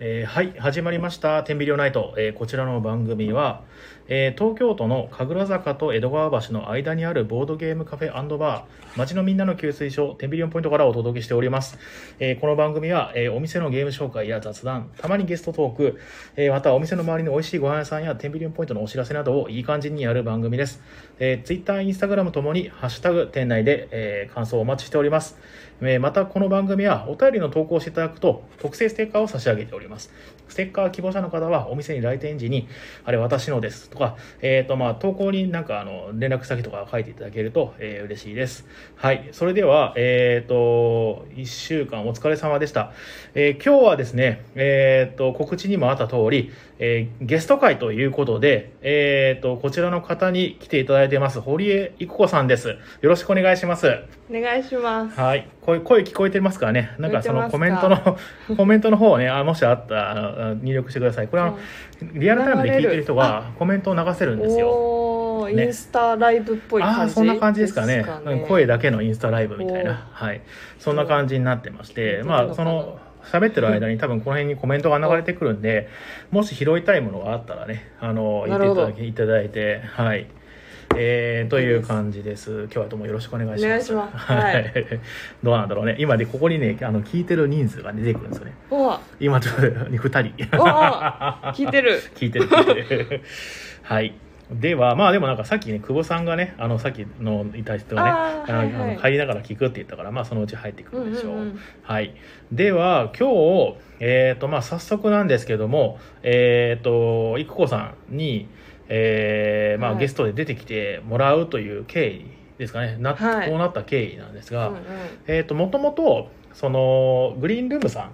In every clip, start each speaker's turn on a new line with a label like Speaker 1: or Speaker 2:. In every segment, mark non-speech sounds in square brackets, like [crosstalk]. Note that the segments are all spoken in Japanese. Speaker 1: えーはい始まりました「天秤両ナイト、えーこちらの番組は、えー東京都の神楽坂と江戸川橋の間にあるボードゲームカフェバー町のみんなの給水所天秤両ポイントからお届けしております、えーこの番組は、えーお店のゲーム紹介や雑談たまにゲストトーク、えーまたお店の周りの美味しいご飯屋さんや天秤両ポイントのお知らせなどをいい感じにやる番組です、えー、Twitter、Instagram ともに「ハッシュタグ店内で」えー感想をお待ちしておりますえーまたこの番組はお便りの投稿をしていただくと特製ステッカーを差し上げておりますステッカー希望者の方はお店に来店時にあれ私のですとか、えーとまあ、投稿になんかあの連絡先とか書いていただけると、えー嬉しいですはいそれではえっ、と1週間お疲れ様でした、えー今日はですねえっ、と告知にもあった通り、えーゲスト会ということでえっ、とこちらの方に来ていただいてます堀江育子さんですよろしくお願いします
Speaker 2: お願いします。
Speaker 1: はい、声声聞こえてますからね、なんかその
Speaker 2: 聞
Speaker 1: コ
Speaker 2: こえ
Speaker 1: メ
Speaker 2: て
Speaker 1: ン
Speaker 2: ます
Speaker 1: トの、
Speaker 2: [laughs]
Speaker 1: コメントの方をね、あもしあったらあのあ入力してください。これはあの、リアルタイムで聞いてる人がコメントを流せるんですよ。
Speaker 2: おー
Speaker 1: ね
Speaker 2: インスタライブっぽい
Speaker 1: ああ
Speaker 2: 感
Speaker 1: ー、
Speaker 2: じ
Speaker 1: そんな感じですかね。うん声
Speaker 2: だ。
Speaker 1: だけのインスタライブみたいな、はい、そんな感じになってまして、
Speaker 2: うん
Speaker 1: まあその喋ってる間に多分この辺にコメントが流れてくるんで、もし拾いたいものがあったらね、あの言って
Speaker 2: な
Speaker 1: い
Speaker 2: るほ
Speaker 1: た
Speaker 2: ど
Speaker 1: だきいただいて、はい。えー、という感じです。今日はどうもよろしくお願いします。
Speaker 2: お願いします
Speaker 1: は。
Speaker 2: はい
Speaker 1: [laughs] どうなんだろうね。今で、ここにね、あの、聞いてる人数が出てくるんですよね。
Speaker 2: うわ
Speaker 1: 今ちょっと、2人。
Speaker 2: お
Speaker 1: [laughs]
Speaker 2: ー聞いてる。
Speaker 1: 聞いてる聞いてる [laughs] はいではまあでもなんかさっきね久保さんがねあのさっきのに対してはね
Speaker 2: あー
Speaker 1: あの
Speaker 2: はいはい
Speaker 1: あの入りながら聞くって言ったからまあそのうち入ってく
Speaker 2: うんう
Speaker 1: る
Speaker 2: ん
Speaker 1: でしょう、
Speaker 2: うん。
Speaker 1: はいでは今日えっ、とまあ早速なんですけどもえっ、と育子さんにえーまあ、
Speaker 2: はい
Speaker 1: ゲストで出てきてもらうという経緯ですかねな、
Speaker 2: はい
Speaker 1: こうなった経緯なんですが、
Speaker 2: うんうん
Speaker 1: えー、ともともとそのグリーンルームさ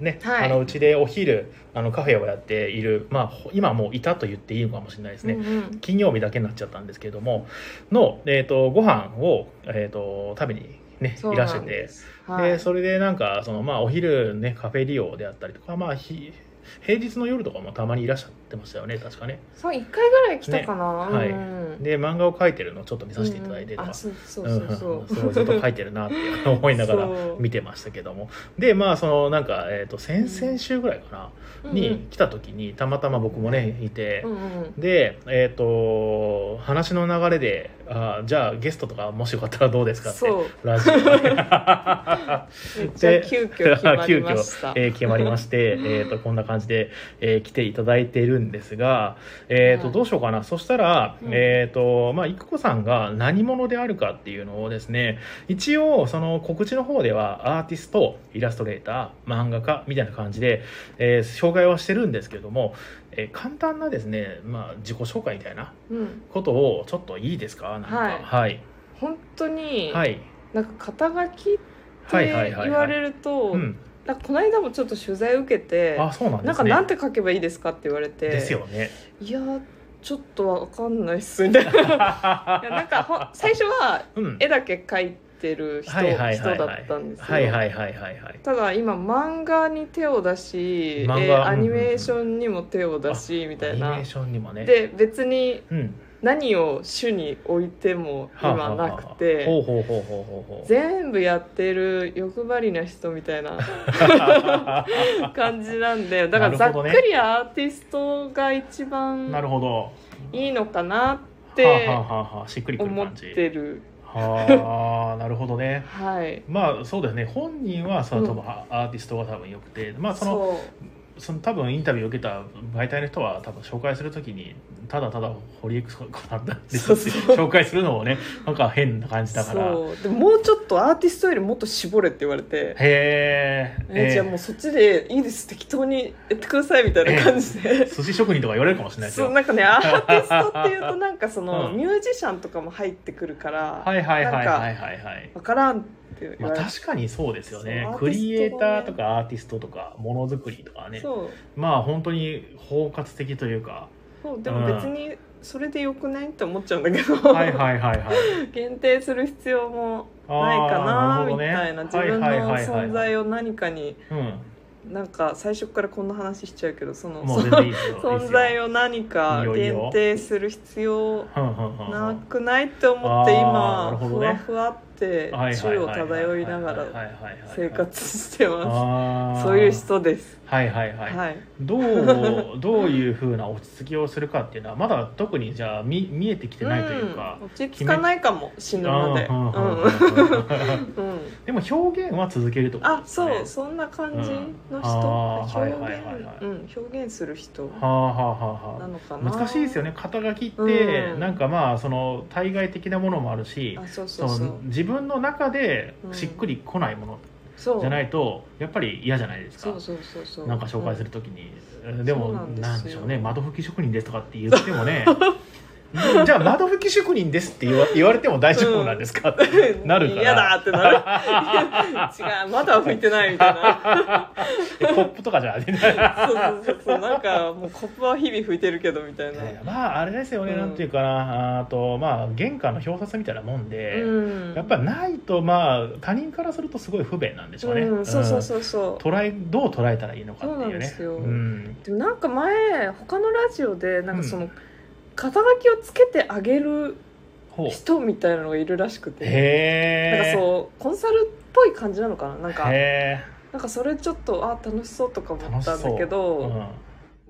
Speaker 1: んね、
Speaker 2: はい
Speaker 1: あのうちでお昼あのカフェをやっている、まあ、ほ今はもういたと言っていいのかもしれないですね、
Speaker 2: うんうん
Speaker 1: 金曜日だけになっちゃったんですけれどもの、えー、とご飯を、えー、と食べに、ね、
Speaker 2: そう
Speaker 1: いらっ
Speaker 2: な
Speaker 1: しゃっ
Speaker 2: んで
Speaker 1: て
Speaker 2: す
Speaker 1: そ,、
Speaker 2: はい
Speaker 1: でそれでなんかその、まあ、お昼、ね、カフェ利用であったりとか、まあ、ひ平日の夜とかもたまにいらっしゃってましたよね確かね
Speaker 2: そう一回ぐらい来たかな。
Speaker 1: ねはい
Speaker 2: うん
Speaker 1: で漫画を描いてるのをちょっと見させていただいてと
Speaker 2: うん
Speaker 1: か、
Speaker 2: あそうそうそうそ
Speaker 1: ん [laughs]
Speaker 2: う。
Speaker 1: すごいずっと書いてるなって思いながら
Speaker 2: そう
Speaker 1: 見てましたけどもでまあそのなんか、えー、と先々週ぐらいかな、に来た時にたまたま僕もねいて
Speaker 2: うん、うん。
Speaker 1: でえっ、と話の流れであーじゃあゲストとかもしよかったらどうですかって
Speaker 2: そう
Speaker 1: ラジオで [laughs]
Speaker 2: めっちゃ急遽決まりました。
Speaker 1: えー決まりま
Speaker 2: [laughs]
Speaker 1: して、えー、とこんな感じで、えー来ていただいているんですが、えー、と
Speaker 2: はい
Speaker 1: どうしようかなそしたら、
Speaker 2: うん
Speaker 1: えーとまあ、育子さんが何者であるかっていうのをですね一応その告知の方ではアーティストイラストレーター漫画家みたいな感じで、えー紹介はしてるんですけども、えー簡単なですね、まあ、自己紹介みたいな
Speaker 2: うん。
Speaker 1: ことをちょっといいですかなんか
Speaker 2: はい
Speaker 1: はい
Speaker 2: 本当に
Speaker 1: はい
Speaker 2: なんか肩書きって
Speaker 1: はいはいはいはい
Speaker 2: 言われると
Speaker 1: う、ん、
Speaker 2: なんかこの間もちょっと取材受けて。
Speaker 1: あそうなん
Speaker 2: な
Speaker 1: で
Speaker 2: ん
Speaker 1: す
Speaker 2: か
Speaker 1: ね
Speaker 2: なんて書けばいいですかって言われて
Speaker 1: ですよね
Speaker 2: いやーちょっとわかんないっすみたいないやなんか
Speaker 1: [laughs]
Speaker 2: ほん最初は
Speaker 1: うん
Speaker 2: 絵だけ描いてる人,、
Speaker 1: はいはいはいはい
Speaker 2: 人だったんですよ、
Speaker 1: はいはいはいはいはい
Speaker 2: ただ今漫画に手を出し、え
Speaker 1: 漫画
Speaker 2: ーア
Speaker 1: うんうん
Speaker 2: ニ
Speaker 1: うん
Speaker 2: メーションにも手を出しみたい
Speaker 1: アニ
Speaker 2: な
Speaker 1: メーションにもね
Speaker 2: で別に
Speaker 1: うん
Speaker 2: 何を主に置いても今なくて、
Speaker 1: ほうほうほうほうほうほう
Speaker 2: 全部やってる欲張りな人みたいな感じなんでだから
Speaker 1: [laughs] な
Speaker 2: ざ
Speaker 1: る
Speaker 2: っ
Speaker 1: ほど
Speaker 2: く
Speaker 1: ね
Speaker 2: りアーティストが一番
Speaker 1: [laughs] なるほど
Speaker 2: いいのかなっ
Speaker 1: はあ、は
Speaker 2: て
Speaker 1: あはあはあ、しっくりくる
Speaker 2: 思
Speaker 1: 感
Speaker 2: っ
Speaker 1: じ
Speaker 2: てる
Speaker 1: はあなるほどね
Speaker 2: はい
Speaker 1: まあそうだよね本人はさ
Speaker 2: うん
Speaker 1: 多分アアーティストが多分よくてまあその
Speaker 2: そ
Speaker 1: その多分インタビューを受けた媒体の人は多分紹介するときにただただ堀江子さんだって
Speaker 2: そうそう
Speaker 1: 紹介するのもねなんか変な感
Speaker 2: う
Speaker 1: じだからへ
Speaker 2: そうでももうちょっとアーティストよりもっと絞れって言われて
Speaker 1: え
Speaker 2: えじゃあもうそっちでいいです適当にやってくださいみたいな感
Speaker 1: [laughs]
Speaker 2: じで、
Speaker 1: 寿司職人とか言われるかもしれないです
Speaker 2: そう
Speaker 1: よ
Speaker 2: なんかねアーティストっていうとなんかその、
Speaker 1: うん
Speaker 2: ミュージシャンとかも入ってくるから、
Speaker 1: はいはいはいは
Speaker 2: なん
Speaker 1: いはいはい
Speaker 2: 分からんって言
Speaker 1: まあ、
Speaker 2: われて、
Speaker 1: 確かにそうですよね
Speaker 2: そう
Speaker 1: クリエイター
Speaker 2: アーティストがね
Speaker 1: とかアーティストとかものづくりとかね
Speaker 2: そう
Speaker 1: まあ本当に包括的という
Speaker 2: [laughs]
Speaker 1: か
Speaker 2: そうでも別にそれでよくないって思っちゃうんだけど、
Speaker 1: はいはいはいはい
Speaker 2: [laughs] 限定する必要も
Speaker 1: あ
Speaker 2: ない
Speaker 1: ー
Speaker 2: か
Speaker 1: るほ
Speaker 2: なみ
Speaker 1: どね
Speaker 2: たいな自分の
Speaker 1: はいはいはいはい
Speaker 2: 存在を何かに
Speaker 1: うん
Speaker 2: なんか最初からこんな話しちゃうけどその
Speaker 1: もう全
Speaker 2: その
Speaker 1: 然いいですよ
Speaker 2: [laughs] 存在
Speaker 1: を
Speaker 2: を何か
Speaker 1: いいよいいよ
Speaker 2: 限定する必要な
Speaker 1: な
Speaker 2: くないって思って
Speaker 1: あーな
Speaker 2: 今
Speaker 1: るほ
Speaker 2: ふ
Speaker 1: どね
Speaker 2: わふわって宙を漂いながら生活してますすそういう人です
Speaker 1: はいはいはい、
Speaker 2: はい、
Speaker 1: どうどういうふうな落ち着きをするかっていうのはまだ特にじゃあ見見えてきてないというか
Speaker 2: ん、、落ち着かないかも死ぬまで
Speaker 1: あー
Speaker 2: うんうん
Speaker 1: でも表現は続けるってこと
Speaker 2: あ
Speaker 1: ですかね
Speaker 2: そうそんな感じの
Speaker 1: うんあー
Speaker 2: 人、
Speaker 1: はいはい
Speaker 2: 表現
Speaker 1: はいはい
Speaker 2: うん表現する人
Speaker 1: はあはあはあ
Speaker 2: な
Speaker 1: は
Speaker 2: のか
Speaker 1: あ
Speaker 2: な
Speaker 1: 難しいですよね肩書きって、
Speaker 2: うん
Speaker 1: なんかまあその対外的なものもあるし
Speaker 2: あそうそ
Speaker 1: そう
Speaker 2: そう
Speaker 1: の自分の中で
Speaker 2: うん
Speaker 1: しっくりこないも
Speaker 2: そう
Speaker 1: のじゃないとやっぱり嫌じゃないですか
Speaker 2: そうそうそうそう
Speaker 1: なんか紹介するときに、うんで
Speaker 2: そ
Speaker 1: も
Speaker 2: うなんですよ
Speaker 1: なんでしょうね窓拭き職人ですとかって言ってもね [laughs] うんじゃあ窓拭き職人ですって言わ言われても大丈夫なんですか、って
Speaker 2: うん
Speaker 1: なるから
Speaker 2: 嫌だってな
Speaker 1: [laughs]
Speaker 2: る違うまだ拭いてないみたいな
Speaker 1: コップとかじゃあ
Speaker 2: そうそうそうそうなんかもうコップは日々拭いてるけどみたいな、
Speaker 1: まああれですよね、
Speaker 2: うん
Speaker 1: なんていうかなあとまあ玄関の表札みたいなもんで、
Speaker 2: うん
Speaker 1: やっぱないとまあ他人からするとすごい不便なんでしょうね、
Speaker 2: うん、そうそうそうそう、
Speaker 1: 捉えどう捉えたらいいのかって
Speaker 2: そ
Speaker 1: い
Speaker 2: うな
Speaker 1: うん
Speaker 2: で
Speaker 1: ね
Speaker 2: すよ
Speaker 1: ん
Speaker 2: でもなんか前他のラジオでなんかそうの肩書きをつけてあげる
Speaker 1: ほう
Speaker 2: 人みたいなのがいるらしくて
Speaker 1: へえ
Speaker 2: なんかそうコンサルっぽい感じなのかななんか
Speaker 1: へ
Speaker 2: なんかそれちょっとあ楽しそうとか思
Speaker 1: え
Speaker 2: っ
Speaker 1: 楽した
Speaker 2: ん
Speaker 1: そ
Speaker 2: だ
Speaker 1: う
Speaker 2: けど
Speaker 1: うん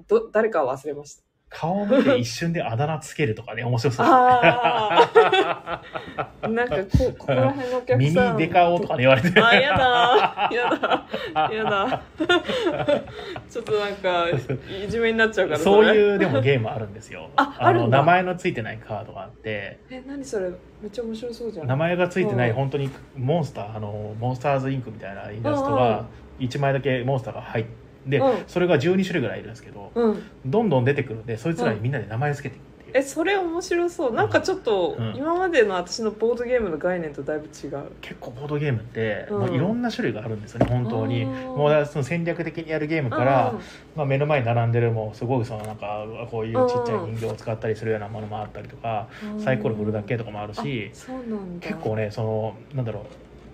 Speaker 2: ど誰かは忘れました
Speaker 1: 顔を見て一瞬であだ名つけるとか
Speaker 2: [laughs]
Speaker 1: ね面白そう
Speaker 2: あ
Speaker 1: [laughs]
Speaker 2: あなんかこここら辺のお客
Speaker 1: 耳
Speaker 2: さん
Speaker 1: デカオとかで言われて
Speaker 2: あやだやだやだ [laughs] ちょっとなんかいじめになっちゃうから
Speaker 1: そう
Speaker 2: れ
Speaker 1: いうでもゲームあるんですよ
Speaker 2: あある
Speaker 1: の
Speaker 2: んだ
Speaker 1: 名前のついてないカードがあって
Speaker 2: え何それめっちゃ面白そうじゃん
Speaker 1: 名前がついてない
Speaker 2: うん
Speaker 1: 本当にモンスターあのモンスターズインクみたいなイラスト
Speaker 2: うんうんうん
Speaker 1: が1枚だけモンスターが入って。で
Speaker 2: うん
Speaker 1: それが12種類ぐらいいるんですけど
Speaker 2: うん
Speaker 1: どんどん出てくるんでそいつらにみんなで名前つけていくっていう、
Speaker 2: えそれ面白そうなんかちょっと
Speaker 1: うん
Speaker 2: 今までの私のボードゲームの概念とだいぶ違う
Speaker 1: 結構ボードゲームって、
Speaker 2: うん
Speaker 1: もういろんな種類があるんですよね本当に
Speaker 2: あー
Speaker 1: もうだからその戦略的にやるゲームから、
Speaker 2: うん
Speaker 1: まあ、目の前に並んでるもうすごくそのなんかこういうちっちゃい人形を使ったりするようなものもあったりとか
Speaker 2: うん
Speaker 1: サイコロ振るだけとかもあるし
Speaker 2: あそうなんだ
Speaker 1: 結構ねそのなんだろ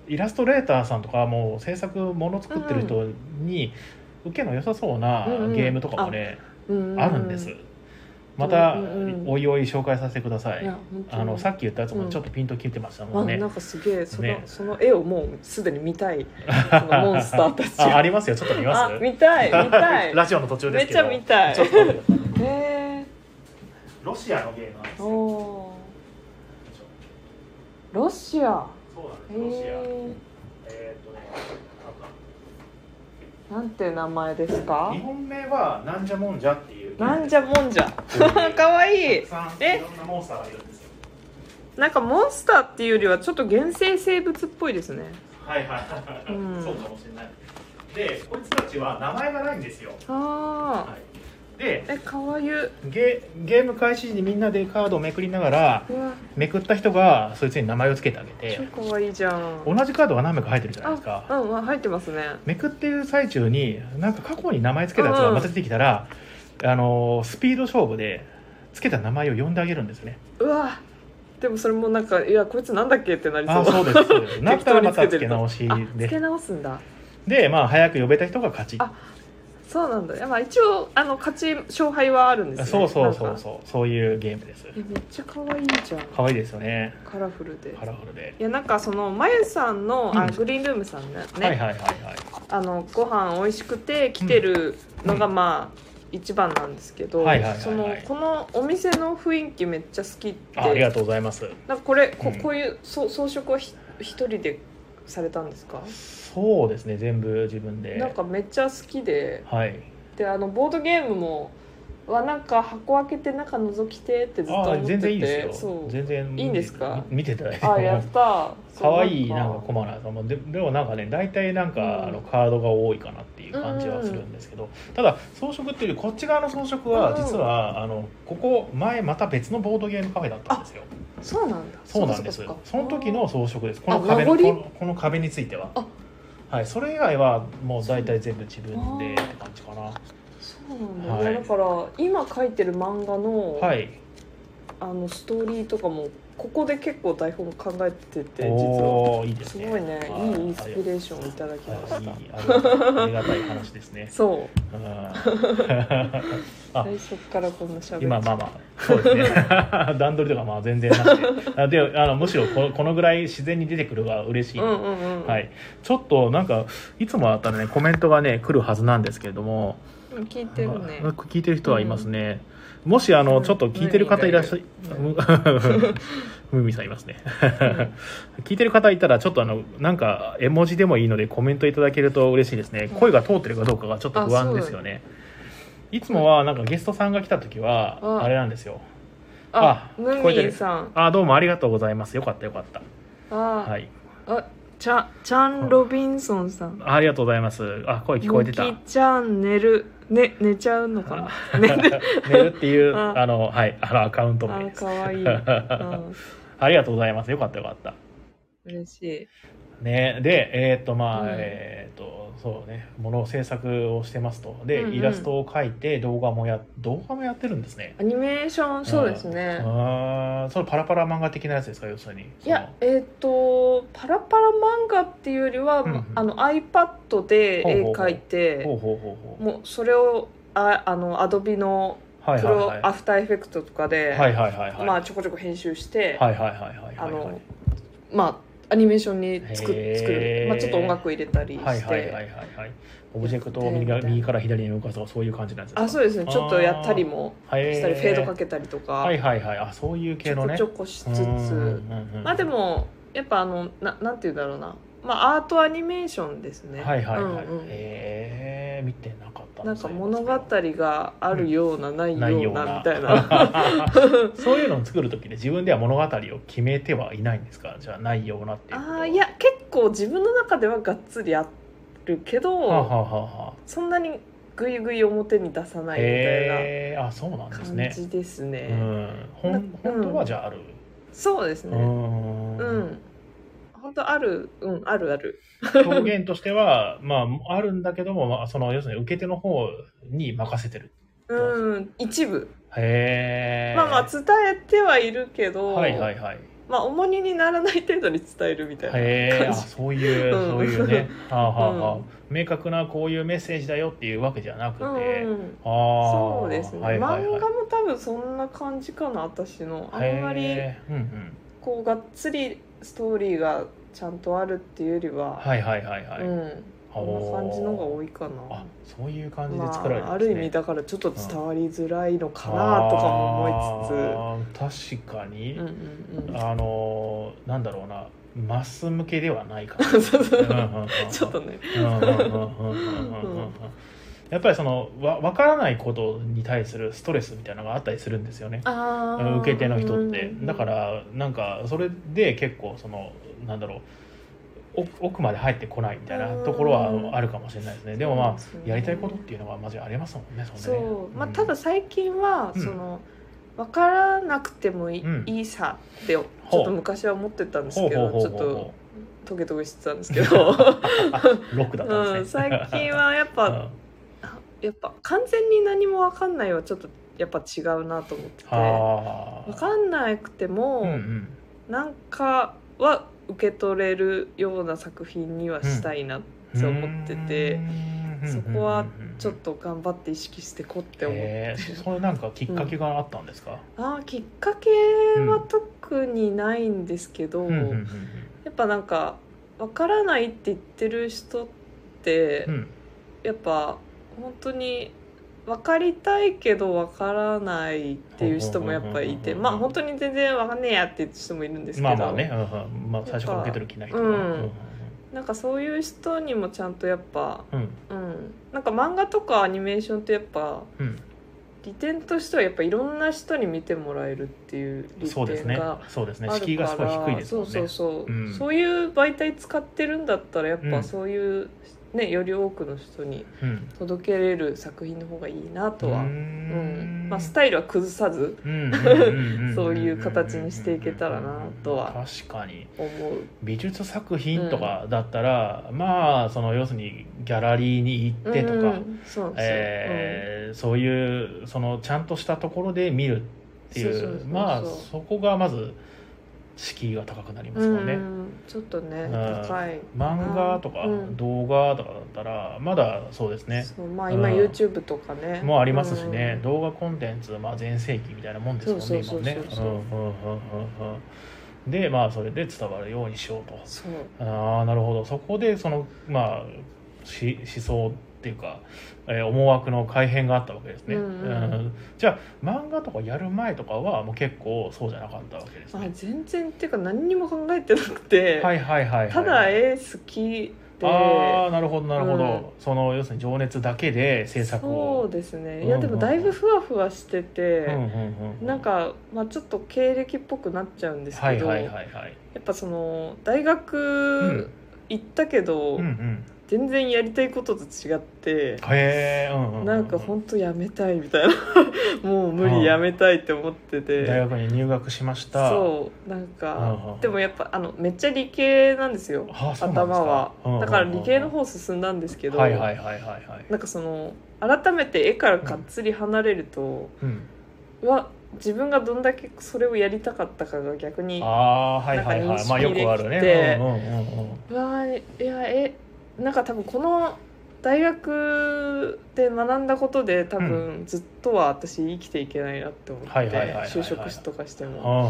Speaker 1: うイラストレーターさんとかもう制作もの作ってる人に受けの良さそうな
Speaker 2: うんうん
Speaker 1: ゲームとかもね
Speaker 2: うん
Speaker 1: あるんですまた
Speaker 2: うんうんうん
Speaker 1: おいおい紹介させてくださ
Speaker 2: い
Speaker 1: い
Speaker 2: や本当に
Speaker 1: あのさっき言ったやつもちょっとピンときてましたも
Speaker 2: あ
Speaker 1: んね
Speaker 2: なんかすげえその
Speaker 1: ね
Speaker 2: その絵をもうすでに見たいそのモンスターたち
Speaker 1: [laughs] あ
Speaker 2: が
Speaker 1: ありますよちょっと見ま
Speaker 2: あ
Speaker 1: す
Speaker 2: 見たい見たい
Speaker 1: ラジオの途中ですけど
Speaker 2: めっちゃ見たい
Speaker 1: ちょっと待ってください
Speaker 2: え
Speaker 1: ロシアのゲームなんです
Speaker 2: ー、
Speaker 1: よ
Speaker 2: おーロシア
Speaker 1: そうなんです
Speaker 2: へ
Speaker 1: ロシア
Speaker 2: え
Speaker 1: えーっとねなん
Speaker 2: ー、なんて名前です
Speaker 1: か
Speaker 2: か
Speaker 1: 日本名はなんじゃもんじゃっていう
Speaker 2: なんじゃもんじゃ
Speaker 1: か
Speaker 2: [laughs] かわいい
Speaker 1: たくさん
Speaker 2: え
Speaker 1: いろんなモンスターがいるんですよ
Speaker 2: なんかモンスターっていうよりはちょっと原生生物っぽいですね
Speaker 1: はいはい、
Speaker 2: うん
Speaker 1: そうかもしれないでこいつたちは名前がないんですよ、
Speaker 2: ああ
Speaker 1: はい、で
Speaker 2: えかわゆ
Speaker 1: ゲゲーム開始時にみんなでカードをめくりながら
Speaker 2: うわ
Speaker 1: めくった人がそいつに名前を付けてあげて
Speaker 2: 超かわいいじゃん
Speaker 1: 同じカードが何枚か入ってるじゃないですか
Speaker 2: あうんうん入ってますね
Speaker 1: めくってる最中になんか過去に名前つけたやつがまた出てきたら、あのースピード勝負でつけた名前を呼んであげるんですね
Speaker 2: うわでもそれもなんかいやこいつなんだっけってなり
Speaker 1: あ
Speaker 2: そ
Speaker 1: あ
Speaker 2: う
Speaker 1: そうですそう
Speaker 2: [laughs]
Speaker 1: ですなっ
Speaker 2: 適
Speaker 1: た
Speaker 2: 当
Speaker 1: ら
Speaker 2: に
Speaker 1: ま
Speaker 2: つ
Speaker 1: た
Speaker 2: けて
Speaker 1: つ
Speaker 2: る
Speaker 1: け
Speaker 2: と
Speaker 1: 直し
Speaker 2: あつけ
Speaker 1: で
Speaker 2: 直すんだ
Speaker 1: でまあ早く呼べた人が勝ち
Speaker 2: あそうなんだいやまあ一応あの勝ち勝敗はあるんですね
Speaker 1: そうそうそ
Speaker 2: なん
Speaker 1: う
Speaker 2: か
Speaker 1: そうそういうゲームです
Speaker 2: えめっちゃ可愛いじゃん
Speaker 1: 可愛いですよね
Speaker 2: カラフルで
Speaker 1: カラフルで、
Speaker 2: いやなんかそのまゆさんの、あ
Speaker 1: うん
Speaker 2: グリーンルームさんね、
Speaker 1: はいはいはいはい
Speaker 2: あのご飯美味しくて来てるのがまあ、一番なんですけど、
Speaker 1: はいはいはいはい
Speaker 2: そのこのお店の雰囲気めっちゃ好きって
Speaker 1: あありがとうございます
Speaker 2: なんかこれ
Speaker 1: う
Speaker 2: こ
Speaker 1: ん
Speaker 2: こういうそ装飾はひ一人でされたんですか、
Speaker 1: そうですね全部自分で
Speaker 2: なんかめっちゃ好きで
Speaker 1: はい
Speaker 2: であのボードゲームもはなんか箱開けて中覗きてってずっと
Speaker 1: あ
Speaker 2: 思
Speaker 1: あ
Speaker 2: ってて
Speaker 1: 全然いいです
Speaker 2: そ
Speaker 1: よ
Speaker 2: う
Speaker 1: 全然
Speaker 2: いいんですか
Speaker 1: 見てただいて
Speaker 2: あや
Speaker 1: [laughs]
Speaker 2: った
Speaker 1: 可愛いなんか
Speaker 2: こ
Speaker 1: コマなんかもででもなんかね大体なんか、
Speaker 2: うん
Speaker 1: あのカードが多いかなっていう感じはするんですけど、ただ装飾っていうよりこっち側の装飾は
Speaker 2: うん
Speaker 1: 実は、あのここ前また別のボードゲームカフェだったんですよ
Speaker 2: そうなんだ
Speaker 1: そうなんです
Speaker 2: っかっか
Speaker 1: その時の装飾ですこ
Speaker 2: あ
Speaker 1: の壁の
Speaker 2: 名
Speaker 1: こ
Speaker 2: 残
Speaker 1: のこの壁については
Speaker 2: あ
Speaker 1: はいそれ以外はもう大体全部自分でって感じかな
Speaker 2: そうなんだ、
Speaker 1: はい
Speaker 2: いやだから今描いてる漫画の、
Speaker 1: はい
Speaker 2: あのストーリーとかもここで結構台本考えてて実は
Speaker 1: おおーいいです
Speaker 2: す
Speaker 1: ね
Speaker 2: ごいね
Speaker 1: あー
Speaker 2: いいインスピレーションをいただきま
Speaker 1: あ
Speaker 2: し
Speaker 1: いい
Speaker 2: た
Speaker 1: ありがたいありがたい話ですね
Speaker 2: そう
Speaker 1: うん
Speaker 2: [laughs]
Speaker 1: あ
Speaker 2: 最初からこんなしゃべ
Speaker 1: 今まあまあそうですね [laughs] 段取りとかまあ全然なくてあであのむしろここのぐらい自然に出てくるが嬉しい、
Speaker 2: うんうんうん
Speaker 1: はい、ちょっとなんかいつもだったらねコメントがね来るはずなんですけれども
Speaker 2: うん聞いてるね
Speaker 1: あ聞いてる人はいますね、もしあの、
Speaker 2: うん
Speaker 1: ちょっと聞いてる方いらっしゃい
Speaker 2: ム
Speaker 1: [laughs] ムーミンさんいますね聞いてる方いたらちょっとあのなんか絵文字でもいいのでコメントいただけると嬉しいですね
Speaker 2: うん
Speaker 1: 声が通ってるかどうかがちょっと不安ですよねいつもはなんかゲストさんが来た時は
Speaker 2: うん
Speaker 1: あれなんですよ
Speaker 2: あ
Speaker 1: あ
Speaker 2: ムーミンさん
Speaker 1: あどうもありがとうございますよかったよかったは
Speaker 2: あ
Speaker 1: い
Speaker 2: あちゃちゃんロビンソンさん
Speaker 1: ありがとうございますあ声聞こえてた
Speaker 2: ミキちゃん寝るね寝ちゃうのかな寝る
Speaker 1: 寝るっていう
Speaker 2: あ
Speaker 1: あのはいあのアカウント名
Speaker 2: あ
Speaker 1: です
Speaker 2: 可愛
Speaker 1: [laughs]
Speaker 2: いうん
Speaker 1: ありがとうございますよかったよかった
Speaker 2: 嬉しい
Speaker 1: ね、でえーっとまあ、
Speaker 2: うん
Speaker 1: えーっとそうねものを制作をしてますとで、
Speaker 2: うんうん
Speaker 1: イラストを描いて動画もや動画もやってるんですね
Speaker 2: アニメーションそうですね
Speaker 1: あーそれパラパラ漫画的なやつですか要するに
Speaker 2: いやえっ、とパラパラ漫画っていうよりは、
Speaker 1: うんうん
Speaker 2: あの iPad で
Speaker 1: ほう
Speaker 2: 絵
Speaker 1: ほうほう
Speaker 2: 描い
Speaker 1: そ
Speaker 2: て
Speaker 1: のほうほうほうほ
Speaker 2: もうそれをああのアドビの
Speaker 1: うはい
Speaker 2: プ
Speaker 1: はい
Speaker 2: ロ
Speaker 1: はい
Speaker 2: アフターエフェクトとかで、
Speaker 1: はいはいはいはいは
Speaker 2: まあ
Speaker 1: い
Speaker 2: ちょこちょこ編集して、
Speaker 1: はいはいはい
Speaker 2: あ
Speaker 1: はい
Speaker 2: の、
Speaker 1: はい
Speaker 2: まあアニメーションに作
Speaker 1: へー
Speaker 2: 作る、まあ、ちょっと音楽入れたりして、
Speaker 1: はいはいはいはいはいオブジェクトを右か
Speaker 2: やってみたい
Speaker 1: 右から左に動かすとかそういう感じなんですか
Speaker 2: あそうですねちょっとやったりも
Speaker 1: はい
Speaker 2: したりフェードかけたりとか、
Speaker 1: はいはいはいあそういう
Speaker 2: ち
Speaker 1: 系
Speaker 2: ょ
Speaker 1: の
Speaker 2: こ
Speaker 1: ね
Speaker 2: ちょこしつ
Speaker 1: うん
Speaker 2: つ
Speaker 1: うんうん
Speaker 2: まあでもやっぱあのななんて言うんだろうな、まあ、アートアニメーションですね
Speaker 1: はいはいはい、
Speaker 2: うんうん
Speaker 1: へえ見てなかった
Speaker 2: なんか物語があるような、ない
Speaker 1: ない
Speaker 2: よ
Speaker 1: よう
Speaker 2: うな
Speaker 1: な
Speaker 2: みた
Speaker 1: [laughs]
Speaker 2: いな [laughs]
Speaker 1: そういうのを作る時で自分では物語を決めてはいないんですかじゃあないようなっていうことは
Speaker 2: あーいや結構自分の中ではがっつりあるけど、
Speaker 1: はあ、はあはあはあ、
Speaker 2: そんなにぐいぐい表に出さないみたい
Speaker 1: へえあそうなん
Speaker 2: な
Speaker 1: です
Speaker 2: 感
Speaker 1: ね
Speaker 2: じですね
Speaker 1: うんほ
Speaker 2: なん
Speaker 1: 本当はじゃあある
Speaker 2: そうです
Speaker 1: う
Speaker 2: ね
Speaker 1: ん
Speaker 2: うん、本当あるうんあるある
Speaker 1: 表現としては [laughs] まああるんだけども、まあ、その要するに受け手の方に任せてる
Speaker 2: うん一部、
Speaker 1: へえ
Speaker 2: まあまあ伝えてはいるけど、
Speaker 1: はいはいはい
Speaker 2: まあ重荷にならない程度に伝えるみたいな、
Speaker 1: へえあ
Speaker 2: 感じ
Speaker 1: そういう、
Speaker 2: うん
Speaker 1: そういう
Speaker 2: [laughs]
Speaker 1: ね、はあはあはあ
Speaker 2: うん
Speaker 1: 明確なこういうメッセージだよっていうわけじゃなくて、
Speaker 2: うんうん
Speaker 1: ああ
Speaker 2: そうですね、
Speaker 1: はいはいはい
Speaker 2: 漫画も多分そんな感じかな私のあんまり
Speaker 1: へえうんうん
Speaker 2: こうがっつりストーリーがちゃんとあるっていうよりは、
Speaker 1: はいはいはいはい、
Speaker 2: うんこんな感じのが多いかな
Speaker 1: あそういう感じで
Speaker 2: ま
Speaker 1: 作られて
Speaker 2: あ、あ
Speaker 1: ます
Speaker 2: る
Speaker 1: ね
Speaker 2: 意味だからちょっと伝わりづらいのかなとかも思い
Speaker 1: いつつ確かに、
Speaker 2: つつ、うんうんうん、
Speaker 1: あのーなんだろうなマス向けではないか
Speaker 2: [laughs] そうそうそう
Speaker 1: な
Speaker 2: ちょっとね
Speaker 1: うんうんうんうんうんうんうんやっぱりそのわ分からないことに対するストレスみたいなのがあったりするんですよね
Speaker 2: あー
Speaker 1: 受け手の人って、
Speaker 2: うんうんうん
Speaker 1: だからなんかそれで結構そのなんだろう奥奥まで入ってこないみたいなところ
Speaker 2: うん
Speaker 1: はあるかもしれないですね、でもま
Speaker 2: そうです
Speaker 1: あ
Speaker 2: ね
Speaker 1: やりたいことっていうのはマジありますもんねそんでね
Speaker 2: そう、まあ、
Speaker 1: ん
Speaker 2: ただ最近は、
Speaker 1: うん
Speaker 2: その分からなくてもいい,、
Speaker 1: うん
Speaker 2: いいさってちょっと昔は思ってたんです
Speaker 1: ほう
Speaker 2: け
Speaker 1: ほう
Speaker 2: ど
Speaker 1: ほ
Speaker 2: ち
Speaker 1: う
Speaker 2: ょ
Speaker 1: ほ
Speaker 2: っ
Speaker 1: う
Speaker 2: と
Speaker 1: ほ
Speaker 2: トゲトゲしてたんですけ
Speaker 1: [laughs]
Speaker 2: ど、
Speaker 1: うロックだったん
Speaker 2: う
Speaker 1: で
Speaker 2: ん、
Speaker 1: すね、
Speaker 2: 最近はやっ
Speaker 1: う
Speaker 2: ぱ、
Speaker 1: ん
Speaker 2: やっぱ完全に何も分かんないはちょっとやっぱ違うなと思ってて分
Speaker 1: はあ
Speaker 2: かんなくても、
Speaker 1: うんうん
Speaker 2: なんかは受け取れるような作品にはしたいな、そう思ってて
Speaker 1: うん
Speaker 2: そこはちょっ
Speaker 1: っ
Speaker 2: と頑張って意識してこって思って、
Speaker 1: それなんかきっかけがあったんですか、
Speaker 2: あーきっかけは特にないんですけど、
Speaker 1: うんうんうん
Speaker 2: やっぱなんか分からないって言ってる人って、
Speaker 1: うんうん
Speaker 2: やっぱ本当に分かりたいけど分からないっていう人もやっぱ
Speaker 1: う
Speaker 2: いて
Speaker 1: んうんうんうんうん
Speaker 2: まあ本当に全然分かんねえやっていう人もいるんですけど、
Speaker 1: まあまあね、うんうんまあ、最初から受け取る気ないとか、
Speaker 2: うん
Speaker 1: うんうん
Speaker 2: なんかそういう人にもちゃんとやっぱ、
Speaker 1: うん
Speaker 2: うん、なんか漫画とかアニメーションってやっぱ
Speaker 1: うん
Speaker 2: 利点としてはやっぱいろんな人に見てもらえるっていう利
Speaker 1: そうです
Speaker 2: 点
Speaker 1: ね
Speaker 2: が。
Speaker 1: そうですね
Speaker 2: ある
Speaker 1: 敷居がすごい低いですもんね
Speaker 2: そうそうそ
Speaker 1: う
Speaker 2: う、
Speaker 1: ん
Speaker 2: そういう媒体使ってるんだったらやっ
Speaker 1: う
Speaker 2: ぱ
Speaker 1: ん
Speaker 2: そういう、ねより多くの人に
Speaker 1: うん
Speaker 2: 届けれる作品の方がいいなと
Speaker 1: う
Speaker 2: は、
Speaker 1: ー
Speaker 2: うん
Speaker 1: ん
Speaker 2: まあ、スタイルは崩さず
Speaker 1: うんうんうん
Speaker 2: [laughs] そういう形にしていけたらなとは
Speaker 1: 確かに
Speaker 2: 思う
Speaker 1: 美術作品とかだったら、まあその要するにギャラリーに行ってとか、
Speaker 2: うんそうなんですよ、
Speaker 1: えーそういうそのちゃんとしたところで見るっていう
Speaker 2: そうそうそうそう
Speaker 1: まあそこがまず敷居が高くなりますもんね、
Speaker 2: うんちょっとね
Speaker 1: うん
Speaker 2: 高い
Speaker 1: 漫画とか
Speaker 2: うん
Speaker 1: 動画とかだったらまだそうですね、
Speaker 2: そうまあ今
Speaker 1: うん
Speaker 2: YouTube とかね
Speaker 1: もうありますしね、
Speaker 2: うん
Speaker 1: 動画コンテンツ、まあ、全盛期みたいなもんですもんね
Speaker 2: そうそうそう
Speaker 1: 今ね
Speaker 2: そうそ
Speaker 1: う
Speaker 2: う
Speaker 1: んうんうんうんうんでまあそれで伝わるようにしようと
Speaker 2: そう
Speaker 1: ああなるほどそこでそのまあし思想っていうか、えー思惑の改変があったわけですね、
Speaker 2: うんうん
Speaker 1: じゃあ漫画とかやる前とかはもう結構そうじゃなかったわけです
Speaker 2: あ
Speaker 1: ね
Speaker 2: 全然っていうか何にも考えてなくて、
Speaker 1: はいはいはい、はい、
Speaker 2: ただ絵好きで
Speaker 1: ああなるほどなるほど、
Speaker 2: うん
Speaker 1: その要するに情熱だけで制作
Speaker 2: そ
Speaker 1: を
Speaker 2: うですね
Speaker 1: うん
Speaker 2: いやでもだいぶふわふわしてて、
Speaker 1: うんうんうん
Speaker 2: なんか、まあ、ちょっと経歴っぽくなっちゃうんです
Speaker 1: は
Speaker 2: け
Speaker 1: い
Speaker 2: ど、
Speaker 1: はいはいはい
Speaker 2: やっぱその大
Speaker 1: うん
Speaker 2: 学行ったけど、
Speaker 1: うんうん
Speaker 2: 全然やりたいことと違って、
Speaker 1: へえうんうんう
Speaker 2: なんか本当やめたいみたいな [laughs] もう無
Speaker 1: うん
Speaker 2: 理やめたいって思ってて、
Speaker 1: 大学に入学しました
Speaker 2: そうなん
Speaker 1: うんう
Speaker 2: か
Speaker 1: ん
Speaker 2: でもやっぱあのめっちゃ理系なんですよ
Speaker 1: あそうなんです
Speaker 2: 頭
Speaker 1: か
Speaker 2: は
Speaker 1: うんうんうん
Speaker 2: だから理系の方進んだんですけど、
Speaker 1: はいはいはいはいはい
Speaker 2: なんかその改めて絵からかっつり離れると、
Speaker 1: うん
Speaker 2: うわ自分がどんだけそれをやりたかったかが逆に
Speaker 1: ああーはいはい
Speaker 2: なん
Speaker 1: は
Speaker 2: か
Speaker 1: いまあよくある
Speaker 2: 認識で
Speaker 1: ね
Speaker 2: きて
Speaker 1: うんうんうんうん
Speaker 2: うわーいやえなんか多分この大学で学んだことで多分ずっとは私生きていけないなって思って
Speaker 1: はいはいはいはいはい
Speaker 2: 就職しとかして
Speaker 1: う
Speaker 2: も、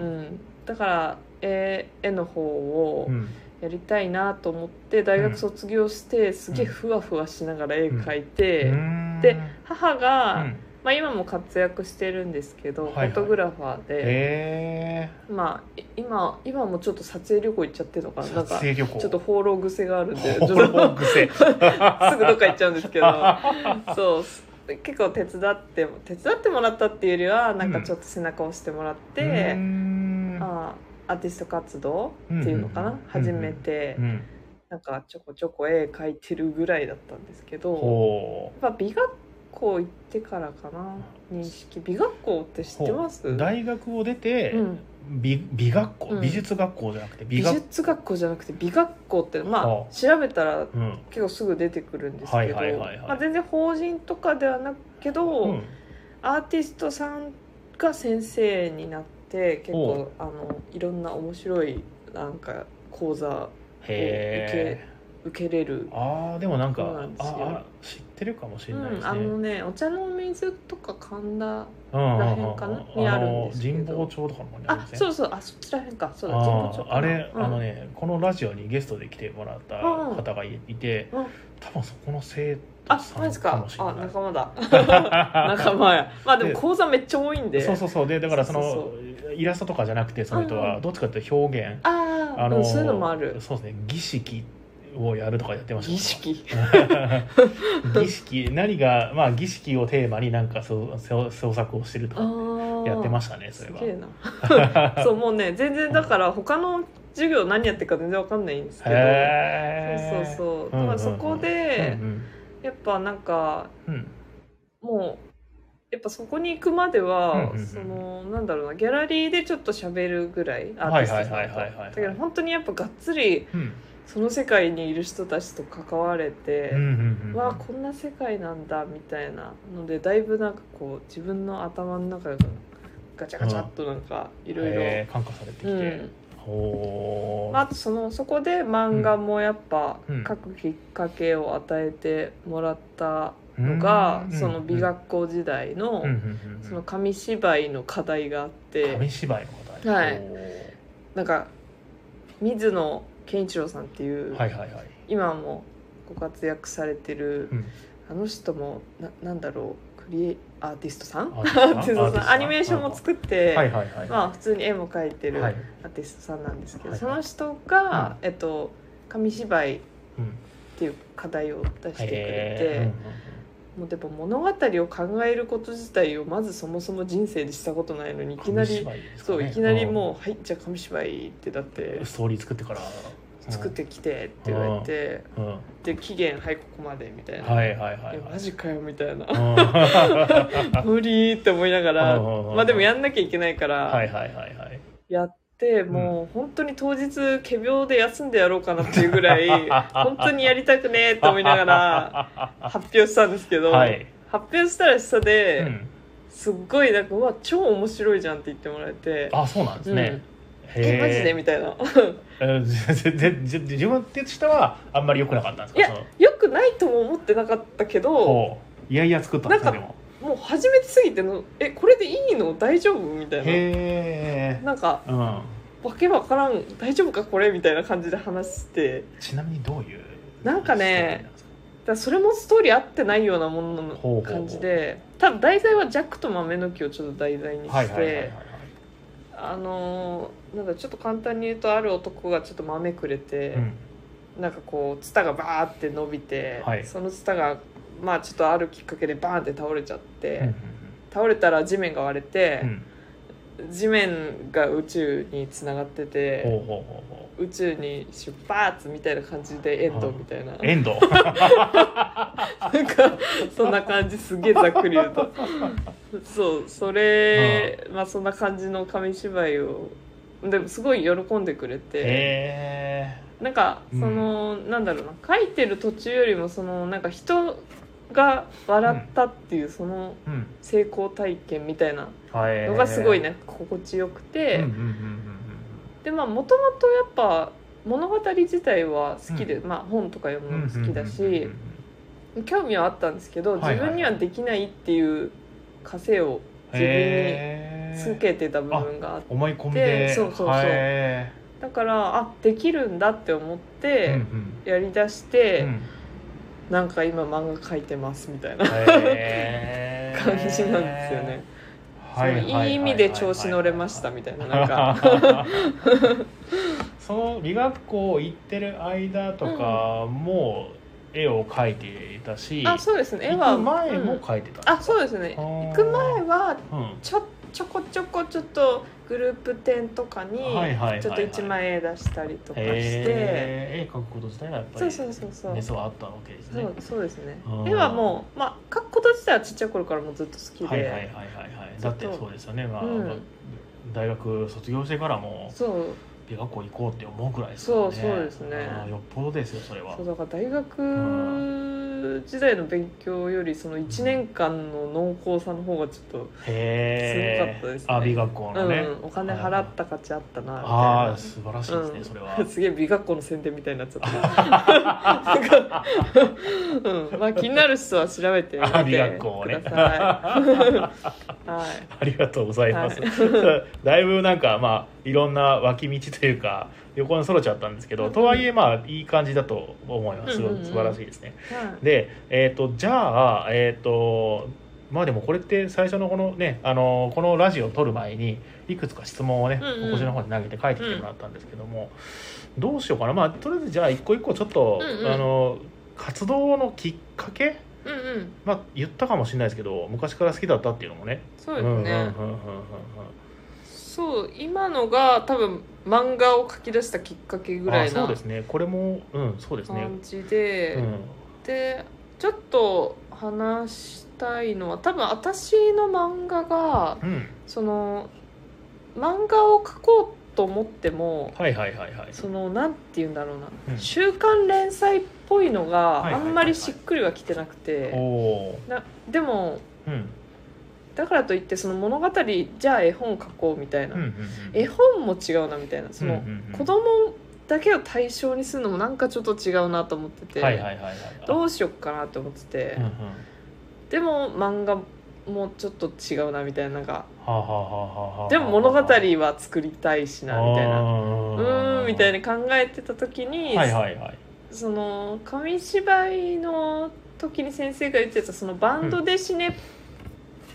Speaker 1: ん
Speaker 2: う
Speaker 1: うん
Speaker 2: ん、だから絵絵の方
Speaker 1: う
Speaker 2: を
Speaker 1: んうん
Speaker 2: やりたいなと思って大学卒業してすげえふわふわしながら絵描いうて、
Speaker 1: ーん
Speaker 2: で母
Speaker 1: う
Speaker 2: が、
Speaker 1: ん
Speaker 2: まあ、今も活躍してるんですけど、
Speaker 1: はいはい
Speaker 2: フォトグラファーで、
Speaker 1: へえ
Speaker 2: まあ、い今今もちょっと撮影旅行行っちゃってるのかなな
Speaker 1: 撮
Speaker 2: んか
Speaker 1: 影旅行
Speaker 2: ちょっと放浪癖があるん
Speaker 1: [laughs]
Speaker 2: でちょっ
Speaker 1: ほ
Speaker 2: と
Speaker 1: ら癖すぐどっ
Speaker 2: [laughs] すぐどっか行っちゃうんですけど
Speaker 1: は
Speaker 2: そうす結構手伝っても手伝ってもらったっていうよりはなんかちょっと背中を押してもらって、あーアーティスト活動っていうのかな、
Speaker 1: うんうんうん
Speaker 2: 始めて、
Speaker 1: うん
Speaker 2: なんかちょこちょこ絵描いてるぐらいだったんですけど
Speaker 1: ほ
Speaker 2: やっぱ美学校行ってからかな認識美学校って知
Speaker 1: う
Speaker 2: ってます
Speaker 1: ほう大学を出て
Speaker 2: うん、
Speaker 1: 美美学校
Speaker 2: うん
Speaker 1: 美術学校じゃなくて美
Speaker 2: 美
Speaker 1: 学
Speaker 2: 術学校じゃなくて美学校ってまあ
Speaker 1: はあ
Speaker 2: 調べたら
Speaker 1: うん
Speaker 2: 結構すぐ出てくるんです
Speaker 1: は
Speaker 2: け
Speaker 1: い
Speaker 2: ど
Speaker 1: はいはいはい
Speaker 2: まあ全然法人とかではなくけど、
Speaker 1: うん
Speaker 2: アーティストさんが先生になって結
Speaker 1: お
Speaker 2: 構あのいろんな面白いなんか講座
Speaker 1: へえ
Speaker 2: 受けれる、
Speaker 1: ああでもなんか
Speaker 2: そうなんですよ
Speaker 1: ああ知ってるかもし
Speaker 2: う
Speaker 1: れないで
Speaker 2: ん、
Speaker 1: す
Speaker 2: あ
Speaker 1: ね、
Speaker 2: のねお茶の水とか神田
Speaker 1: うん
Speaker 2: らへんか
Speaker 1: う
Speaker 2: な
Speaker 1: んうんうん
Speaker 2: にあるんですけど
Speaker 1: あの神保町とかの方にあり
Speaker 2: あ
Speaker 1: ません
Speaker 2: そうそうあそっちらへんかそうだ
Speaker 1: あ
Speaker 2: 神保町
Speaker 1: ー
Speaker 2: かな
Speaker 1: あれ、
Speaker 2: うん
Speaker 1: あのねこのラジオにゲストで来てもらった方がいいて、
Speaker 2: うん
Speaker 1: 多分そこの生徒
Speaker 2: あ
Speaker 1: さ
Speaker 2: マジ
Speaker 1: ん
Speaker 2: です
Speaker 1: か
Speaker 2: か
Speaker 1: もしれ
Speaker 2: あ
Speaker 1: ない
Speaker 2: 仲間だ [laughs] 仲間やまあでも
Speaker 1: で
Speaker 2: 講座めっちゃ多いんで
Speaker 1: そうそうそうでだからその
Speaker 2: そう
Speaker 1: イラストとかじゃなくてその人
Speaker 2: う
Speaker 1: は
Speaker 2: ん
Speaker 1: どっちかっていうと表現、
Speaker 2: ああ、
Speaker 1: あの
Speaker 2: うんそういうのもある
Speaker 1: そうですね儀式をやるとかやってました
Speaker 2: 儀式
Speaker 1: 儀式何がまあ儀式をテーマになんかそうそう創作をしてるとか [laughs] やってま
Speaker 2: し
Speaker 1: したねそれ
Speaker 2: す
Speaker 1: は
Speaker 2: げえ
Speaker 1: [laughs]
Speaker 2: なそうもうね全然だから他の授業何やってるか全然わかんないんですけどそう
Speaker 1: へえう
Speaker 2: そうそう、
Speaker 1: ん
Speaker 2: だからそこで
Speaker 1: んうん
Speaker 2: やっぱなんか
Speaker 1: うん
Speaker 2: もうやっぱそこに行くまでは、
Speaker 1: うんうんうん
Speaker 2: そのなんだろうなギャラリーでちょっと喋るぐらいアー
Speaker 1: は
Speaker 2: ティ
Speaker 1: い
Speaker 2: スト
Speaker 1: は
Speaker 2: さ
Speaker 1: い
Speaker 2: んと
Speaker 1: はいはいはいはい
Speaker 2: だけど本当にやっぱがっつり
Speaker 1: うん
Speaker 2: その世界にいる人たちと関われて、
Speaker 1: うんうんうん
Speaker 2: わあこんな世界なんだみたいなのでだいぶなんかこう自分の頭の中がガチャガチャっとなんかいろいろ。
Speaker 1: えー感化されてきて、
Speaker 2: うん
Speaker 1: ほー
Speaker 2: まあ、あとそのそこで漫画もやっぱ
Speaker 1: うん
Speaker 2: 書くきっかけを与えてもらったのが、
Speaker 1: うん
Speaker 2: その美学校時代
Speaker 1: うんう
Speaker 2: の、
Speaker 1: んうん
Speaker 2: その紙芝居の課題があって
Speaker 1: 紙芝居の方
Speaker 2: はいなんか水野健一郎さんっていう、
Speaker 1: はいはいはい
Speaker 2: 今もご活躍されてる、 [laughs]
Speaker 1: うん
Speaker 2: あの人もななんだろうクリエアーティストさん
Speaker 1: アーティストさん
Speaker 2: アーティスト
Speaker 1: アーティスト
Speaker 2: さん
Speaker 1: さん
Speaker 2: アニメーションも作って、
Speaker 1: はいはいはい
Speaker 2: まあ、普通に絵も描いてる
Speaker 1: はい
Speaker 2: アーティストさんなんですけど、
Speaker 1: はい
Speaker 2: その人が、えっと、紙芝
Speaker 1: う
Speaker 2: 居
Speaker 1: ん
Speaker 2: っていう課題を出してくれて、
Speaker 1: へ
Speaker 2: もうでも物語を考えること自体をまずそもそも人生でしたことないのにい
Speaker 1: ー
Speaker 2: きな
Speaker 1: 紙
Speaker 2: り、
Speaker 1: 芝居ですか
Speaker 2: そ
Speaker 1: ね
Speaker 2: ういきなりもう「はいじゃあ紙芝居」ってだって
Speaker 1: んストーリー作ってから
Speaker 2: 「作ってきて」って言われて
Speaker 1: うんうん
Speaker 2: 「で期限はいここまで」みたいな「
Speaker 1: はいはいはいい
Speaker 2: や
Speaker 1: は
Speaker 2: マジかよ」みたい [laughs] な
Speaker 1: いうん
Speaker 2: 無理って思いながら
Speaker 1: うんうんうん
Speaker 2: まあでもやんなきゃいけないか
Speaker 1: は
Speaker 2: ら
Speaker 1: いはいはいはい
Speaker 2: やってもう本当に当日仮病で休んでやろうかなっていうぐ
Speaker 1: [laughs]
Speaker 2: らい本当にやりたくねえって思いながら発表したんですけど、
Speaker 1: はい
Speaker 2: 発表したら下で。
Speaker 1: うん
Speaker 2: すっごいなんか「うわ超面白いじゃん」って言ってもらえて
Speaker 1: あそうなんですね、
Speaker 2: え
Speaker 1: へ
Speaker 2: マジでみたいな [laughs]
Speaker 1: え [laughs] 全然自自分としてはあんまり良くなかったんです
Speaker 2: い
Speaker 1: か
Speaker 2: やよくないとも思ってなかったけ
Speaker 1: そう
Speaker 2: ど
Speaker 1: ほういやいや作ったんですかで
Speaker 2: なんか
Speaker 1: も
Speaker 2: もう初めてすぎてのえこれでいいの大丈夫みたい
Speaker 1: へ
Speaker 2: な
Speaker 1: え
Speaker 2: なんか
Speaker 1: うん
Speaker 2: わけわからん大丈夫かこれみたいな感じで話して
Speaker 1: ちなみにどういう
Speaker 2: なんかねだからそれもストーリー合ってないようなもの
Speaker 1: ほうほ
Speaker 2: の
Speaker 1: うほう
Speaker 2: 感じで多分題材はジャックと豆の木をちょっと題材にして、
Speaker 1: はいはいはいはいはい
Speaker 2: あのーなんだちょっと簡単に言うとある男がちょっと豆くれて、
Speaker 1: うん
Speaker 2: なんかこうツタがバーって伸びて、
Speaker 1: はい
Speaker 2: そのツタがまあちょっとあるきっかけでバーンって倒れちゃって、
Speaker 1: うん
Speaker 2: 倒れたら地面が割れて
Speaker 1: う、ん
Speaker 2: 地面が宇宙につながって
Speaker 1: うんほう
Speaker 2: て、
Speaker 1: ほうほうほ
Speaker 2: 宇宙に出発みたいな感じでエンドみたいな、
Speaker 1: うエンド
Speaker 2: なんかそんな感じすげえざっくり言うとそうそれ、まあそんな感じの紙芝居をでもすごい喜ん [laughs] でくれて
Speaker 1: へえ
Speaker 2: なんかその、なんだろうな書いてる途中よりもそのなんか人が笑ったっていうその
Speaker 1: うん
Speaker 2: 成功体験みたいな
Speaker 1: はい
Speaker 2: のがすごいなんか心地よくて、
Speaker 1: うんうんうんうん
Speaker 2: でまあもともとやっぱ物語自体は好きで、まあ本とか読
Speaker 1: うんう
Speaker 2: む
Speaker 1: ん
Speaker 2: の好きだし、
Speaker 1: うんうんうんうん
Speaker 2: 興味はあったんですけど
Speaker 1: はいはい
Speaker 2: 自分にはできないっていう枷を自分
Speaker 1: へ
Speaker 2: に
Speaker 1: ー
Speaker 2: つけてた部分があって
Speaker 1: 思い込みで
Speaker 2: でそうそうそう
Speaker 1: へ
Speaker 2: だからあできるんだって思
Speaker 1: ー
Speaker 2: っ
Speaker 1: う
Speaker 2: て
Speaker 1: ん
Speaker 2: やりだし
Speaker 1: うん
Speaker 2: て、
Speaker 1: うん
Speaker 2: なんか今漫画描いてますみたいな
Speaker 1: へー
Speaker 2: 感じなんですよね、
Speaker 1: はいはいいはい
Speaker 2: い意味で調子乗れましたみたいななんか
Speaker 1: その美学校行ってる間とかも絵を描いて [laughs] いたし、
Speaker 2: あそうですね絵は
Speaker 1: 行く前も
Speaker 2: うん
Speaker 1: 描いてたん
Speaker 2: あ
Speaker 1: ですか、
Speaker 2: そうですね
Speaker 1: あー
Speaker 2: 行く前は
Speaker 1: うん
Speaker 2: ちょちょこちょこちょっとグループ展とかに
Speaker 1: はいはいはいはい
Speaker 2: ちょっと1枚絵出したりとかして、
Speaker 1: へー絵描くこと自体がやっぱり
Speaker 2: そうそうそうそう
Speaker 1: 熱はあったわけです
Speaker 2: そ
Speaker 1: ね
Speaker 2: うそうですね
Speaker 1: あー
Speaker 2: 絵はもう、まあ、描くこと自体はちっちゃい頃からもうずっと好きで、
Speaker 1: はいはいはいはいはいだってそうですよね、まあ
Speaker 2: うん
Speaker 1: 大学卒業してからも
Speaker 2: そう
Speaker 1: 美学校行こうって思うぐらいですよね
Speaker 2: そうそうですね
Speaker 1: あーよっぽどですよそれは
Speaker 2: そうだから大学時代の勉強よりその1年間の濃厚さの方がちょっと、
Speaker 1: へえ
Speaker 2: すごかったですね
Speaker 1: あ美学校
Speaker 2: う
Speaker 1: の
Speaker 2: ん
Speaker 1: ね、
Speaker 2: お金払った価値あったなみた
Speaker 1: あ
Speaker 2: いな
Speaker 1: あ。素晴らしいですね、
Speaker 2: うん
Speaker 1: それ
Speaker 2: [laughs]
Speaker 1: は
Speaker 2: すげえ美学校の宣伝みたいになっちゃ
Speaker 1: [laughs]
Speaker 2: った。なんかうん、まあ気になる人は調べてみてく
Speaker 1: [laughs] あ
Speaker 2: ださい。
Speaker 1: 美学校をね
Speaker 2: は
Speaker 1: あ
Speaker 2: い。はい。
Speaker 1: りがとうございます、
Speaker 2: は
Speaker 1: だい [laughs] ぶなんかまあいろんな脇道というか横にそれちゃったんですけど、
Speaker 2: うん
Speaker 1: とはいえまあいい感じだと思います、
Speaker 2: うんうんうん
Speaker 1: 素晴らしいですね [laughs] でえっ、とじゃあえっ、とまあでもこれって最初のこのねあのこのラジオを撮る前にいくつか質問をね、
Speaker 2: うんうん
Speaker 1: こちらの方に投げて書いてきてもらったんですけども、どうしようかなまあとりあえずじゃあ一個一個ちょっと、
Speaker 2: うんうん
Speaker 1: あの活動のきっかけ
Speaker 2: うんうん。
Speaker 1: まあ言ったかもしれないですけど昔から好きだったっていうのもね
Speaker 2: そうですね。
Speaker 1: うんうんうんうんうん
Speaker 2: そう今のが多分漫画を書き出したきっかけぐら
Speaker 1: あ
Speaker 2: い
Speaker 1: そう
Speaker 2: な
Speaker 1: ですねこれもうんそうですね
Speaker 2: 感じで
Speaker 1: う
Speaker 2: で,、
Speaker 1: ん
Speaker 2: ちょっと話したいのは多分私の漫画が
Speaker 1: うん
Speaker 2: その漫画を描こうと思っても
Speaker 1: はいはいはいはい
Speaker 2: そのなんて言うんだろうな、
Speaker 1: うん
Speaker 2: 週刊連載っぽい
Speaker 1: は
Speaker 2: の
Speaker 1: いはい
Speaker 2: があ
Speaker 1: はいはい
Speaker 2: んまりしっくりはきてなくて、
Speaker 1: おお
Speaker 2: なでも
Speaker 1: ーうん
Speaker 2: だからといってその物語じゃあ絵本描こうみたいな、
Speaker 1: うんうんうん
Speaker 2: 絵本も違うなみたいなその、
Speaker 1: うんうんうん
Speaker 2: 子供だけを対象にするのもなんかちょっと違うなと思ってて、
Speaker 1: はいはいはいはい
Speaker 2: どうしよっかなって思ってて、
Speaker 1: うんうんは
Speaker 2: でも漫画もちょっと違うなみたいななんか
Speaker 1: あはあはあはあはあ
Speaker 2: でも物語は作りたいしなみたいなうーんみたい
Speaker 1: な
Speaker 2: に考えてた時に、
Speaker 1: はいはいはい
Speaker 2: その紙芝居の時に先生が言ってたそのバンドで死ねっ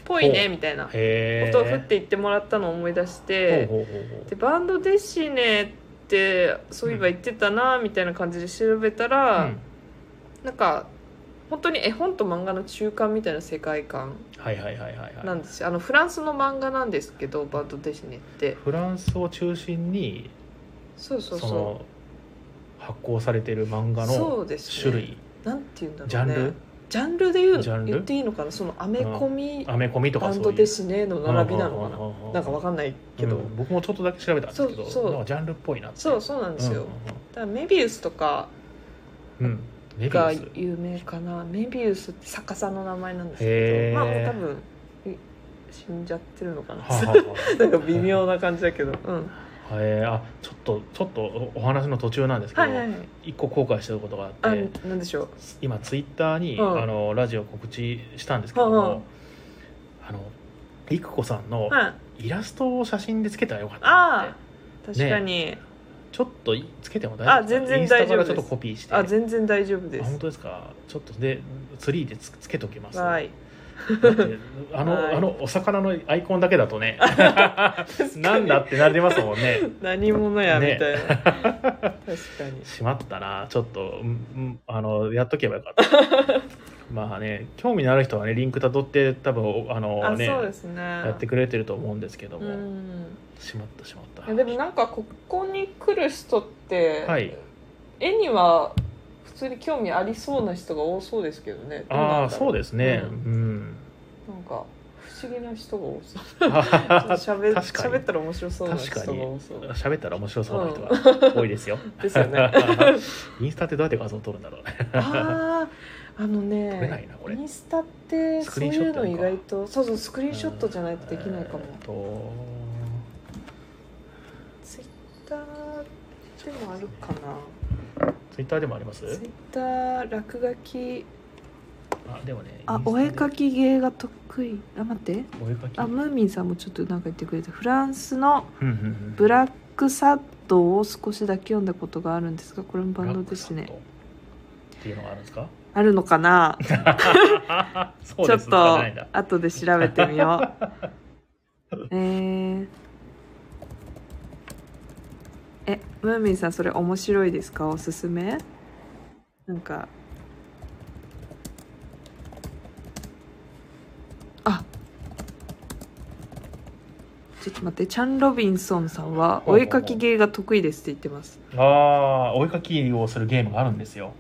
Speaker 2: ぽいね
Speaker 1: う
Speaker 2: みたいなこ
Speaker 1: へえ
Speaker 2: とをふって言ってもらったのを思い出して。
Speaker 1: ほうほうほうほ
Speaker 2: でバンドデシネってそういえば言ってたなみたいな感じで調べたら、
Speaker 1: ううん
Speaker 2: なんか本当に絵本と漫画の中間みたいな世界観
Speaker 1: はいはいはいはいはい
Speaker 2: なんですよあのフランスの漫画なんですけどバンドデシネって
Speaker 1: フランスを中心に
Speaker 2: そうそ
Speaker 1: そう
Speaker 2: そ
Speaker 1: の発行されている漫
Speaker 2: う
Speaker 1: 画
Speaker 2: そ
Speaker 1: の
Speaker 2: うです、
Speaker 1: 種類
Speaker 2: なんていうんだろう
Speaker 1: ジ
Speaker 2: ね
Speaker 1: ャンル
Speaker 2: ジャンルで言う
Speaker 1: ジャン
Speaker 2: の
Speaker 1: ル
Speaker 2: 言っていいのかなそのアメコミ
Speaker 1: アメコミと
Speaker 2: バ
Speaker 1: か
Speaker 2: ン
Speaker 1: そ
Speaker 2: ド
Speaker 1: うい
Speaker 2: デ
Speaker 1: う
Speaker 2: シネの並びなのか
Speaker 1: うんうんうんう
Speaker 2: なんなんかわかんないけ
Speaker 1: う
Speaker 2: ど
Speaker 1: ん僕もちょっとだけ調べたんですけど
Speaker 2: そうそう
Speaker 1: なんかジャンルっぽいなって
Speaker 2: そうそうなんですよ
Speaker 1: うんうん
Speaker 2: だからメビウスとか
Speaker 1: うんうんメビ
Speaker 2: が
Speaker 1: ウス
Speaker 2: 有名かなメビウスって作家さんの名前なんです
Speaker 1: へ
Speaker 2: け
Speaker 1: ー
Speaker 2: どまあもう多分い死んじゃってるのかな、
Speaker 1: はあはあはあ
Speaker 2: [laughs] なんか微妙な感じだけど、う
Speaker 1: へ
Speaker 2: ん、
Speaker 1: えーあちょっとちょっとお話の途中なんですけど、
Speaker 2: はいはいはい
Speaker 1: 一個後悔してることがあ
Speaker 2: あ
Speaker 1: って
Speaker 2: なんでしょう
Speaker 1: 今ツイッターに、
Speaker 2: うん
Speaker 1: あのラジオ告知したんですけども、
Speaker 2: うんうん
Speaker 1: あの育子さんの
Speaker 2: はい
Speaker 1: イラストを写真でつけたらよかったなって
Speaker 2: ああ確かに、
Speaker 1: ちょっといつけても大丈夫
Speaker 2: あ全然大丈夫
Speaker 1: インス
Speaker 2: で
Speaker 1: タから
Speaker 2: す
Speaker 1: ちょっとコピーして
Speaker 2: あ全然大丈夫で
Speaker 1: あ本
Speaker 2: す
Speaker 1: 当ですかちょっとでツリーでつつけときます
Speaker 2: はい
Speaker 1: だってあの、
Speaker 2: はい
Speaker 1: あのお魚のアイコンだけだとね [laughs] [laughs] なんだってなりますもんね
Speaker 2: 何者やみ
Speaker 1: ね
Speaker 2: たいな、確かに
Speaker 1: しまったなちょっと、うんうん、あのやっとけばよかった
Speaker 2: [laughs]
Speaker 1: まあね興味のある人はねリンクたどって多分あの
Speaker 2: あ
Speaker 1: ね
Speaker 2: そうですね
Speaker 1: やってくれてると思うんですけど
Speaker 2: う
Speaker 1: も、
Speaker 2: ん
Speaker 1: しまったしまった
Speaker 2: いやでもなんかここに来る人って、
Speaker 1: はい
Speaker 2: 絵には普通に興味ありそうな人が多そうですけどね
Speaker 1: ああそう
Speaker 2: で
Speaker 1: ですね
Speaker 2: う
Speaker 1: うん、
Speaker 2: なんか不思議な人が多そう [laughs] ちょっと
Speaker 1: あ [laughs]
Speaker 2: 喋
Speaker 1: 確かに
Speaker 2: 喋ったら面白そうな人が
Speaker 1: 確かに
Speaker 2: 多そう
Speaker 1: 喋ったら面白そうな人が多いですよ、
Speaker 2: [laughs] で
Speaker 1: [laughs]
Speaker 2: すよね
Speaker 1: インスタってどうやって画像を撮るんだろうね
Speaker 2: あああのね
Speaker 1: 撮れないなこれ
Speaker 2: インスタって
Speaker 1: スク
Speaker 2: そう
Speaker 1: リーンシ
Speaker 2: い
Speaker 1: ョッ
Speaker 2: う
Speaker 1: トや
Speaker 2: の意
Speaker 1: るか
Speaker 2: 外とそうそうスクリーンショットじゃないとできないかも
Speaker 1: えーっと
Speaker 2: ツイッターでもあるかな
Speaker 1: ツイッターでもあります
Speaker 2: ツイッター落書き
Speaker 1: あでもね
Speaker 2: あお絵描
Speaker 1: き
Speaker 2: き芸が得意あ待って
Speaker 1: お絵描き
Speaker 2: あムーミンさんもちょっとなんか言ってくれたフランスの
Speaker 1: うんうんうん
Speaker 2: ブラックサッドを少しだけ読んだことがあるんですがこれもバンドです
Speaker 1: ブ
Speaker 2: ね
Speaker 1: ラックサットっていうのがあるんですか [laughs]
Speaker 2: あるのかな
Speaker 1: そう
Speaker 2: ち
Speaker 1: で
Speaker 2: ょっ
Speaker 1: す
Speaker 2: と
Speaker 1: かないんだ
Speaker 2: 後で調べてみようえー、 [laughs] えムーミンさんそれ面白いですかおすすめなんかあちょっと待ってチャン・ロビンソンさんはお絵かき芸が得意ですって言ってます
Speaker 1: ああーお絵描きをするゲームがあるんですよ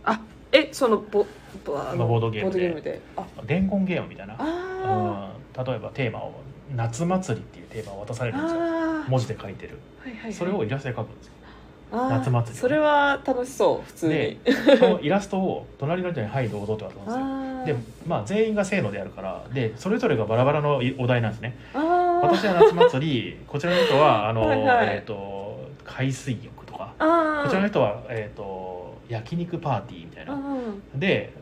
Speaker 2: えそのボボあの
Speaker 1: ボードゲームで
Speaker 2: あ
Speaker 1: 伝言ゲームみたいな
Speaker 2: あ
Speaker 1: うん例えばテーマを「夏祭り」っていうテーマを渡され
Speaker 2: ー
Speaker 1: るんですよ
Speaker 2: あー
Speaker 1: 文字で書いてる
Speaker 2: はいはいはい
Speaker 1: それをイラストで描くんですよ
Speaker 2: あー
Speaker 1: 夏祭り
Speaker 2: それは楽しそう普通に、
Speaker 1: でそのイラストを隣の人に「はいどうぞ」って渡すんですよ
Speaker 2: [laughs] あー
Speaker 1: でまあ、全員がせーのでやるからでそれぞれがバラバラのいお題なん
Speaker 2: [laughs]
Speaker 1: ですね
Speaker 2: あ
Speaker 1: 私
Speaker 2: ー
Speaker 1: は夏祭りこちらの人はあの
Speaker 2: はいはい
Speaker 1: えー、と海水浴とか
Speaker 2: あ
Speaker 1: こちらの
Speaker 2: 人
Speaker 1: 人は、えー、と焼肉パーティーみたいなで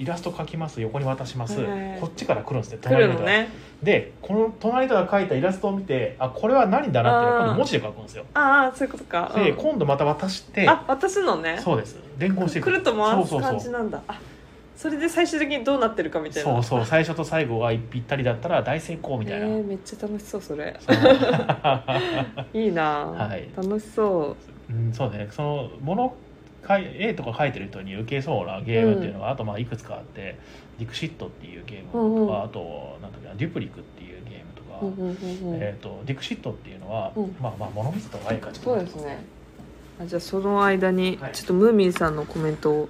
Speaker 1: イラスト描きます横に渡します、
Speaker 2: はいはい
Speaker 1: こっちから来るんですね
Speaker 2: 来る
Speaker 1: の
Speaker 2: の
Speaker 1: 人が
Speaker 2: ね
Speaker 1: でこの隣の人が描いたイラストを見てあこれは何だなっていうのを今
Speaker 2: うん
Speaker 1: 度文字で書くんですよ
Speaker 2: ああそういうことか、
Speaker 1: で
Speaker 2: うん
Speaker 1: 今度また渡して
Speaker 2: あ私のね
Speaker 1: そうです連行してい
Speaker 2: くるっと回す
Speaker 1: そう
Speaker 2: 感じ
Speaker 1: そうそう
Speaker 2: なんだあそれで最終的にどうなってるかみたいな
Speaker 1: そうそう最初と最後がぴったりだったら大成功みたいな、
Speaker 2: えーめっちゃ楽しそうそれ
Speaker 1: その [laughs]
Speaker 2: いいな、
Speaker 1: はい
Speaker 2: 楽しそ
Speaker 1: うん、そうねそのものかい絵とか描いてる人に受けそうなゲームっていうのが、あとまあいくつかあってディクシットっていうゲームとか、
Speaker 2: うんうん
Speaker 1: あとなんだっけなデュプリクっていうゲームとか、
Speaker 2: う、うんうんうんうん
Speaker 1: えー、とディクシットっていうのは、
Speaker 2: うん
Speaker 1: まあまあ物見せとか絵描きとか
Speaker 2: そうですねあじゃあその間に
Speaker 1: はい
Speaker 2: ちょっとムーミンさんのコメントを、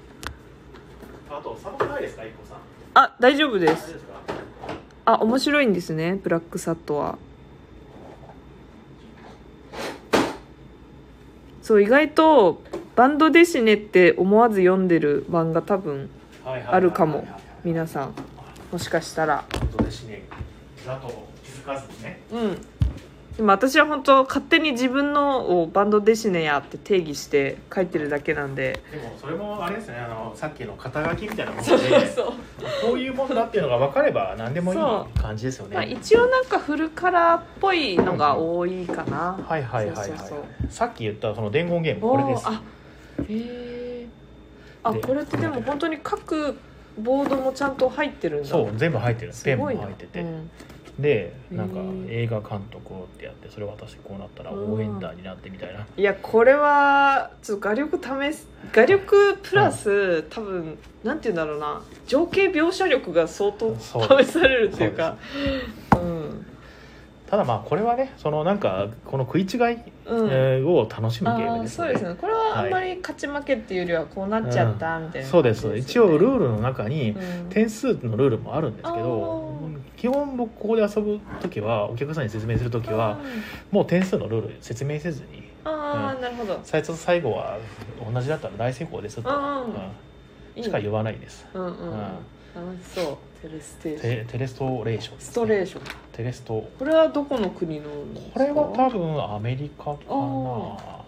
Speaker 1: あとサボさないですか一個さん
Speaker 2: あ大丈夫で
Speaker 1: 大丈夫
Speaker 2: す
Speaker 1: ですか
Speaker 2: あ面白いんですねブラックサットはそう意外とバンドですねって思わず読んでる漫画多分
Speaker 1: はいはいはいはい
Speaker 2: あるかも皆さんもしかしたら
Speaker 1: 本当ですねだと気づかずにね
Speaker 2: うんでも私は本当勝手に自分のをバンドですねやって定義して書いてるだけなんで
Speaker 1: でもそれもあれですねあのさっきの肩書きみたいなもので
Speaker 2: そう [laughs] そう
Speaker 1: こういうもんだっていうのが分かれば何でもい
Speaker 2: そ
Speaker 1: い感じですよね、
Speaker 2: まあ、一応なんかフルカラーっぽいのが多いかな、
Speaker 1: はいはいはいはい、
Speaker 2: そうそう
Speaker 1: さっき言ったその伝言ゲームこれです
Speaker 2: おーあへえあ
Speaker 1: で
Speaker 2: これってでも本当に各ボードもちゃんと入ってるんだ
Speaker 1: そう全部入ってるペ
Speaker 2: す
Speaker 1: ンも
Speaker 2: ごいな
Speaker 1: 入ってて、
Speaker 2: うん
Speaker 1: でなんか
Speaker 2: へー
Speaker 1: 映画監督をってやってそれ渡してこうなったら応援団になってみたいな、
Speaker 2: いやこれはちょっと画力試す画力プラス、多分なんて言うんだろうな情景描写力が相当
Speaker 1: そう
Speaker 2: 試されるっていうかうん
Speaker 1: ただまあこれはねそのなんかこの食い違い
Speaker 2: うん
Speaker 1: えーを楽しむ
Speaker 2: あ
Speaker 1: ゲーム
Speaker 2: ー
Speaker 1: です
Speaker 2: そ
Speaker 1: よ
Speaker 2: う
Speaker 1: ね、
Speaker 2: ですねこれはあんまり勝ち負けっていうよりはこうなっちゃったみたいな、
Speaker 1: そうです一応ル
Speaker 2: ー
Speaker 1: ールの中に点数のルールもあるんですけど
Speaker 2: あ
Speaker 1: 基本僕ここで遊ぶ時はお客さんに説明する時はもう点数のルール説明せずに
Speaker 2: あーあーなるほど
Speaker 1: 最初と最後は同じだったら大成功ですと、
Speaker 2: うん
Speaker 1: うん
Speaker 2: いい
Speaker 1: しか言わないです。
Speaker 2: うんうん、
Speaker 1: うん
Speaker 2: 楽しそうテレステーション
Speaker 1: テテレストレーション、
Speaker 2: ストレー
Speaker 1: ョン。
Speaker 2: ション
Speaker 1: テレスト。こ
Speaker 2: これはどこの国のですか
Speaker 1: れは多分アメリカかな
Speaker 2: あ。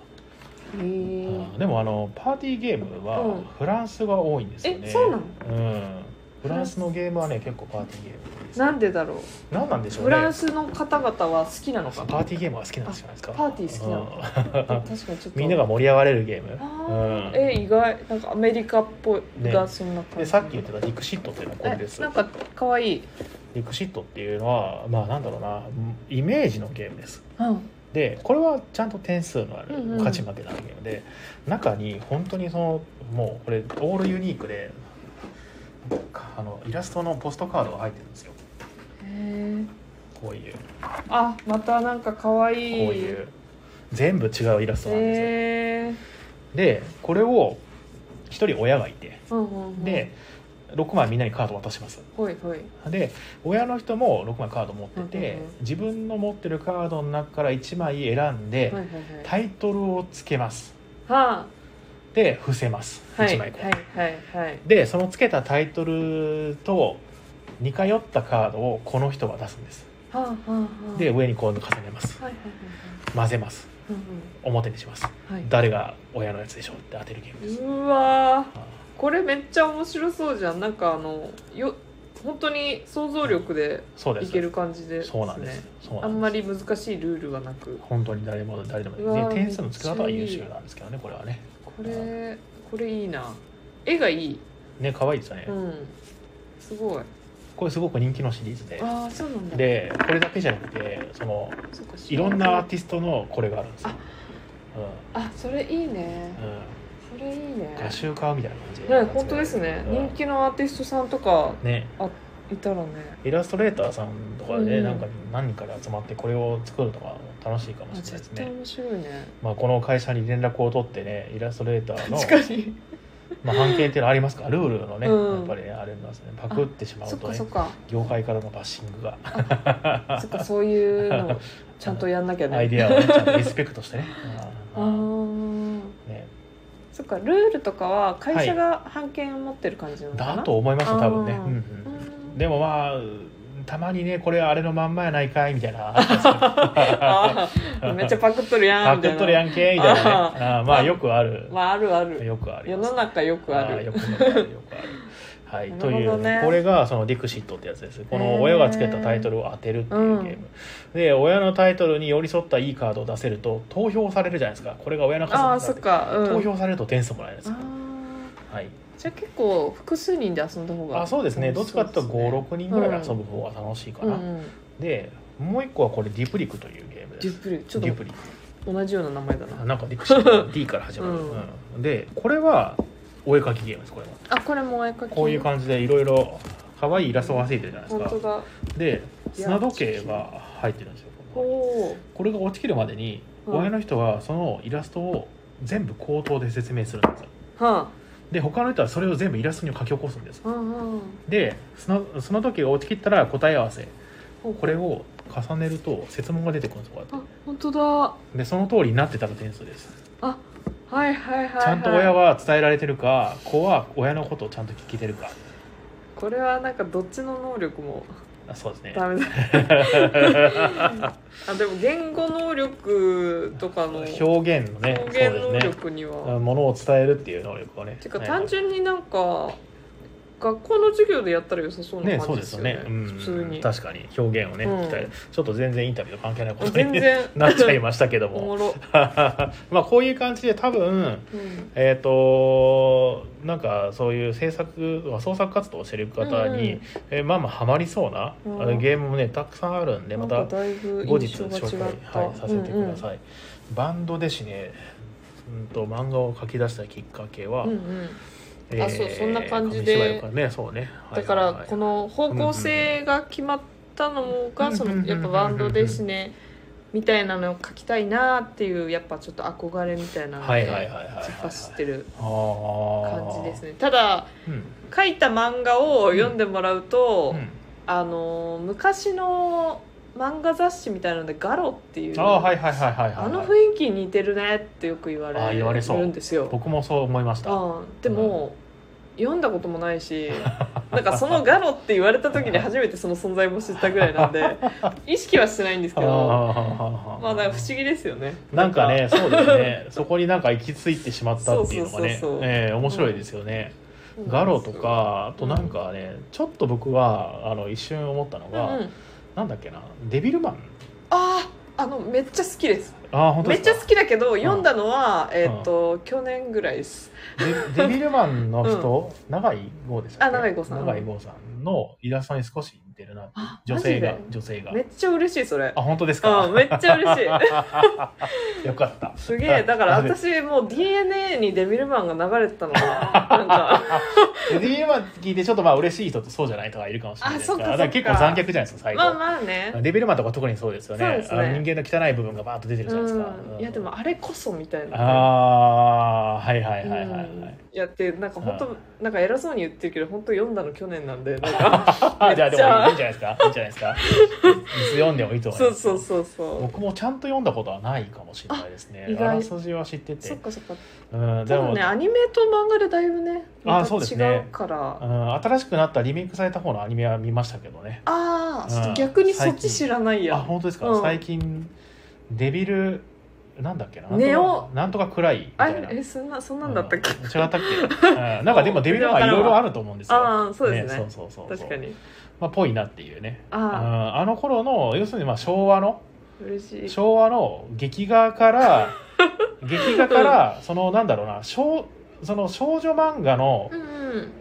Speaker 2: へ
Speaker 1: う
Speaker 2: ー
Speaker 1: んでもあのパーティーゲーム
Speaker 2: う
Speaker 1: は
Speaker 2: ん
Speaker 1: フランスが多いんですよね。
Speaker 2: えそうなの
Speaker 1: うん。フランスのゲームはね結構パーティーゲームです。
Speaker 2: なんでだろう
Speaker 1: なんなんでしょうね。
Speaker 2: フランスの方々は好きなのか
Speaker 1: パ
Speaker 2: な
Speaker 1: ーティーゲームは好きなんじゃないですか。
Speaker 2: あパーティー好きなの
Speaker 1: な
Speaker 2: 確かにちょっと
Speaker 1: みんなが盛り上がれるゲーム。
Speaker 2: あー
Speaker 1: うん
Speaker 2: え意外なんかアメリカっぽい
Speaker 1: ね
Speaker 2: がそんな感じ、
Speaker 1: でさっき言ってたリクシットっていうのはこれです
Speaker 2: えなんか可愛い
Speaker 1: リクシットっていうのはまあなんだろうなイメージのゲームです
Speaker 2: うん
Speaker 1: でこれはちゃんと点数のある
Speaker 2: うんうん
Speaker 1: 勝ち負けのあるゲームで、中に本当にそのもうこれオールユニークでなんかあのイラストのポストカードが入ってるんですよ
Speaker 2: へー
Speaker 1: こういうこ
Speaker 2: あまたなんか可愛
Speaker 1: う
Speaker 2: い
Speaker 1: いう全部違うイラストなんですよ、
Speaker 2: へえ
Speaker 1: でこれを一人親がいて
Speaker 2: うんうんうん
Speaker 1: で6枚みんなにカード渡します
Speaker 2: ほいほい
Speaker 1: で親の人も6枚カード持ってて、
Speaker 2: うんうんうん
Speaker 1: 自分の持ってるカードの中から1枚選んで、
Speaker 2: はいはいはい
Speaker 1: タイトルをつけます
Speaker 2: は
Speaker 1: で伏せます、
Speaker 2: あはい
Speaker 1: 1
Speaker 2: は
Speaker 1: 枚
Speaker 2: い
Speaker 1: こう、
Speaker 2: はいはい
Speaker 1: でそのつけたタイトルと似通ったカードをこの人は出すんです
Speaker 2: はあはあはあ
Speaker 1: で上にこう重ねます
Speaker 2: はいはいはいはい
Speaker 1: 混ぜます
Speaker 2: うんうん
Speaker 1: 表にします
Speaker 2: はい
Speaker 1: 誰が親のやつでしょうって当てるゲームです
Speaker 2: うわー
Speaker 1: あ
Speaker 2: これめっちゃ面白そうじゃんなんかあのよ本当に想像力で
Speaker 1: そうで
Speaker 2: い
Speaker 1: す
Speaker 2: ける感じですね
Speaker 1: そうなんですそうなんです
Speaker 2: あんまり難しいルールはなく
Speaker 1: 本当に誰も誰でも
Speaker 2: うわー
Speaker 1: ね点数のつけ方は優秀
Speaker 2: めっちゃいい
Speaker 1: なんですけどねこれはね
Speaker 2: これこれいいな絵がいい
Speaker 1: ね可愛いですよね、
Speaker 2: うんすごい
Speaker 1: これすごく人気のシリーズで
Speaker 2: ああそうなんだ
Speaker 1: でこれだけじゃなくてその
Speaker 2: そっか知
Speaker 1: い
Speaker 2: ら
Speaker 1: ろ
Speaker 2: か
Speaker 1: ん
Speaker 2: った
Speaker 1: なアーティストのこれがあるんですよ、
Speaker 2: あそれいいね
Speaker 1: うんうん、
Speaker 2: それいいね
Speaker 1: 画集家みたいな感じ
Speaker 2: ね本当ですね、
Speaker 1: うん
Speaker 2: 人気のアーティストさんとか
Speaker 1: ね
Speaker 2: いたらね
Speaker 1: イラストレーターさんとかで、ね
Speaker 2: うん
Speaker 1: なんか何人かで集まってこれを作るとか楽しいかも
Speaker 2: あ
Speaker 1: しれないで
Speaker 2: 絶
Speaker 1: す
Speaker 2: 対
Speaker 1: ね、
Speaker 2: 面白いね
Speaker 1: まあ、この会社に連絡を取ってねイラストレーターの、
Speaker 2: 確かに
Speaker 1: まあ、判件っていうのはありますからルールのね、
Speaker 2: うん
Speaker 1: やっぱりねあれなんですねパクってしま
Speaker 2: そうっ
Speaker 1: と
Speaker 2: か
Speaker 1: ね
Speaker 2: そっか
Speaker 1: 業界からのバッシングが [laughs]
Speaker 2: そっかそういうのをちゃんとやんなきゃね
Speaker 1: アイディアをねちゃんとリスペクトしてね
Speaker 2: あー
Speaker 1: ね
Speaker 2: そっかルールとかは会社が版権を持ってる感じなのかな、
Speaker 1: だと思いますよ多分ね、
Speaker 2: あー
Speaker 1: うんうん
Speaker 2: うん
Speaker 1: でもまあたまにねこれあれのまんまやないかいみたい
Speaker 2: [laughs]
Speaker 1: な
Speaker 2: あーめっちゃパクっとるやん
Speaker 1: パクっ
Speaker 2: みたいな
Speaker 1: とるやんけみたいなね
Speaker 2: あ
Speaker 1: あーまあよくある、
Speaker 2: まああるある
Speaker 1: よくあり
Speaker 2: 世
Speaker 1: ます
Speaker 2: の中よくあ
Speaker 1: ーよ
Speaker 2: る
Speaker 1: くあるよくあるはい、
Speaker 2: なる
Speaker 1: と
Speaker 2: ほどね
Speaker 1: いうこれがそのディクシットってやつですこの親がつけたタイトルを当てるっていうゲーム、で親のタイトルに寄り添ったいいカードを出せると投票されるじゃないですかこれが親のカード
Speaker 2: あ
Speaker 1: な
Speaker 2: あ
Speaker 1: ん
Speaker 2: ー
Speaker 1: だ
Speaker 2: そってか、うん、
Speaker 1: 投票されると点数もらえるんです
Speaker 2: あ
Speaker 1: よ、
Speaker 2: ー
Speaker 1: はい、
Speaker 2: じゃあ結構複数人で遊んだ方が
Speaker 1: あそうですねどっちかっていうと
Speaker 2: そう
Speaker 1: 56人ぐらいで遊ぶ方が楽しいか
Speaker 2: ですね
Speaker 1: な、
Speaker 2: うんうん
Speaker 1: でもう一個はこれディプリクというゲームで
Speaker 2: デ
Speaker 1: す
Speaker 2: ュプリちょっ
Speaker 1: デュプ
Speaker 2: と
Speaker 1: リ
Speaker 2: 同じような名前だな
Speaker 1: なんかディクシー D から始まる、
Speaker 2: うん
Speaker 1: うんでこれはお絵描きゲームですこれも
Speaker 2: あこれもお絵描き
Speaker 1: こういう感じでいろいろ可愛いイラストがついてるじゃないです
Speaker 2: 本
Speaker 1: か
Speaker 2: 当だ
Speaker 1: で砂時計が入ってるんですよ
Speaker 2: おお
Speaker 1: これが落ちきるまでに
Speaker 2: うん
Speaker 1: 親の人はそのイラストを全部口頭で説明するんですよ
Speaker 2: は
Speaker 1: で他の人はそれを全部イラストに書き起こすんです
Speaker 2: あうんうん
Speaker 1: で砂砂時計が落ちきったら答え合わせ
Speaker 2: ほう
Speaker 1: これを重ねると設問が出てくるんですよこうや
Speaker 2: あ本当だ
Speaker 1: ってでその通りになってたら点数です
Speaker 2: あはいはいはい、はい、
Speaker 1: ちゃんと親は伝えられてるか子は親のことをちゃんと聞けてるか
Speaker 2: これはなんかどっちの能力も
Speaker 1: あそうですね [laughs]
Speaker 2: ダメだあでも言語能力とかの表
Speaker 1: 表現のねそう
Speaker 2: 現能
Speaker 1: ですね
Speaker 2: 力には、
Speaker 1: ものを伝えるっていう能力をね
Speaker 2: てか
Speaker 1: はい
Speaker 2: 単純になんか学校の授業でやったら良さそうな
Speaker 1: ねそ
Speaker 2: 感
Speaker 1: うで
Speaker 2: じですす
Speaker 1: よ
Speaker 2: よね
Speaker 1: ねうん
Speaker 2: 普通に
Speaker 1: 確かに表現をね、
Speaker 2: うん
Speaker 1: 伝えるちょっと全然インタビューと関係ないこと
Speaker 2: 全
Speaker 1: に
Speaker 2: 然
Speaker 1: [laughs] なっちゃいましたけど
Speaker 2: [laughs] お
Speaker 1: も
Speaker 2: もろ、
Speaker 1: [laughs] まあこういう感じで多分
Speaker 2: うん
Speaker 1: えー、となんかそういう制作創作活動をしてる方に、
Speaker 2: うんうん
Speaker 1: えーまあまあハマりそうな、
Speaker 2: うん
Speaker 1: あのゲームもねたくさんあるんでま
Speaker 2: な
Speaker 1: た
Speaker 2: んかだいぶ
Speaker 1: 後日
Speaker 2: 印象が違
Speaker 1: 紹介、
Speaker 2: った
Speaker 1: はい、させてくだ
Speaker 2: い、
Speaker 1: さい、バンドでしねうんと漫画を書き出したきっかけは、
Speaker 2: うんうんうんあそうそんな感じで
Speaker 1: 紙芝居からねそうね
Speaker 2: だからこ
Speaker 1: の
Speaker 2: の方向性が決まったの
Speaker 1: う
Speaker 2: が、
Speaker 1: んうん
Speaker 2: そ
Speaker 1: うんうん
Speaker 2: のやっぱバンドですね、みたいなのを書きたいなっていうやっぱちょっと憧れみたいなの
Speaker 1: はいはいはい
Speaker 2: で
Speaker 1: はいはい
Speaker 2: 突っ走ってる感
Speaker 1: 感
Speaker 2: じですねただ
Speaker 1: うん
Speaker 2: 書いた漫画を読んでもらうと、
Speaker 1: うん
Speaker 2: あの昔の漫画雑誌みたいなので「ガロ」っていう
Speaker 1: ああはいはいはいはいはい
Speaker 2: あの
Speaker 1: 囲
Speaker 2: 雰囲気に似てるねってよく言わ
Speaker 1: あー
Speaker 2: れ
Speaker 1: 言われそう
Speaker 2: るんですよ。
Speaker 1: 僕もそう思いました
Speaker 2: あーでも、読んだこともない
Speaker 1: [laughs]
Speaker 2: しなんかそのガロって言われた時に初めてその存在も知ったぐらいなんで意識はしてないんですけどまあなんか不思議ですよね
Speaker 1: なんかねそうですねそこになんか行き着いてしまったっていうのがね
Speaker 2: そうそうそうそう
Speaker 1: ええ面白いですよね、ガロとかあとなんかね、ちょっと僕はあの一瞬思ったの
Speaker 2: うん
Speaker 1: が、
Speaker 2: うん
Speaker 1: なんだっけなデビルマン
Speaker 2: あああのめっちゃ好きです
Speaker 1: ああ本当
Speaker 2: め
Speaker 1: で
Speaker 2: っ
Speaker 1: す
Speaker 2: ちゃ
Speaker 1: か
Speaker 2: 好きだけど読んだのはえっ、と、去年ぐらいです
Speaker 1: デデビルマンの人、永井豪でしたっけ
Speaker 2: あ永井豪さん
Speaker 1: 永井豪さんのイラストに少し似てるな
Speaker 2: あ
Speaker 1: 女性が
Speaker 2: マジ
Speaker 1: 女性が
Speaker 2: でめっちゃ嬉しいそれ
Speaker 1: あ本当ですか、
Speaker 2: うんめっちゃ
Speaker 1: [laughs]
Speaker 2: 嬉しい
Speaker 1: よかった
Speaker 2: すげえだから
Speaker 1: なんで
Speaker 2: 私もう DNA にデビルマンが流れてたのがなんか
Speaker 1: デビルマン聞いてちょっとまあ嬉しい人とそうじゃない人がいるかもしれないですから
Speaker 2: あそっか
Speaker 1: だから結構
Speaker 2: そっ
Speaker 1: 残虐
Speaker 2: か
Speaker 1: じゃないですか最後、
Speaker 2: まあまあね
Speaker 1: デビルマンとか特にそうですよね
Speaker 2: そうですね
Speaker 1: あの人間の汚い部分がバーッと出てるじゃないですか、
Speaker 2: う
Speaker 1: うんん
Speaker 2: いやでもあれこそみたいな
Speaker 1: ああーはいはい
Speaker 2: うん
Speaker 1: はいはいはい、
Speaker 2: やってなんか本
Speaker 1: う
Speaker 2: 当なんか偉そうに言ってるけど本当読んだの去年なんでなんか
Speaker 1: [laughs] あじゃあで
Speaker 2: めっちゃ
Speaker 1: もいいんじゃないですかいいんじゃない
Speaker 2: [laughs]
Speaker 1: ですかいつ読んでもいいと思い
Speaker 2: そ
Speaker 1: ま
Speaker 2: う
Speaker 1: す
Speaker 2: [laughs] そうそうそう
Speaker 1: 僕もちゃんと読んだことはないかもしれないですね
Speaker 2: あ意
Speaker 1: あ
Speaker 2: 外
Speaker 1: らすじは知って
Speaker 2: そってかそっか
Speaker 1: うんで
Speaker 2: 多
Speaker 1: も、
Speaker 2: 分ねアニメと漫画でだいぶね
Speaker 1: あ
Speaker 2: また
Speaker 1: そうですね
Speaker 2: 違うから
Speaker 1: うん新しくなったリメイクされた方のアニメは見ましたけどね
Speaker 2: ああ、
Speaker 1: うん
Speaker 2: 逆にそっち知らない
Speaker 1: あ
Speaker 2: や。
Speaker 1: 本当ですか、
Speaker 2: うん
Speaker 1: 最近デビルなんだっけな
Speaker 2: ネオ
Speaker 1: なんとか暗いみ
Speaker 2: あ
Speaker 1: たい
Speaker 2: れ
Speaker 1: な、
Speaker 2: え、そんな、そんなんだったっけ。
Speaker 1: うん違ったっけ、うんなんかでもデビルマンはいろいろあると思うんですよ
Speaker 2: ああ、そうですね。
Speaker 1: そうそうそうそう
Speaker 2: 確かに。
Speaker 1: まあぽいなっていうねうん
Speaker 2: あ
Speaker 1: あの頃の要するにまあ昭和の
Speaker 2: あ、嬉しい。
Speaker 1: 昭和の劇画から
Speaker 2: [laughs]
Speaker 1: 劇画からそのなんだろうな少その少女漫画の
Speaker 2: うんうん。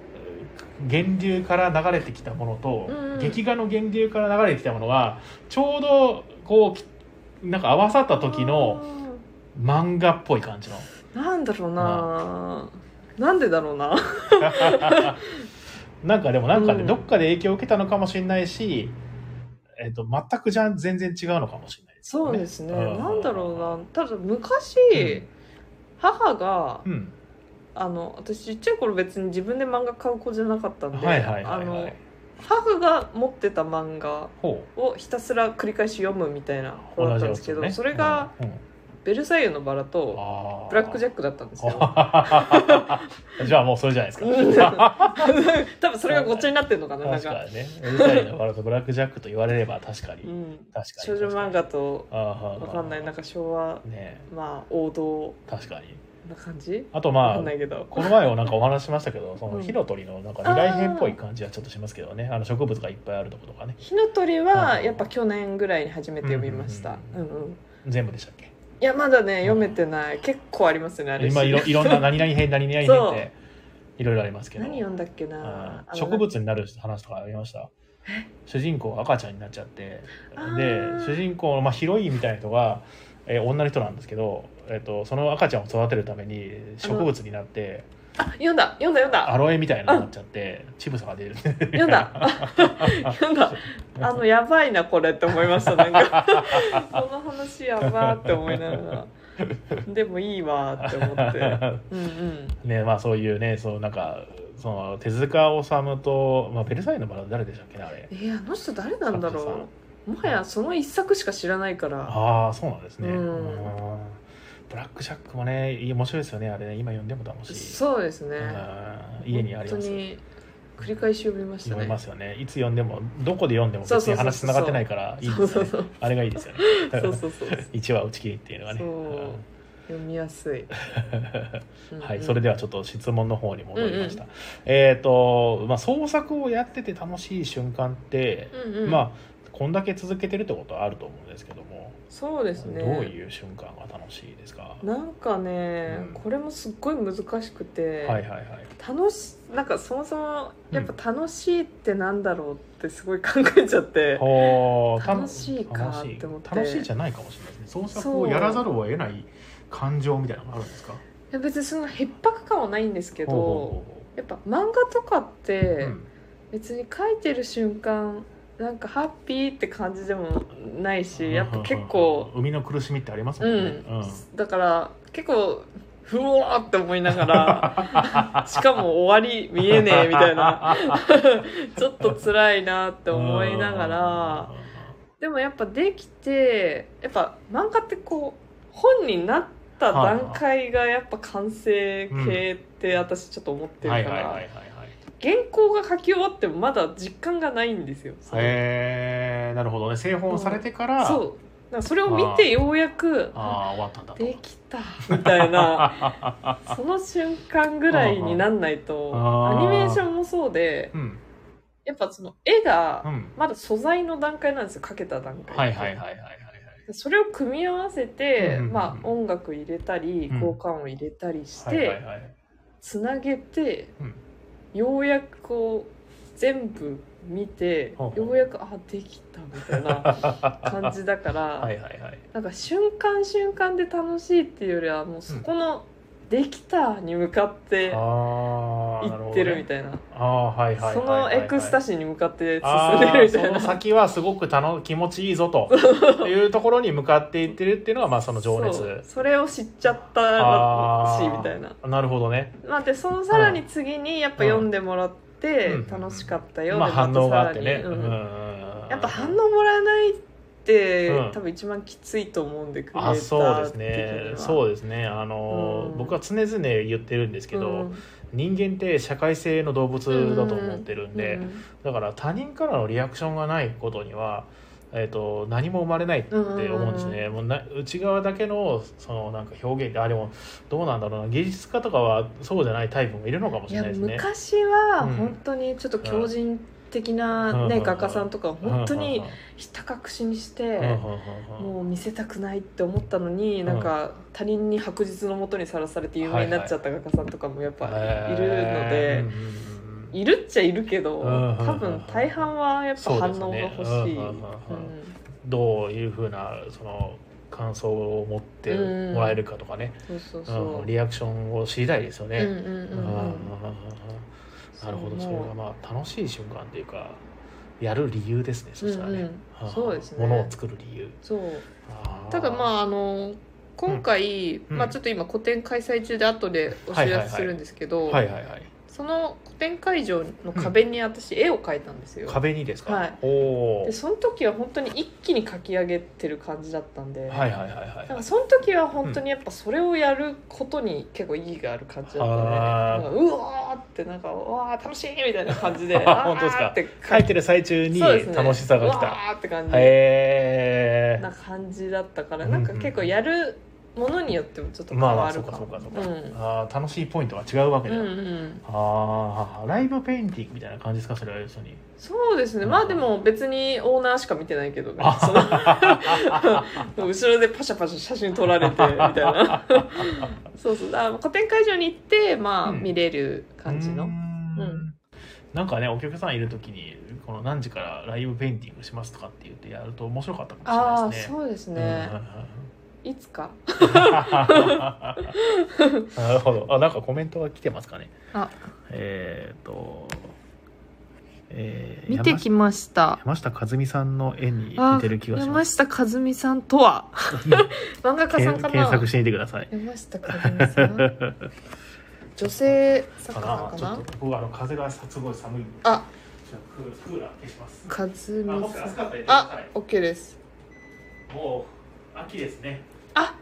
Speaker 1: 源流から流れてきたものと、
Speaker 2: うんうん
Speaker 1: 劇画の源流から流れてきたものはちょうどこうきなんか合わさった時の漫画っぽい感じの [laughs]
Speaker 2: あー。なんだろうな。なんでだろうな。
Speaker 1: なんかでもなんかね、
Speaker 2: うん
Speaker 1: どっかで影響を受けたのかもしれないし、えっと全くじゃん全然違うのかもしれないです
Speaker 2: そ
Speaker 1: よ
Speaker 2: う
Speaker 1: ね、
Speaker 2: ですね。
Speaker 1: うん
Speaker 2: なんだろうな。ただ昔。母が、
Speaker 1: うん、
Speaker 2: あの、私ちっちゃい頃別に自分で漫画買う子じゃなかったんで。
Speaker 1: はいはい
Speaker 2: あ
Speaker 1: はいは
Speaker 2: の
Speaker 1: い。
Speaker 2: 母が持ってた漫画。
Speaker 1: ほ
Speaker 2: をひたすら繰り返し読むみたいな
Speaker 1: う
Speaker 2: 子だったんですけど、それが、
Speaker 1: うんうん
Speaker 2: 「ベルサイユのバラ」と「
Speaker 1: あー
Speaker 2: ブラックジャックだったんですよ。
Speaker 1: [laughs] じゃあもうそれじゃないです
Speaker 2: うん
Speaker 1: か。
Speaker 2: 多分それがごっちゃになってるのかな、なん
Speaker 1: 確
Speaker 2: か。
Speaker 1: かにね。うるさいの笑うとブラックジャックと言われれば確か
Speaker 2: う
Speaker 1: に。
Speaker 2: ん、
Speaker 1: 確かに。
Speaker 2: 少女漫画と
Speaker 1: あーはーはー
Speaker 2: わかんないなんか昭和
Speaker 1: ね
Speaker 2: まあ王道
Speaker 1: 確かに。
Speaker 2: な感じ
Speaker 1: あと
Speaker 2: わ
Speaker 1: ま
Speaker 2: か
Speaker 1: あ
Speaker 2: ん、ないけど。
Speaker 1: この前もなんかお話ししましたけど、そうの
Speaker 2: ん
Speaker 1: 火の鳥のなんか未来編っぽい感じはちょっとしますけどね。あの植物がいっぱいあるとことかね。
Speaker 2: 火の鳥は
Speaker 1: うん
Speaker 2: やっぱ去年ぐらいに初めて読みました。
Speaker 1: う
Speaker 2: うんん
Speaker 1: う
Speaker 2: うんん、
Speaker 1: 全部でしたっけ
Speaker 2: いやまだね読めてない。結構ありますよねあれ。
Speaker 1: 今
Speaker 2: [laughs]
Speaker 1: いろいろんな何々編何々編
Speaker 2: そ
Speaker 1: っ
Speaker 2: う
Speaker 1: ていろいろありますけど。
Speaker 2: 何読んだっけ
Speaker 1: あ
Speaker 2: な。
Speaker 1: ー植物になる話とかありました主人公が赤ちゃんになっちゃって
Speaker 2: あー
Speaker 1: で主人公の、まあ、ヒロインみたいな人が、えー女の人なんですけど、えっとその赤ちゃんを育てるために植物になって
Speaker 2: あの。読んだ読んだ読ん
Speaker 1: ア
Speaker 2: だ
Speaker 1: ロエみたいになっちゃって乳房が
Speaker 2: [laughs]
Speaker 1: 出る
Speaker 2: 読んだ読んだ。 [laughs] あのやばいなこれって思いましたなんか [laughs] この話やばーって思いながらでもいいわーって思ってうんうん
Speaker 1: ねまあそういうねそうなんかその手塚治虫と、まあ、ベルサイユのバラ誰でしたっけねあれ
Speaker 2: えー、あの人誰なんだ
Speaker 1: 作者
Speaker 2: ろうもはやその一作しか知らないから
Speaker 1: ああそうなんですね、
Speaker 2: う
Speaker 1: う
Speaker 2: ん
Speaker 1: んブラック・ジャックもねいい面白いですよねあれね今読んでも楽しい
Speaker 2: そうですね
Speaker 1: うん家にありま
Speaker 2: 本当
Speaker 1: す
Speaker 2: に繰り返し読みました
Speaker 1: 読
Speaker 2: ね
Speaker 1: めますよねいつ読んでもどこで読んでも
Speaker 2: そ
Speaker 1: 別
Speaker 2: うそ
Speaker 1: に
Speaker 2: う
Speaker 1: 話つ
Speaker 2: そうそう
Speaker 1: ながってないからいいです
Speaker 2: そ
Speaker 1: よ
Speaker 2: う
Speaker 1: ね
Speaker 2: そう
Speaker 1: あれがいいですよね
Speaker 2: [laughs] そうそうそう
Speaker 1: [laughs] 一話打ち切りっていうのがね
Speaker 2: そう
Speaker 1: うん
Speaker 2: 読みやすい、うんうん
Speaker 1: [laughs] はいそれではちょっと質問の方に戻りました、
Speaker 2: う
Speaker 1: えっ、と、まあ、創作をやってて楽しい瞬間って、
Speaker 2: うんうん、
Speaker 1: まあこんだけ続けてるってことはあると思うんですけども、
Speaker 2: そうですね
Speaker 1: どういう瞬間が楽しいですかは
Speaker 2: なんかね、
Speaker 1: うん
Speaker 2: これもすっごい難しくて、
Speaker 1: いはいはい
Speaker 2: 楽しなんかそもそもやっぱ楽しいってなんだろうってすごい考えちゃって、
Speaker 1: おーた
Speaker 2: 楽しいか
Speaker 1: 楽しい
Speaker 2: って思って
Speaker 1: 楽しいじゃないかもしれないですね創作をやらざるを得ない感情みたいなのがあるんですか
Speaker 2: いや別にその逼迫感はないんですけど
Speaker 1: ほうほうほうほ
Speaker 2: やっぱ漫画とかっ
Speaker 1: う
Speaker 2: て
Speaker 1: うん
Speaker 2: 別に書いてる瞬間なんかハッピーって感じでもないしやっぱ結構
Speaker 1: 生みの苦しみってありますも
Speaker 2: うんん、
Speaker 1: ね、
Speaker 2: だから結構ふわーって思いなが
Speaker 1: [laughs]
Speaker 2: らしかも終わり見えねえみたいな [laughs] ちょっと辛いなって思いながら。でもやっぱできてやっぱ漫画ってこう本になった段階がやっぱ完成形って私ちょっと思って
Speaker 1: は
Speaker 2: る
Speaker 1: い
Speaker 2: か
Speaker 1: はいはいはい
Speaker 2: ら
Speaker 1: はい
Speaker 2: 原稿が書き終わってもまだ実感がないんですよ。その
Speaker 1: えー、なるほどね製本されてから、
Speaker 2: そうだからそれを見てようやく
Speaker 1: ああ終わったんだと
Speaker 2: できたみた
Speaker 1: [laughs]
Speaker 2: いなその瞬間ぐらいになんないと
Speaker 1: あ
Speaker 2: ア
Speaker 1: ー
Speaker 2: ニメーションもそうで
Speaker 1: うん
Speaker 2: やっぱその絵
Speaker 1: う
Speaker 2: が
Speaker 1: ん
Speaker 2: まだ素材の段階なんですよ描けた段階
Speaker 1: はいはいはいはいはいはい
Speaker 2: それを組み合わせて、
Speaker 1: うんうんうん
Speaker 2: まあ、音楽入れたり
Speaker 1: うん
Speaker 2: 交換を入れたりして、
Speaker 1: はいはいはい
Speaker 2: つなげて、
Speaker 1: うん
Speaker 2: ようやくこう全部見て
Speaker 1: ほうほう
Speaker 2: ようやくあできたみた
Speaker 1: [laughs]
Speaker 2: いな感じだから、
Speaker 1: はいはいはい
Speaker 2: なんか瞬間瞬間で楽しいっていうよりはもうそこの「できた!」に向かって
Speaker 1: ああなるほ
Speaker 2: 行っ
Speaker 1: ど、
Speaker 2: てるみ
Speaker 1: ね、
Speaker 2: たいな
Speaker 1: ああはいはいはい
Speaker 2: そ
Speaker 1: はい
Speaker 2: の
Speaker 1: はい
Speaker 2: エクスタシーに向かって
Speaker 1: あ
Speaker 2: 進んでるみ
Speaker 1: ー
Speaker 2: たい
Speaker 1: その
Speaker 2: な。
Speaker 1: 先はすごくたの気持ちいいぞ
Speaker 2: [laughs]
Speaker 1: というところに向かっていってるっていうのがまあその情熱
Speaker 2: そうそれを知っちゃったしみたいな
Speaker 1: なるほどね
Speaker 2: まあ、でそのさらに次にやっぱ読んでもらって
Speaker 1: うん
Speaker 2: 楽しかったよ、
Speaker 1: まあ
Speaker 2: で
Speaker 1: 反
Speaker 2: た
Speaker 1: 応
Speaker 2: さ
Speaker 1: があ
Speaker 2: ら
Speaker 1: って
Speaker 2: に
Speaker 1: ね、
Speaker 2: う
Speaker 1: うん
Speaker 2: ん
Speaker 1: うんうん
Speaker 2: やっぱ反応もらえないって、
Speaker 1: うん
Speaker 2: 多分一番きついと思うんでクリエイタ
Speaker 1: あ
Speaker 2: ー
Speaker 1: そうです
Speaker 2: 的に
Speaker 1: ね
Speaker 2: は
Speaker 1: そうですねあの、
Speaker 2: うん
Speaker 1: 僕は常々言ってるんですけど、
Speaker 2: うん
Speaker 1: 人間って社会性の動物だと思ってるんで、
Speaker 2: うん
Speaker 1: だから他人からのリアクションがないことには、えー、と何も生まれないって思うんですね、もうな内側だけのそのなんか表現あでもどうなんだろうな芸術家とかはそうじゃないタイプもいるのかもし
Speaker 2: い
Speaker 1: れ
Speaker 2: や
Speaker 1: ないですね。
Speaker 2: 昔
Speaker 1: う
Speaker 2: は
Speaker 1: ん
Speaker 2: 本当にちょっと強靭的な、ね
Speaker 1: うん
Speaker 2: 画家さんとかは本当に
Speaker 1: うんうん
Speaker 2: ひた隠しにして、
Speaker 1: うんうんうん
Speaker 2: もう見せたくないって思ったのに、
Speaker 1: うん
Speaker 2: なんか他人に白日のもとにさらされて有名になっちゃった画家さんとかもやっぱいるので、
Speaker 1: えーうんうんうん
Speaker 2: いるっちゃいるけど、
Speaker 1: うん
Speaker 2: 多分大半はやっぱ反応が欲
Speaker 1: そうです
Speaker 2: しい。
Speaker 1: ね
Speaker 2: う
Speaker 1: うんうん
Speaker 2: ん
Speaker 1: どういうふうなその感想を持ってもらえるかとかね、
Speaker 2: そうそう
Speaker 1: う
Speaker 2: そ
Speaker 1: ん
Speaker 2: う。
Speaker 1: リアクションを知りたいですよ
Speaker 2: うんうん
Speaker 1: ね。
Speaker 2: う
Speaker 1: うんうんう
Speaker 2: ん
Speaker 1: んう
Speaker 2: う
Speaker 1: ん
Speaker 2: ん
Speaker 1: なるほどそれがまあ楽しい瞬間というかやる理由ですねそしたらね、
Speaker 2: うんうんそうですね
Speaker 1: ものを作る理由
Speaker 2: そう。
Speaker 1: あー
Speaker 2: ただまああの今回、
Speaker 1: うん
Speaker 2: まあちょっと今個展開催中で後でお知らせするんですけど、
Speaker 1: はいはいはい
Speaker 2: その個展会場の壁に私絵を描いたんですよ。
Speaker 1: 壁にですか、
Speaker 2: はい
Speaker 1: おお
Speaker 2: でその時は本当に一気に描き上げてる感じだったんで、
Speaker 1: はいはいはいはい
Speaker 2: なんかその時は本当にやっぱそれをやることに結構意義がある感じだったね、
Speaker 1: あー
Speaker 2: なんかうわーってなんかうわー楽しいみたいな感じで
Speaker 1: あ [laughs] 本当ですか
Speaker 2: あーって
Speaker 1: 書いてる最中に
Speaker 2: そうですね
Speaker 1: 楽しさが来
Speaker 2: うわ
Speaker 1: た
Speaker 2: ーって感じ、
Speaker 1: へえ
Speaker 2: な感じだったから
Speaker 1: うんうん
Speaker 2: なんか結構やるものによってもちょっと変
Speaker 1: まあま
Speaker 2: わ
Speaker 1: あそ
Speaker 2: る
Speaker 1: う
Speaker 2: か
Speaker 1: か
Speaker 2: も
Speaker 1: そうかそうか、
Speaker 2: うん
Speaker 1: あー楽しいポイントが違うわけ
Speaker 2: う
Speaker 1: だ、
Speaker 2: んうん、
Speaker 1: ああライブペインティングみたいな感じですかそれは要するに
Speaker 2: そうですねまあでも別にオーナーしか見てないけどね
Speaker 1: あ
Speaker 2: その [laughs] 後ろでパシャパシャ写真撮ら
Speaker 1: [laughs]
Speaker 2: れてみたいなそうそうだから個展会場に行ってまあ
Speaker 1: うん
Speaker 2: 見れる感じの、
Speaker 1: うーん
Speaker 2: うん
Speaker 1: なんかねお客さんいる時にこの何時からライブペインティングしますとかって言ってやると面白かったか
Speaker 2: あ
Speaker 1: も
Speaker 2: あ
Speaker 1: しれないですね。
Speaker 2: そうですね、いつか
Speaker 1: うんうん [laughs] うんなるほどあなんかコメントが来てますかね
Speaker 2: あ
Speaker 1: えーっと、えー
Speaker 2: 見てきました
Speaker 1: 山下山下和美さんの絵に
Speaker 2: あ
Speaker 1: 似てる気がし
Speaker 2: 山
Speaker 1: ます
Speaker 2: 下和美さんとは [laughs] 漫画家
Speaker 1: け
Speaker 2: さ
Speaker 1: ん
Speaker 2: んか
Speaker 1: 検
Speaker 2: な
Speaker 1: 索してみてください
Speaker 2: 山下和美さん女性作
Speaker 1: かな
Speaker 2: 家か
Speaker 1: ちょ
Speaker 2: な
Speaker 1: っと僕あの風がすごい寒いんで
Speaker 2: あ
Speaker 1: じゃあクークーラー消します
Speaker 2: 和美さ
Speaker 1: あもし暑
Speaker 2: ん
Speaker 1: かったら言ってくだ
Speaker 2: あ
Speaker 1: さい
Speaker 2: OK です
Speaker 1: もう秋ですね
Speaker 2: あ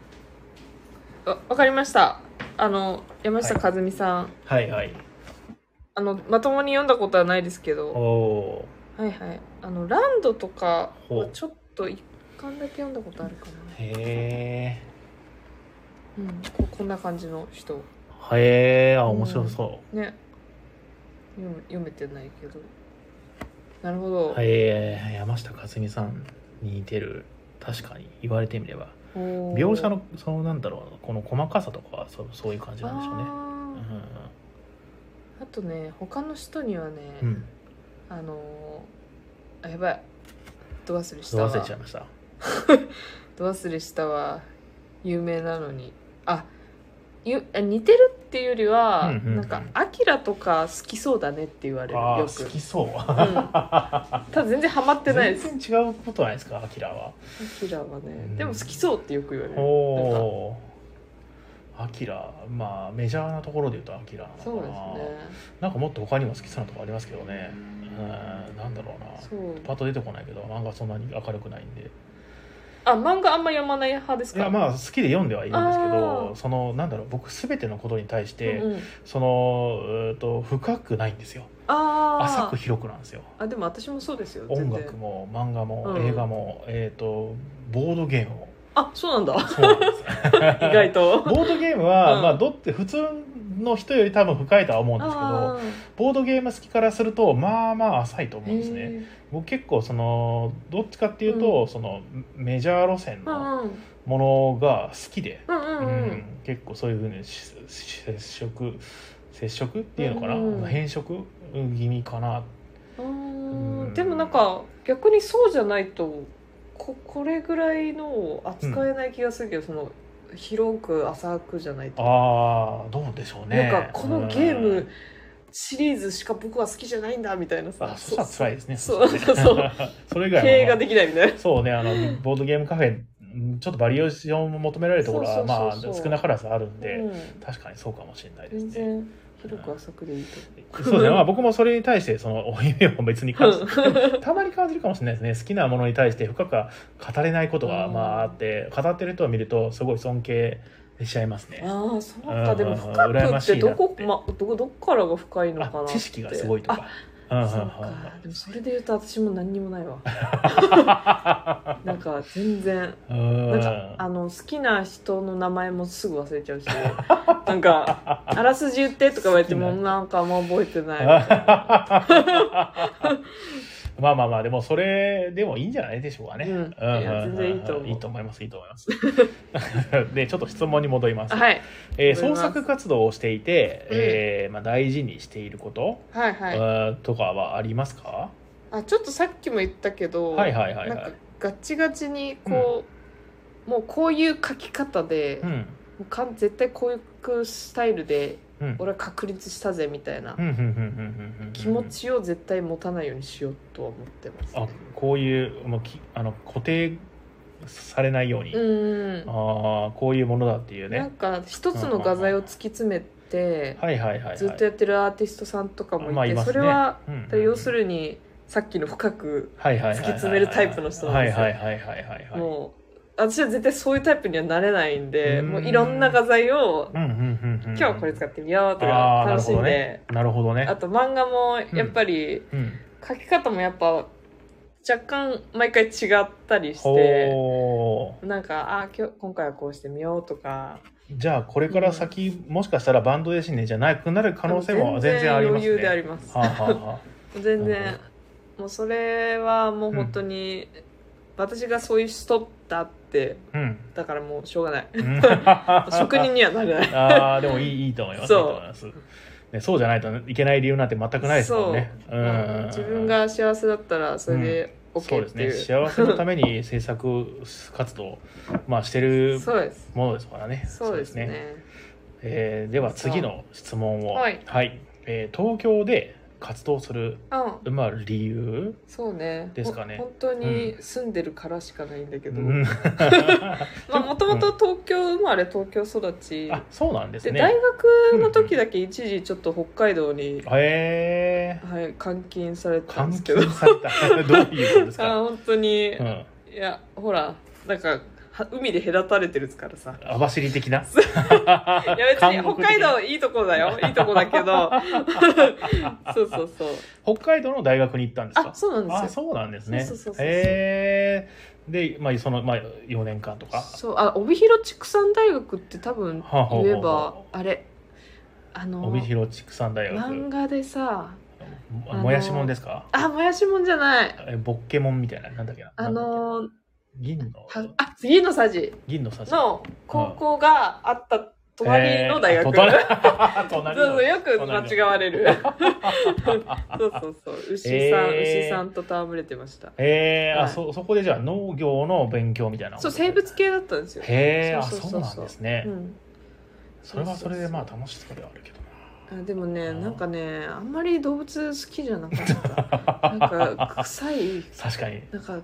Speaker 2: わわかりましたあの山下和美さん、
Speaker 1: はいはい
Speaker 2: あのまともに読んだことはないですけ
Speaker 1: お
Speaker 2: ど
Speaker 1: お
Speaker 2: はいはいあのランドとか
Speaker 1: ほう
Speaker 2: ちょっと一巻だけ読んだことあるかな
Speaker 1: ーへ
Speaker 2: うんここんな感じの人
Speaker 1: えへえあ面白そ
Speaker 2: ね読む読めてないけどなるほど、
Speaker 1: うへえ山下克美さんに似てる確かに言われてみれば
Speaker 2: おー
Speaker 1: 描写のそのなんだろうこの細かさとかはそうそういう感じなんでしょうね
Speaker 2: あーあとね他の人にはね、
Speaker 1: うん、うん、
Speaker 2: あのーあやばいド忘れし
Speaker 1: ど
Speaker 2: た
Speaker 1: う
Speaker 2: わ
Speaker 1: 忘れちゃいました
Speaker 2: ド忘れしたは有名なのにあゆあ似てるっていうよりは、
Speaker 1: うんうんうん
Speaker 2: なんか「アキラとか好きそうだね」って言われる
Speaker 1: ああ
Speaker 2: よく、
Speaker 1: 好
Speaker 2: うん、
Speaker 1: きそう
Speaker 2: ただ全然ハマってないです
Speaker 1: [laughs] 全然違うことないですかアキラは
Speaker 2: アキラはね、
Speaker 1: うん
Speaker 2: でも好きそうってよく言われ
Speaker 1: お
Speaker 2: る
Speaker 1: おーアキラまあメジャーなところで言うとアキラなのかな
Speaker 2: そうですね
Speaker 1: なんかもっと他にも好きそうなとこありますけどねうんなんだろうな
Speaker 2: そう
Speaker 1: パッと出てこないけど漫画そんなに明るくないんで
Speaker 2: あ漫画あんま読まない派です
Speaker 1: い
Speaker 2: か
Speaker 1: やまあ好きで読んではいるんですけ
Speaker 2: あ
Speaker 1: ど
Speaker 2: ー
Speaker 1: そのなんだろう僕全てのことに対して、
Speaker 2: うんうん
Speaker 1: そのうーんと深くないんですよ
Speaker 2: あ
Speaker 1: 浅
Speaker 2: あ
Speaker 1: く広くなんですよ
Speaker 2: あでも私もそうですよ
Speaker 1: 音
Speaker 2: 全然
Speaker 1: 楽も漫画も
Speaker 2: うん
Speaker 1: 映画も、えっ、とボードゲームも
Speaker 2: あそうなんだ
Speaker 1: そうなんです
Speaker 2: 意 [laughs]
Speaker 1: [laughs]
Speaker 2: 外と
Speaker 1: ボードゲームは、
Speaker 2: うん
Speaker 1: まあどって普通の人より多分深いとは思うんですけど
Speaker 2: あ
Speaker 1: ボードゲーム好きからするとまあまあ浅いと
Speaker 2: あ
Speaker 1: 思うんですね僕結構そのどっちかっていうと、そのメジャー路線
Speaker 2: うん
Speaker 1: の
Speaker 2: うん
Speaker 1: ものが好きで、
Speaker 2: うんうん
Speaker 1: う
Speaker 2: うん
Speaker 1: ん結構そういうふうにしし接触接触っていうのかな、
Speaker 2: うん
Speaker 1: 変色気味かな
Speaker 2: あ
Speaker 1: う
Speaker 2: ー
Speaker 1: ん
Speaker 2: でもなんか逆にそうじゃないとここれぐらいのを扱えない気がするけど、その広く浅くじゃないと、
Speaker 1: あーどうでしょうね
Speaker 2: なんかこのゲー
Speaker 1: う
Speaker 2: ム
Speaker 1: ん
Speaker 2: シリーズしか僕は好きじゃないんだみたいなさ
Speaker 1: あそしたら辛いですね
Speaker 2: そうそうそう
Speaker 1: [laughs] それ以
Speaker 2: 経
Speaker 1: 外
Speaker 2: 営
Speaker 1: は
Speaker 2: ができないみたいな
Speaker 1: そうねあのボードゲームカフェうんちょっとバリエーションも求められるところは
Speaker 2: そうそう
Speaker 1: ま
Speaker 2: そう
Speaker 1: あ
Speaker 2: そう
Speaker 1: 少なからずあるんで、
Speaker 2: うん
Speaker 1: 確かにそうかもしれないです
Speaker 2: 全
Speaker 1: ね。
Speaker 2: 然広く浅くでいいと
Speaker 1: そうね、まあ、僕もそれに対してその負い目を別に感じ
Speaker 2: うん [laughs]
Speaker 1: でもたまに感じるかもしれないですね好きなものに対して深くは語れないことが
Speaker 2: うん
Speaker 1: まああって語ってる人を見るとすごい尊敬しちゃいますね
Speaker 2: ああそう
Speaker 1: うんうんう
Speaker 2: か
Speaker 1: ん
Speaker 2: でも深く
Speaker 1: 羨ま
Speaker 2: っ
Speaker 1: しい
Speaker 2: て
Speaker 1: な
Speaker 2: どこ
Speaker 1: って
Speaker 2: まどこどっからが深いのかな
Speaker 1: あ
Speaker 2: って
Speaker 1: 知識がすごいとかうんう
Speaker 2: あ
Speaker 1: んうん
Speaker 2: そうかでもそれで言うと私も何にもな
Speaker 1: [laughs]
Speaker 2: いわなんか全然
Speaker 1: うん
Speaker 2: なんかあの好きな人の名前もすぐ忘れち
Speaker 1: [laughs]
Speaker 2: ゃうしなんかあらすじ言ってとか言われても
Speaker 1: 好き
Speaker 2: なんかあんま覚えてないみたいな
Speaker 1: まあまあまあでもそれでもいいんじゃないでしょうかね。
Speaker 2: うんいや全然いいと思う
Speaker 1: いいと思いますいいと思います。 [laughs] でちょっと質問に戻ります。
Speaker 2: はい
Speaker 1: えー創
Speaker 2: 戻ります
Speaker 1: 作活動をしていて、
Speaker 2: うん
Speaker 1: えーまあ、大事にしていること、
Speaker 2: はいはい
Speaker 1: あーとかはありますか、
Speaker 2: あちょっとさっきも言ったけど、
Speaker 1: はいはいはいは
Speaker 2: なん
Speaker 1: い
Speaker 2: か。ガチガチにこう、もうこういう書き方で、
Speaker 1: う
Speaker 2: も
Speaker 1: ん
Speaker 2: うかん絶対こういうスタイルで
Speaker 1: うん
Speaker 2: 俺は確立したぜみたいな
Speaker 1: うんうんうんうんうんうん
Speaker 2: 気持ちを絶対持たないようにしようとは思ってます、
Speaker 1: あこういうもうきあの固定されないように、
Speaker 2: う
Speaker 1: あ
Speaker 2: ん
Speaker 1: あこういうものだっていう
Speaker 2: なん
Speaker 1: ね
Speaker 2: か一つの画材を突き詰めて、
Speaker 1: はいはいはい、はい、
Speaker 2: ずっとやってるアーティストさんとかもいて、
Speaker 1: まあいますね
Speaker 2: それは、
Speaker 1: うんうん
Speaker 2: 要するにさっきの深く
Speaker 1: 突
Speaker 2: 突き詰めるタイプの人なんですよ
Speaker 1: はいはいはいはいはいはい。
Speaker 2: もう、私は絶対そういうタイプにはなれないんで、
Speaker 1: うん
Speaker 2: もういろんな画材を
Speaker 1: うんうんうんうん、今
Speaker 2: 今日はこれ使
Speaker 1: っ
Speaker 2: ってみようと
Speaker 1: あ
Speaker 2: か
Speaker 1: ー
Speaker 2: 楽しんで
Speaker 1: てなるほど
Speaker 2: あ,、
Speaker 1: ね。
Speaker 2: と漫画もやっぱり
Speaker 1: うん、
Speaker 2: 書き方もやっぱ若干毎回違ったりして
Speaker 1: ほ
Speaker 2: なんかあー今日今回はこうしてみようとか
Speaker 1: うじゃあこれから先、もしかしたらバンドですねじゃなくなる可能性も全然ありますね。
Speaker 2: 余裕であります
Speaker 1: はあはあは
Speaker 2: 全
Speaker 1: なる
Speaker 2: 然もうそれはもう本当に、私がそういう人だって
Speaker 1: あ、うん
Speaker 2: だからもうしょうがない
Speaker 1: うん
Speaker 2: 職人にはなれない
Speaker 1: ああでもいいいいと思います。
Speaker 2: そう
Speaker 1: いいと思いますね、そうじゃないといけない理由なんて全くないですもんね。う
Speaker 2: うん
Speaker 1: ん
Speaker 2: 自分が幸せだったらそれで OK って
Speaker 1: そう
Speaker 2: いう、
Speaker 1: ですね。幸せのために制作活動まあしてる
Speaker 2: そうです
Speaker 1: ものですからね。
Speaker 2: [laughs] そうですね
Speaker 1: えーでは次の質問を、
Speaker 2: はい
Speaker 1: えー東京で活動する、
Speaker 2: うん
Speaker 1: まあ、理由、
Speaker 2: そうね
Speaker 1: ですかね
Speaker 2: ほ本当に住んでるからしかないんだけど、
Speaker 1: うん
Speaker 2: まあもともと東京生まれ東京育ち、
Speaker 1: [laughs] あそうなんです
Speaker 2: で
Speaker 1: ね。
Speaker 2: 大学の時だけ一時ちょっと北海道に、
Speaker 1: え
Speaker 2: はい、監禁され
Speaker 1: ー、
Speaker 2: てた
Speaker 1: 監
Speaker 2: んですけど
Speaker 1: 禁された [laughs] どういうことです
Speaker 2: あ
Speaker 1: か、
Speaker 2: 本当に、
Speaker 1: うん、
Speaker 2: いやほらなんかは海で隔たれてるか
Speaker 1: [laughs]
Speaker 2: らさ
Speaker 1: 網走的な
Speaker 2: いや別に
Speaker 1: [laughs] 韓国
Speaker 2: 北
Speaker 1: 的
Speaker 2: 海
Speaker 1: な
Speaker 2: 道いいとこだ
Speaker 1: [laughs]
Speaker 2: よいいとこだけど [laughs] そうそうそう
Speaker 1: 北海道の大学に行ったんです
Speaker 2: あ
Speaker 1: か
Speaker 2: そうなん
Speaker 1: あ
Speaker 2: ですよ
Speaker 1: そうなんですね。
Speaker 2: そうそうそうそう
Speaker 1: えー、で、まあ、その、まあ、4年間とか。
Speaker 2: そうあ帯広畜産大学って多分
Speaker 1: はあはあはあ
Speaker 2: 言えばあれあの
Speaker 1: 帯広畜産大学。
Speaker 2: 漫画でさ
Speaker 1: ももやしもんですか
Speaker 2: あもやしもんじゃない
Speaker 1: えボッケモンみたいな、なんだっけな。
Speaker 2: あ
Speaker 1: なんだっ
Speaker 2: の
Speaker 1: け銀の、
Speaker 2: はあ次のさじ
Speaker 1: 銀のさじ。
Speaker 2: の高校があった隣の大学、
Speaker 1: えー、隣 [laughs]
Speaker 2: そう
Speaker 1: 隣
Speaker 2: そう
Speaker 1: の
Speaker 2: よく間違われるそうそうそう牛さん、
Speaker 1: えー
Speaker 2: 牛さんと戯れてました
Speaker 1: えー
Speaker 2: は
Speaker 1: あ
Speaker 2: い
Speaker 1: そそこでじゃあ農業の勉強みたいな
Speaker 2: そう生物系だったんですよ、
Speaker 1: へえあ
Speaker 2: そうそう
Speaker 1: そ
Speaker 2: そ
Speaker 1: な
Speaker 2: ううそう
Speaker 1: んですね、
Speaker 2: うん、
Speaker 1: それはそれでまあ
Speaker 2: そう
Speaker 1: 楽しそうではあるけど
Speaker 2: あでもね
Speaker 1: あー
Speaker 2: なんかねあんまり動物好きじゃなか
Speaker 1: [laughs]
Speaker 2: ったなんか臭い
Speaker 1: な [laughs] 確かに
Speaker 2: なんか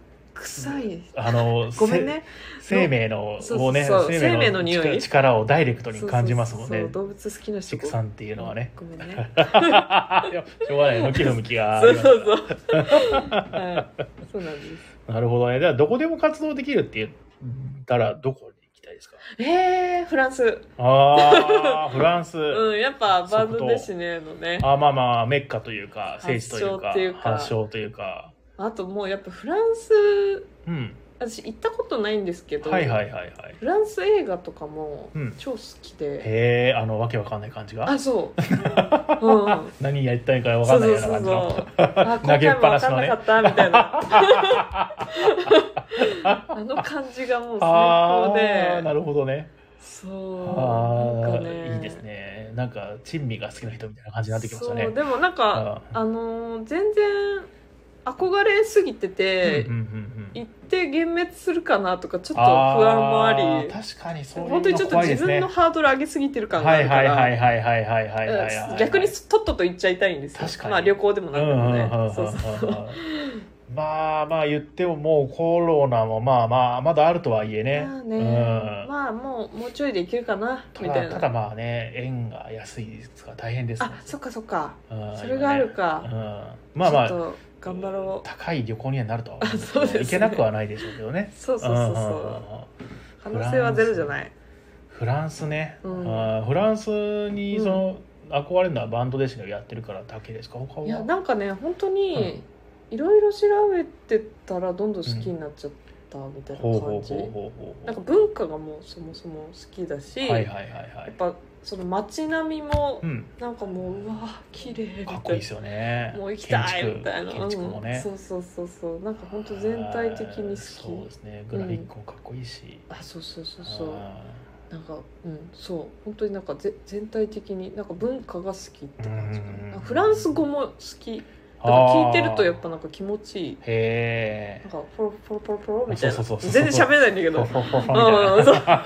Speaker 1: [laughs]
Speaker 2: 臭い
Speaker 1: あの
Speaker 2: ごめんね
Speaker 1: せ生命の
Speaker 2: そう
Speaker 1: をね
Speaker 2: そうそう生命の
Speaker 1: 力
Speaker 2: 匂い
Speaker 1: 力をダイレクトに感じますもん
Speaker 2: そう
Speaker 1: ね
Speaker 2: そうそう動物好きな人
Speaker 1: 畜産っていうのはね
Speaker 2: ごめんね
Speaker 1: いやしょうがない向き不向き [laughs] があ
Speaker 2: [laughs] そ
Speaker 1: り
Speaker 2: う
Speaker 1: ます
Speaker 2: そうそう、はい、そうなんです
Speaker 1: なるほどねではどこでも活動できるって言ったらどこに行ききたいですか
Speaker 2: えー、フランス。
Speaker 1: ああフランス、
Speaker 2: うん、やっぱバンドデシネのね。
Speaker 1: あまあまあメッカというか聖地というか
Speaker 2: 発祥っていうか
Speaker 1: 発祥というか
Speaker 2: あともうやっぱフランス、
Speaker 1: うん
Speaker 2: 私行ったことないんですけど、
Speaker 1: はいはいはいはい
Speaker 2: フランス映画とかも
Speaker 1: うん
Speaker 2: 超好きで。
Speaker 1: へえあのわけわかんない感じが [laughs]
Speaker 2: あ、そう。うん。
Speaker 1: 何やりたいかわかんないような感じの
Speaker 2: そうそうそう
Speaker 1: [laughs]
Speaker 2: あ、
Speaker 1: 投
Speaker 2: 今
Speaker 1: げ
Speaker 2: 回
Speaker 1: っ
Speaker 2: も
Speaker 1: ぱな
Speaker 2: 分
Speaker 1: し
Speaker 2: かん
Speaker 1: の
Speaker 2: な
Speaker 1: ね
Speaker 2: かったみた
Speaker 1: [laughs]
Speaker 2: いな。あの感じがも
Speaker 1: あ
Speaker 2: う最高
Speaker 1: あな
Speaker 2: で。
Speaker 1: るほどね
Speaker 2: そう。
Speaker 1: あ
Speaker 2: なん
Speaker 1: あ
Speaker 2: か
Speaker 1: いいですねなんか珍味が好きな人みたいな感じになってきました
Speaker 2: そう
Speaker 1: ね
Speaker 2: でもなんか
Speaker 1: あ
Speaker 2: あのー全然憧れすぎてて、
Speaker 1: うんうんうんうん
Speaker 2: 行って幻滅するかなとかちょっと不
Speaker 1: あー
Speaker 2: 安もあり
Speaker 1: 確かにそういう
Speaker 2: 本当にちょ
Speaker 1: の
Speaker 2: っと
Speaker 1: 怖いで
Speaker 2: 自
Speaker 1: すね
Speaker 2: 分のハードル上げすぎてる感があ
Speaker 1: はい
Speaker 2: るか
Speaker 1: はいはい
Speaker 2: ら
Speaker 1: はいはいはいはいはいは
Speaker 2: うん
Speaker 1: い
Speaker 2: 逆にとっとと行っちゃいたいんですよ
Speaker 1: 確かに
Speaker 2: まあ旅行でもなくてもねそうそう
Speaker 1: まあまあ言ってももうコロナもまあまあまだあるとはいえね
Speaker 2: まあね、
Speaker 1: うん
Speaker 2: まあもうもうちょいで行けるかな
Speaker 1: た
Speaker 2: みた
Speaker 1: だ
Speaker 2: いな
Speaker 1: ただまあね円が安いですから大変ですね
Speaker 2: あそっかそっか
Speaker 1: うん
Speaker 2: それがあるか
Speaker 1: 今ねうんまあま
Speaker 2: ち
Speaker 1: あ
Speaker 2: ょっと頑張ろう
Speaker 1: 高い旅行にはなるとは思うんですけ
Speaker 2: あ
Speaker 1: ど
Speaker 2: そうですね
Speaker 1: いけなくはないでしょうけどね
Speaker 2: そうそうそう
Speaker 1: うんうんうんうん
Speaker 2: そう可能性はゼロじゃない
Speaker 1: フランスね、
Speaker 2: うん
Speaker 1: あーフランスにその、憧れるのはバンドデシネをやってるからだけですか他はい
Speaker 2: やなんかね本当にいろいろ調べてたらどんどん好きになっちゃったみたいな
Speaker 1: ほうほうほ
Speaker 2: 感
Speaker 1: う
Speaker 2: じ、
Speaker 1: ほうほう
Speaker 2: なんか文化がもうそもそも好きだし、
Speaker 1: はいはいはいは
Speaker 2: やっ
Speaker 1: い、
Speaker 2: ぱその街並みも
Speaker 1: うん、
Speaker 2: なんかもううわ綺麗み
Speaker 1: か
Speaker 2: たい
Speaker 1: っこいい
Speaker 2: な
Speaker 1: ですよね
Speaker 2: もう行きたいみたい
Speaker 1: 建
Speaker 2: な
Speaker 1: 築建築も
Speaker 2: うん
Speaker 1: ね、
Speaker 2: そうそうそうそうなんか本当全体的に
Speaker 1: あーそう
Speaker 2: 好
Speaker 1: で
Speaker 2: き
Speaker 1: すねグラフィックもかっこいいし、
Speaker 2: あそうそうそうそう
Speaker 1: あ
Speaker 2: なんかうんそう本当になんかぜ全体的になんか文化が好きって感じか
Speaker 1: うんうんうん
Speaker 2: ななんかフランス語も好き
Speaker 1: ー
Speaker 2: なんか聞いてるとやっぱ
Speaker 1: あ
Speaker 2: なんか気持ちいい
Speaker 1: ーへ
Speaker 2: なんかポロポロポロポロみたい
Speaker 1: そ
Speaker 2: な
Speaker 1: うそうそうそう
Speaker 2: 全然喋れないんだけ
Speaker 1: え
Speaker 2: どうんそう
Speaker 1: な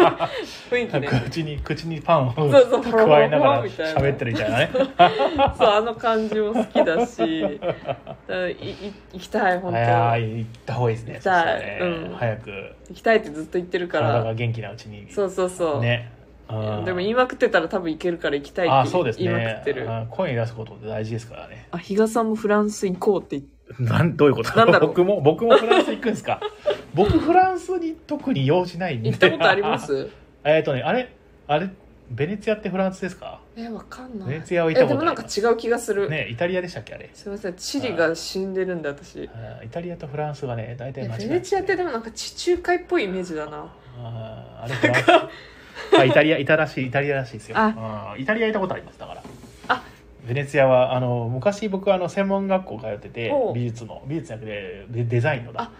Speaker 2: 雰囲気
Speaker 1: [laughs]
Speaker 2: ね
Speaker 1: 口に口にパンを
Speaker 2: そうそう
Speaker 1: 加えながら
Speaker 2: みたいな
Speaker 1: 喋ってるみたいなね [laughs]
Speaker 2: そうあの感じも好きだしだからいい行きたい本当
Speaker 1: 早い行った方がいいですね
Speaker 2: 行きた
Speaker 1: そしたら
Speaker 2: い
Speaker 1: ね
Speaker 2: うん
Speaker 1: 早く
Speaker 2: 行きたいってずっと言ってるか
Speaker 1: 体が
Speaker 2: ら
Speaker 1: 元気なうちに
Speaker 2: そうそうそう、
Speaker 1: ねうん
Speaker 2: でも言いまくってたら多分行けるから行きたい
Speaker 1: あ
Speaker 2: って
Speaker 1: そうです
Speaker 2: 言いまく
Speaker 1: ね
Speaker 2: ってるあ,、
Speaker 1: うん声に出すことって大事ですからね
Speaker 2: 比嘉さんもフランス行こうって言って
Speaker 1: なんどういうこと
Speaker 2: なんだろう
Speaker 1: 僕も僕もフランス行くんです
Speaker 2: [laughs]
Speaker 1: か僕フランスに特に用事ないんで
Speaker 2: 行ったことあります
Speaker 1: [laughs] えっとねあれあれベネツィアってフランスですか
Speaker 2: えわかんない
Speaker 1: ベネツィアは行っ
Speaker 2: え
Speaker 1: た
Speaker 2: で
Speaker 1: こ
Speaker 2: も
Speaker 1: とな
Speaker 2: なん
Speaker 1: い
Speaker 2: か違う気がする、
Speaker 1: ねイタリアでしたっけあれ
Speaker 2: すいませんチリが死んでるんで私
Speaker 1: うんイタリアとフランスがね大体
Speaker 2: え
Speaker 1: 間違
Speaker 2: ベ
Speaker 1: え
Speaker 2: ネチアってでもなんか地中海っぽいイメージだな
Speaker 1: あーあれフラン
Speaker 2: [laughs]
Speaker 1: スあイタリアイタらしいイタリアらしいですようんイタリア行ったことありますだから
Speaker 2: あ
Speaker 1: ベネツィアはあの昔僕はあの専門学校通ってて
Speaker 2: ほう
Speaker 1: 美術の美術じゃなくてデデザインのだ
Speaker 2: あ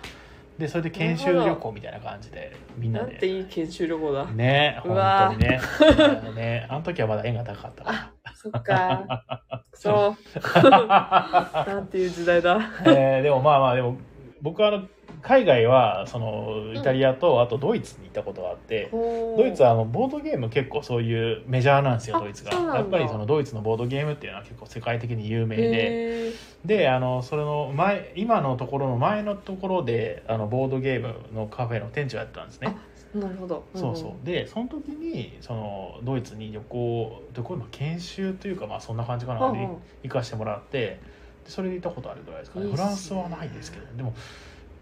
Speaker 1: でそれで研修旅行みたいな感じでみんな
Speaker 2: なんて
Speaker 1: で
Speaker 2: いい研修旅行だ
Speaker 1: ね
Speaker 2: う
Speaker 1: 本
Speaker 2: わ
Speaker 1: 当にねあのねあの時はまだ円が高かったから
Speaker 2: あそっか
Speaker 1: [laughs]
Speaker 2: そうなんていう時代だ
Speaker 1: えーでもまあまあでも僕はあの海外はそのイタリアとあとドイツに行ったことがあって、ド
Speaker 2: ド
Speaker 1: イツはあのボードゲーム結構そういうメジャーなんですよ
Speaker 2: あ
Speaker 1: ドイツが
Speaker 2: そうなんだ
Speaker 1: やっぱりそのドイツのボードゲームっていうのは結構世界的に有名でであのそれの前今のところの前のところであのボードゲームのカフェの店長やってたんですね
Speaker 2: なるほど、
Speaker 1: そうそうでその時にそのドイツに旅行旅行の研修というかまあそんな感じかな、
Speaker 2: うんうん
Speaker 1: で行かしてもらってでそれで行ったことあるぐらいですかね
Speaker 2: いいっ
Speaker 1: フ
Speaker 2: すね
Speaker 1: ランスはないですけどでも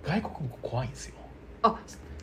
Speaker 1: 外国も怖いんですよ
Speaker 2: あ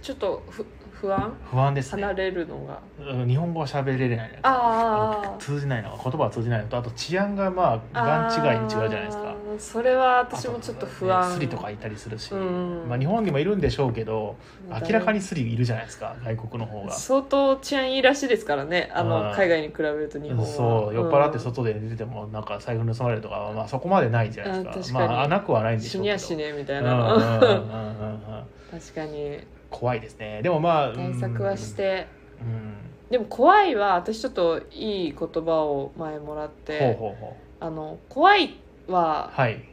Speaker 2: ちょっとふ不安
Speaker 1: 不安です
Speaker 2: 離
Speaker 1: ね
Speaker 2: れるのが
Speaker 1: うん日本語は喋れれない
Speaker 2: あーあー
Speaker 1: 通じないのが言葉は通じないのとあと治安がまあ段
Speaker 2: あー
Speaker 1: 違いに違うじゃないですか
Speaker 2: それは私もちょっと不
Speaker 1: あ
Speaker 2: 安、
Speaker 1: ねスリとかいたりするし、
Speaker 2: うん
Speaker 1: まあ、日本にもいるんでしょうけど明らかにスリいるじゃないですか外国の方が。
Speaker 2: 相当治安いいらしいですからねあの
Speaker 1: うん
Speaker 2: 海外に比べると日本は
Speaker 1: そう酔っ払って
Speaker 2: うん
Speaker 1: 外で出てもなんか財布盗まれるとかは、まあ、そこまでないじゃないですか,、
Speaker 2: うん確かに
Speaker 1: まあなくはないんでし
Speaker 2: 死
Speaker 1: ょう
Speaker 2: に
Speaker 1: けど
Speaker 2: やしねみた
Speaker 1: う
Speaker 2: い
Speaker 1: んう
Speaker 2: な、
Speaker 1: んうんうんうんうん
Speaker 2: 確かに
Speaker 1: 怖いですねでもまあうん
Speaker 2: 対策はして、
Speaker 1: うん
Speaker 2: でも怖いは私ちょっといい言葉を前もらっ
Speaker 1: ほう
Speaker 2: て
Speaker 1: ほうほ
Speaker 2: あの怖いうは
Speaker 1: はい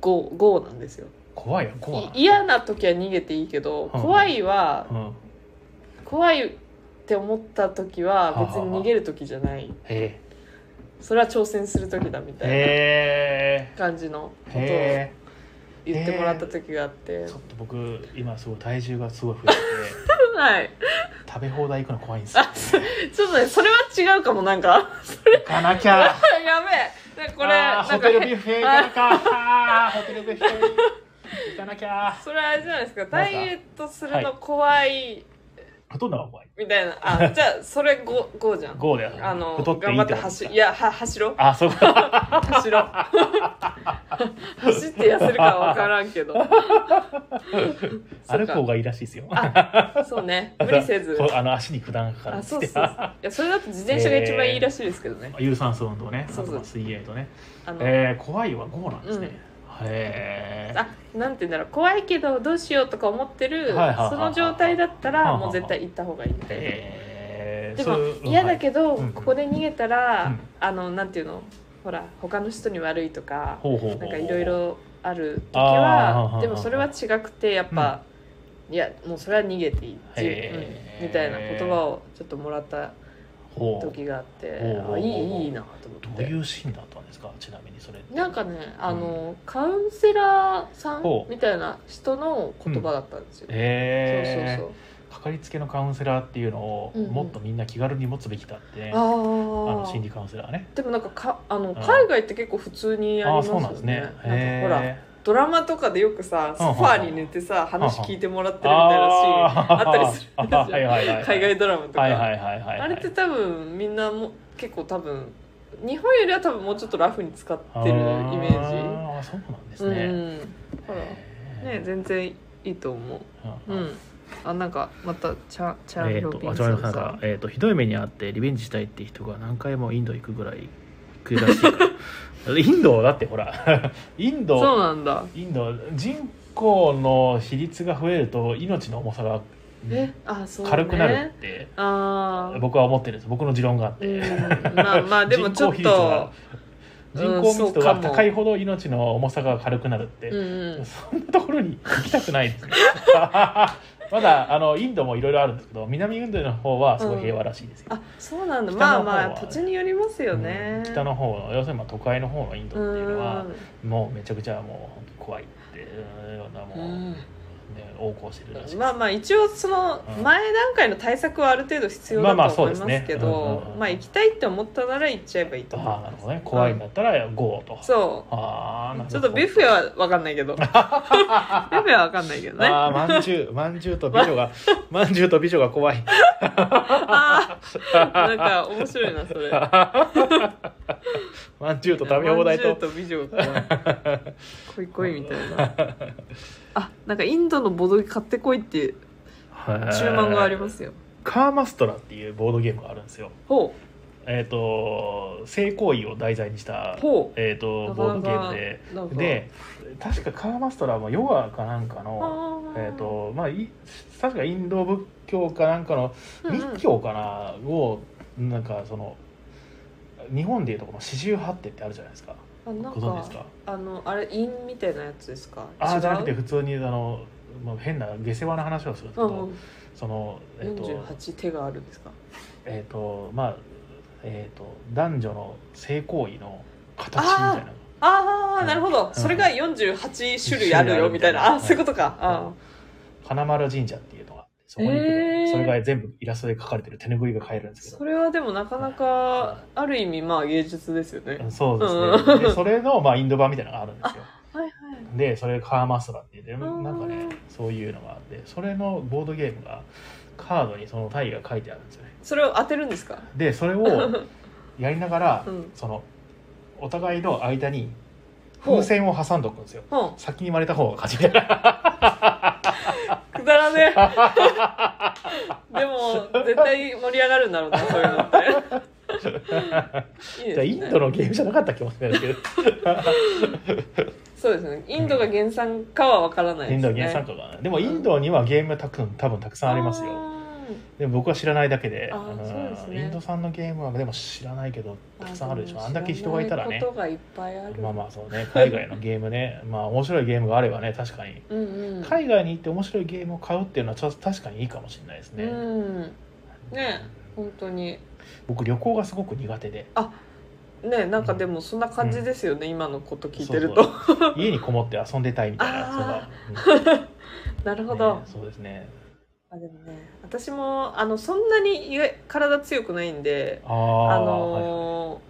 Speaker 2: ゴーゴーなんですよ
Speaker 1: 怖いよ怖い
Speaker 2: い嫌な時は逃げていいけど
Speaker 1: うん
Speaker 2: 怖いは
Speaker 1: うん
Speaker 2: 怖いって思った時は別に逃げる時じゃない
Speaker 1: へ
Speaker 2: それは挑戦する時だみ
Speaker 1: え
Speaker 2: た
Speaker 1: へ
Speaker 2: いな感じの
Speaker 1: え
Speaker 2: ことを
Speaker 1: へえ
Speaker 2: 言ってもらった時があって
Speaker 1: ちょっと僕今すごい体重がすごい増えてて
Speaker 2: はい
Speaker 1: 食べ放題行くの怖いんですよ
Speaker 2: あちょっとねそれは違うかもなんか [laughs]
Speaker 1: 行かなきゃ
Speaker 2: やべえでこれ
Speaker 1: あ
Speaker 2: な
Speaker 1: ーホ
Speaker 2: んか
Speaker 1: テルビュッフェ行かなきゃあーホテルビュッフェ行かなきゃ
Speaker 2: それはあれじゃないですか
Speaker 1: か
Speaker 2: ダイエットするの怖い
Speaker 1: ほとんどが怖い。
Speaker 2: みたいな。あ、じゃあ、それ5、5じゃん。
Speaker 1: ゴーであ
Speaker 2: あの、
Speaker 1: 太ってい
Speaker 2: 頑
Speaker 1: い
Speaker 2: 張
Speaker 1: っ
Speaker 2: ってて
Speaker 1: こと
Speaker 2: 走、いや、は、
Speaker 1: [laughs]
Speaker 2: 走ろう。
Speaker 1: あ、そう
Speaker 2: [laughs]
Speaker 1: か。
Speaker 2: 走ろう。走って痩せるかはわからん
Speaker 1: [laughs]
Speaker 2: けど。 [laughs]
Speaker 1: 歩く方がいいらしいですよ。 [laughs]
Speaker 2: あ、そうね。無理せず
Speaker 1: そ。うあの足に負担がかかる
Speaker 2: あ、
Speaker 1: っつ
Speaker 2: そ
Speaker 1: っ
Speaker 2: うそう
Speaker 1: て
Speaker 2: そう。いや、それだと自転車が一番いいらしいですけどね。
Speaker 1: [laughs] 有酸素運動ね、
Speaker 2: そうそう
Speaker 1: あとは水泳とね。
Speaker 2: あの、
Speaker 1: えー、怖いはゴーなんですね。へー
Speaker 2: あなんて言うんだろう怖いけどどうしようとか思ってる、
Speaker 1: はいはいはい
Speaker 2: その状態だった
Speaker 1: はいはい
Speaker 2: ら
Speaker 1: はい
Speaker 2: もう絶対行った方がいいみたいな、
Speaker 1: えー
Speaker 2: で
Speaker 1: そ
Speaker 2: も
Speaker 1: ううん
Speaker 2: 嫌だけど、
Speaker 1: うん
Speaker 2: ここで逃げたら、
Speaker 1: うん
Speaker 2: あのなんていうのほら他の人に悪いとか、
Speaker 1: ほうほうほうほう
Speaker 2: なんかいろいろある時
Speaker 1: あーはんはんはんは
Speaker 2: は
Speaker 1: ん
Speaker 2: でもそれは違くてやっぱ、いやもうそれは逃げていいっていう、
Speaker 1: へー
Speaker 2: うんみたいな言葉をちょっともらった
Speaker 1: ほう
Speaker 2: 時があっ
Speaker 1: ほ
Speaker 2: て
Speaker 1: うほうほう
Speaker 2: あいいいいなと思っ
Speaker 1: どう
Speaker 2: て
Speaker 1: いうシーンだったんですかちなみにそれって
Speaker 2: なんかねあの、カウンセラーさん
Speaker 1: ほう
Speaker 2: みたいな人の言葉だったんですよ、
Speaker 1: えー、
Speaker 2: そうそう
Speaker 1: かかりつけのカウンセラーっていうのを
Speaker 2: うんうん
Speaker 1: もっとみんな気軽に持つべきだって、ねあ
Speaker 2: そうあ
Speaker 1: の
Speaker 2: あ
Speaker 1: 心理カウンセラーね
Speaker 2: でもなんかかあの
Speaker 1: ん
Speaker 2: 海外って結構普通にあ
Speaker 1: あ
Speaker 2: り
Speaker 1: あ
Speaker 2: ま
Speaker 1: ー
Speaker 2: す
Speaker 1: そう
Speaker 2: よ
Speaker 1: なんです
Speaker 2: ね
Speaker 1: ね
Speaker 2: なんか
Speaker 1: へー
Speaker 2: ほらドラマとかでよくさソファーに寝てさ
Speaker 1: んはん
Speaker 2: 話聞いてもらってるみたいなシーン
Speaker 1: あー
Speaker 2: あったりするんですよ
Speaker 1: [laughs] はいはいはいはい
Speaker 2: 海外ドラマとか、
Speaker 1: はいはいはいはいはい
Speaker 2: あれって多分みんなも結構多分日本よりは多分もうちょっとラフに使ってるイメージ
Speaker 1: ああそうなんです
Speaker 2: うんう
Speaker 1: ね、
Speaker 2: んほらね
Speaker 1: へ
Speaker 2: 全然いいと思
Speaker 1: ー
Speaker 2: ううんあなんかまたチャチャー
Speaker 1: え
Speaker 2: リー・
Speaker 1: ー
Speaker 2: ロ
Speaker 1: と
Speaker 2: ビン
Speaker 1: あ
Speaker 2: ソ
Speaker 1: ちょ
Speaker 2: ン
Speaker 1: さ
Speaker 2: さ
Speaker 1: ん
Speaker 2: ん
Speaker 1: が、えーとひどい目にあってリベンジしたいって人が何回もインド行くぐらい行くらしいからインドだってほらイン
Speaker 2: そう
Speaker 1: ド
Speaker 2: なんだ
Speaker 1: インド人口の比率が増えると命の重さが
Speaker 2: えあそうね
Speaker 1: 軽くなるって
Speaker 2: ああ
Speaker 1: 僕は思ってるんです僕の持論があって、 [laughs]
Speaker 2: うんまあまあでもちょっ
Speaker 1: 人口比率が人
Speaker 2: と、うん
Speaker 1: 口密度が
Speaker 2: そうかも
Speaker 1: 高いほど命の重さが軽くなるって、
Speaker 2: うんうん、
Speaker 1: そんなところに行きたくないですね [laughs] まだあのインドもいろいろあるんですけど南インドの方はすごい平和らしいですよ、
Speaker 2: あそうなんだ
Speaker 1: 北の方
Speaker 2: まあ
Speaker 1: は
Speaker 2: まあ土地によりますよね、
Speaker 1: うん北の方の要するにまあ都会の方のインドっていうのは
Speaker 2: うん
Speaker 1: もうめちゃくちゃもう本当怖いっていうようなもう、ね横行してるらしいです、
Speaker 2: まあまあ一応その
Speaker 1: うん
Speaker 2: 前段階の対策はある程度必要だ
Speaker 1: まあまあ
Speaker 2: と
Speaker 1: そうで
Speaker 2: 思い
Speaker 1: す
Speaker 2: ま
Speaker 1: ね
Speaker 2: すけ
Speaker 1: うんうん
Speaker 2: ど
Speaker 1: うん
Speaker 2: まあ行きたいって思ったなら行っちゃえばいいと
Speaker 1: ああ
Speaker 2: 思
Speaker 1: なるほどね怖いんだったら GO と、
Speaker 2: うそ
Speaker 1: ああなるほ
Speaker 2: う
Speaker 1: ど
Speaker 2: ちょっとビュッフェは分かんな
Speaker 1: [laughs]
Speaker 2: いけどビュッフェは分かんないけどねあ
Speaker 1: ああまんじゅうまんじゅうと美女
Speaker 2: [laughs]
Speaker 1: がまんじゅうと美女が怖い
Speaker 2: あーなんか面白いなそれ
Speaker 1: まんじゅうと食べ放題
Speaker 2: まん
Speaker 1: と
Speaker 2: じゅう美女がこいこいみたいなあなんかインドのボドゲ買ってこいっていう注文がありますすよ
Speaker 1: カーマストラっていうボードゲームがあるんですよ
Speaker 2: ほ
Speaker 1: えっ、と性行為を題材にした
Speaker 2: うほ
Speaker 1: えー、と
Speaker 2: な
Speaker 1: ボ
Speaker 2: か
Speaker 1: ード
Speaker 2: なか
Speaker 1: ゲームで
Speaker 2: なんか
Speaker 1: で確かカーマストラはヨガかなんか
Speaker 2: う
Speaker 1: の、
Speaker 2: あー
Speaker 1: えーとまあ、い確かインド仏教かなんかの
Speaker 2: うんうん
Speaker 1: 密教かな、をなんかその日本でいうとこの四十八手ってあるじゃないですか
Speaker 2: あなん
Speaker 1: ご存知です
Speaker 2: か
Speaker 1: か
Speaker 2: あのあれ陰みたいなやつですか
Speaker 1: ああじゃなくて
Speaker 2: 違う
Speaker 1: 普通にあの、まあ、変な下世話な話をするんですけ
Speaker 2: う
Speaker 1: ど、
Speaker 2: んうん
Speaker 1: そのえっ、と
Speaker 2: 48手があるんですか
Speaker 1: えっ、とまあえっ、と男女の性行為の形みたいな
Speaker 2: あ
Speaker 1: う
Speaker 2: あ
Speaker 1: ん
Speaker 2: なるほど
Speaker 1: ん
Speaker 2: それが48種類あるよみたいな
Speaker 1: 種類あるみたいな
Speaker 2: あーそういうことかあ
Speaker 1: 花丸神社っていうのがあってそこに行くと、
Speaker 2: へー
Speaker 1: それが全部イラストで描かれてる手ぬぐいが買えるんですけ
Speaker 2: ー
Speaker 1: ど
Speaker 2: それはでもなかなかある意味まあ芸術ですよね
Speaker 1: うんそうですね、
Speaker 2: うん [laughs]
Speaker 1: でそれの、まあ、インド版みたいなのがあるんですよ
Speaker 2: はいはい
Speaker 1: でそれカーマスラっていうで
Speaker 2: ー
Speaker 1: なんかねそういうのがあってそれのボードゲームがカードにそのタイが書いてあるんですよね
Speaker 2: それを当てるんですか
Speaker 1: でそれ
Speaker 2: [laughs]
Speaker 1: をやりながら、
Speaker 2: うん
Speaker 1: そのお互いの間に
Speaker 2: ほう
Speaker 1: 風船を挟んどくんですよ
Speaker 2: うん
Speaker 1: 先に割れた方が勝ちみたいな
Speaker 2: くだらねえ [laughs] でも絶対盛り上がるんだろうなそういうのっていいです
Speaker 1: [laughs] じゃあ
Speaker 2: ね
Speaker 1: インドのゲームじゃなかった気もするんですけど
Speaker 2: そうですねインドが原産かは分からない
Speaker 1: イ
Speaker 2: で
Speaker 1: ン
Speaker 2: すね
Speaker 1: ドは原産国がでもインドにはゲームたくさん多分たくさんありますよでも僕は知らないだけで
Speaker 2: あー
Speaker 1: あの
Speaker 2: そうです
Speaker 1: イ
Speaker 2: ね
Speaker 1: ンド産のゲームはでも知らないけど
Speaker 2: ー
Speaker 1: たくさんあるでしょ
Speaker 2: も
Speaker 1: あんだけ人がいたらね
Speaker 2: 知ないことがいっぱいある
Speaker 1: まあまあそうね海外のゲームね [laughs] まあ面白いゲームがあればね確かに
Speaker 2: うんうん
Speaker 1: 海外に行って面白いゲームを買うっていうのはちょ確かにいいかもしれないですね、
Speaker 2: うんね本当に
Speaker 1: 僕旅行がすごく苦
Speaker 2: [laughs]
Speaker 1: 手で
Speaker 2: ねなんかでもそんな感じですよね、今のこと聞いてると
Speaker 1: そう家にこもって遊んでたいみたいな
Speaker 2: あ
Speaker 1: そうだ
Speaker 2: [laughs] なる
Speaker 1: う
Speaker 2: ほ
Speaker 1: ん
Speaker 2: ど、
Speaker 1: ねそうですね
Speaker 2: あでもね私もあのそんなに意外体強くないんで
Speaker 1: ああ
Speaker 2: あの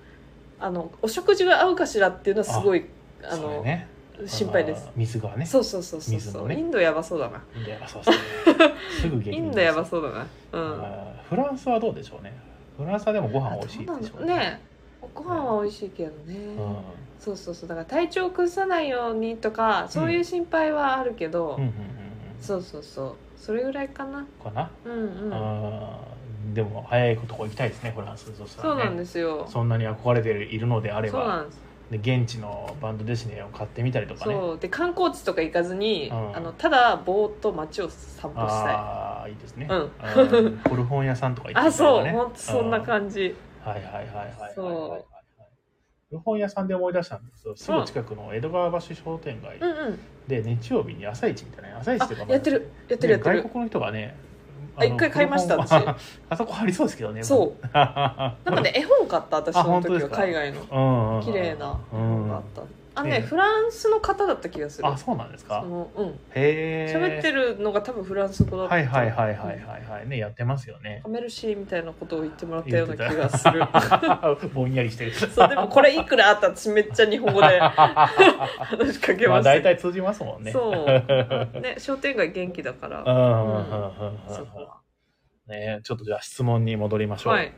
Speaker 2: ーあのお食事が合うかしらっていうのはすごいあ
Speaker 1: それ
Speaker 2: の
Speaker 1: ね
Speaker 2: 心配です
Speaker 1: あー水がね
Speaker 2: そうそうそうそう
Speaker 1: 水
Speaker 2: そ
Speaker 1: の
Speaker 2: う、
Speaker 1: ね
Speaker 2: インドやばそうだな
Speaker 1: インドやばそう
Speaker 2: [laughs]
Speaker 1: ですねすぐ激
Speaker 2: インドやば
Speaker 1: そ
Speaker 2: そうだなうん
Speaker 1: フランスはどうでしょうねフランスはでもご飯美味しい
Speaker 2: どう
Speaker 1: で
Speaker 2: なん
Speaker 1: し
Speaker 2: だ
Speaker 1: ょう
Speaker 2: ろうねご飯は美味しいけどね、
Speaker 1: うん
Speaker 2: そうそうそうだから体調崩さないようにとかそういう心配はあるけど、
Speaker 1: うんうんうんう
Speaker 2: そうそうそうそれぐらいかなん
Speaker 1: かな
Speaker 2: うんうん
Speaker 1: あーでも早いとこ行きたいですねフランスそしたら
Speaker 2: そう
Speaker 1: ね
Speaker 2: なんですよ
Speaker 1: そんなに憧れているのであれ
Speaker 2: そうな
Speaker 1: ば
Speaker 2: んです
Speaker 1: で現地のバンドデシネを買ってみたりとかね
Speaker 2: そうで観光地とか行かずに、
Speaker 1: うん
Speaker 2: あのただぼーっと街を散歩した
Speaker 1: ああいいですね、
Speaker 2: うん
Speaker 1: ん、古本屋さんとか行
Speaker 2: い
Speaker 1: ってみ
Speaker 2: あ
Speaker 1: たりと
Speaker 2: そう
Speaker 1: かね
Speaker 2: ほんとそんな感じ
Speaker 1: はいはいはいはいはいはいはい
Speaker 2: そう
Speaker 1: はい古本屋さんで思い出したんですけどすぐ近くの江戸川橋商店街
Speaker 2: うんうん
Speaker 1: で日曜日に朝市みたいな朝市
Speaker 2: あ
Speaker 1: とかも
Speaker 2: やってるやってるやって
Speaker 1: ね
Speaker 2: る
Speaker 1: 外国の人がね
Speaker 2: あ一回買いました
Speaker 1: 古本 [laughs] あそこありそうですけどね
Speaker 2: そう
Speaker 1: な
Speaker 2: なんかね絵本買った私
Speaker 1: あ
Speaker 2: の
Speaker 1: 本当
Speaker 2: 時
Speaker 1: です
Speaker 2: は
Speaker 1: か
Speaker 2: 海外の
Speaker 1: [laughs] うんうん
Speaker 2: 綺麗な絵
Speaker 1: う
Speaker 2: 本
Speaker 1: ん
Speaker 2: があったあのね
Speaker 1: ええ
Speaker 2: フランスの方だった気がする
Speaker 1: あそうなんですか
Speaker 2: そのうん
Speaker 1: へえ
Speaker 2: 喋ってるのが多分フランス語だった
Speaker 1: はいはいはいはいはいはいねやってますよね
Speaker 2: カメルシーみたいなことを言ってもらったような気がする
Speaker 1: [laughs] ぼんやりしてる
Speaker 2: そうでもこれいくらあった私めっちゃ日本語
Speaker 1: [laughs]
Speaker 2: で話しかけ
Speaker 1: ま
Speaker 2: ま
Speaker 1: あ
Speaker 2: した
Speaker 1: 大体通じますもんね [laughs]
Speaker 2: そうね商店街元気だか
Speaker 1: うん
Speaker 2: ら
Speaker 1: うんうんうんうん
Speaker 2: そこは
Speaker 1: ねちょっとじゃあ質問に戻りましょう
Speaker 2: はい、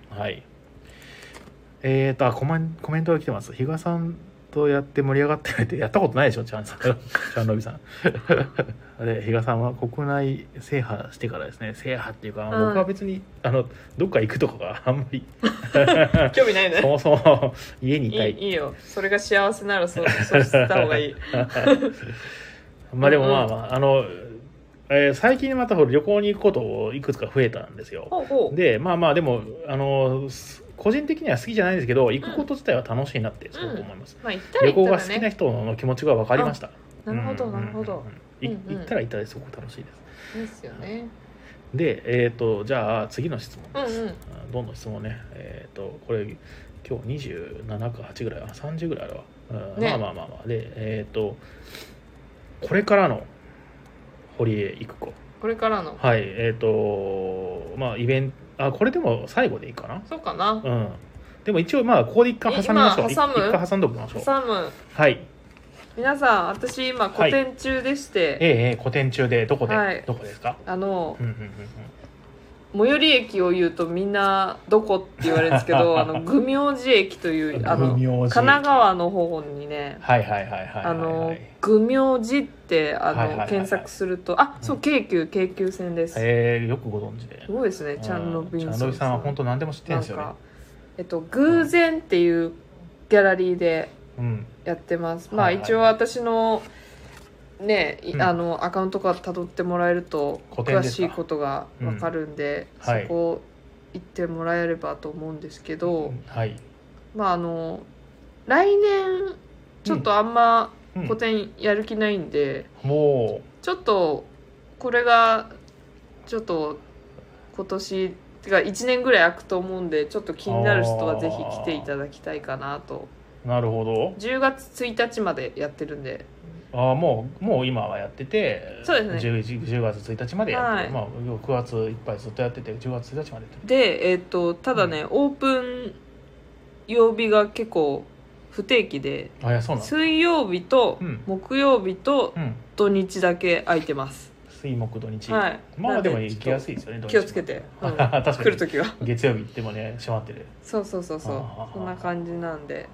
Speaker 1: えーとあコメンコメントが来てます比嘉さんとやって盛り上がってないってやったことないでしょチャンさんチャンロビさんで比嘉さんは国内制覇してからですね制覇っていうか、
Speaker 2: うん
Speaker 1: 僕は別にあのどっか行くとかがあんまり
Speaker 2: 興味ない
Speaker 1: そ
Speaker 2: ね
Speaker 1: もそも家に
Speaker 2: い
Speaker 1: いたい
Speaker 2: いいいよそれが幸せならそうそうした方が
Speaker 1: [laughs]
Speaker 2: いい
Speaker 1: まあでもまあまあ、あの、えー最近またほら旅行に行くことをいくつか増えたんですよ。
Speaker 2: ほうほう
Speaker 1: で、まあまあでも、あの、す個人的には好きじゃないですけど、行くこと自体は楽しいなってすごく思います。
Speaker 2: まあ行ったら
Speaker 1: 旅
Speaker 2: 行
Speaker 1: 行
Speaker 2: っ
Speaker 1: が
Speaker 2: た
Speaker 1: 好き
Speaker 2: ら
Speaker 1: な
Speaker 2: ね
Speaker 1: 人の気持ちが分かりました。
Speaker 2: なるほ
Speaker 1: う
Speaker 2: ど
Speaker 1: んうん
Speaker 2: な
Speaker 1: うん
Speaker 2: るほど
Speaker 1: い
Speaker 2: うんうん
Speaker 1: 行ったら行ったですごく楽しいです。
Speaker 2: ですよね
Speaker 1: で、えっ、と、じゃあ次の質問
Speaker 2: うんう
Speaker 1: です。
Speaker 2: ん
Speaker 1: あどんどん質問ね。えっ、と、これ、今日27か8ぐらい、あ、30ぐらいあるわ。うん
Speaker 2: ね
Speaker 1: まあまあまあまあ。で、えっ、と、これからの堀江育子。
Speaker 2: これからの
Speaker 1: はい、えっ、と、まあ、イベント、あ、これでも最後でいいかな。
Speaker 2: そうかな
Speaker 1: うん。でも一応、まあ、ここで一回挟みましょう。
Speaker 2: え
Speaker 1: 一
Speaker 2: 今挟む
Speaker 1: 一回挟んでおきましょう。
Speaker 2: 挟む
Speaker 1: はい。
Speaker 2: 皆さん私今個展中でして
Speaker 1: ええええ、個展中で、どこで、
Speaker 2: はい
Speaker 1: どこですか
Speaker 2: あの
Speaker 1: うんうんうんうん。
Speaker 2: 最寄り駅を言うとみんなどこって言われるんですけ
Speaker 1: [laughs]
Speaker 2: どあの愚明寺駅というあの
Speaker 1: 愚
Speaker 2: 神
Speaker 1: 明寺
Speaker 2: 奈川の方にね
Speaker 1: はいはいはいはいはい、はい。
Speaker 2: あの愚明寺って
Speaker 1: は
Speaker 2: あ
Speaker 1: いはいはいは
Speaker 2: の
Speaker 1: い
Speaker 2: 検索するとあそう
Speaker 1: うん
Speaker 2: 京急京急線ですす
Speaker 1: ええよくご存知で。
Speaker 2: ごいですねチャン・ロビン
Speaker 1: チャ
Speaker 2: ソン
Speaker 1: さんは本当何でも知ってるんですよね
Speaker 2: なんかえっと偶然っていうギャラリーで
Speaker 1: うん
Speaker 2: やってます、
Speaker 1: はいはい
Speaker 2: まあ一応私のね、い
Speaker 1: うん
Speaker 2: あのアカウントから辿ってもらえると
Speaker 1: 個展
Speaker 2: 詳
Speaker 1: です
Speaker 2: し
Speaker 1: か
Speaker 2: いことがわかるんで、
Speaker 1: うんはい
Speaker 2: そこ行ってもらえればと思うんですけど、
Speaker 1: はい
Speaker 2: まああの来年ちょっとあんま
Speaker 1: うん
Speaker 2: 個展やる気ないんで、
Speaker 1: も
Speaker 2: ちょっとこれがちょっと今年てか1年ぐらい空くと思うんでちょっと気になる人はぜひ来ていただきたいかなと
Speaker 1: うなるほ
Speaker 2: 10月1日までやってるんで
Speaker 1: どあーもうもう今はやってて
Speaker 2: そうですね
Speaker 1: 10, 10月1日までやってて、
Speaker 2: は
Speaker 1: まあ、要は9月いっぱいずっとやってて10月1日までやってて
Speaker 2: でえっ、とただね、オープン曜日が結構不定期で
Speaker 1: あいやそうなんだ
Speaker 2: 水曜日と
Speaker 1: うん
Speaker 2: 木曜日と
Speaker 1: うん
Speaker 2: 土日だけ空いてます、
Speaker 1: 水木土日、
Speaker 2: はい
Speaker 1: ま
Speaker 2: な
Speaker 1: あ
Speaker 2: んで
Speaker 1: でも行きやすいですよね土日
Speaker 2: 気をつけて、う
Speaker 1: [laughs]
Speaker 2: ん
Speaker 1: 確かに
Speaker 2: 来る時は
Speaker 1: 月曜日行ってもね閉まってる
Speaker 2: そうそうそうそ
Speaker 1: あ
Speaker 2: う
Speaker 1: ー
Speaker 2: そんな感じなんで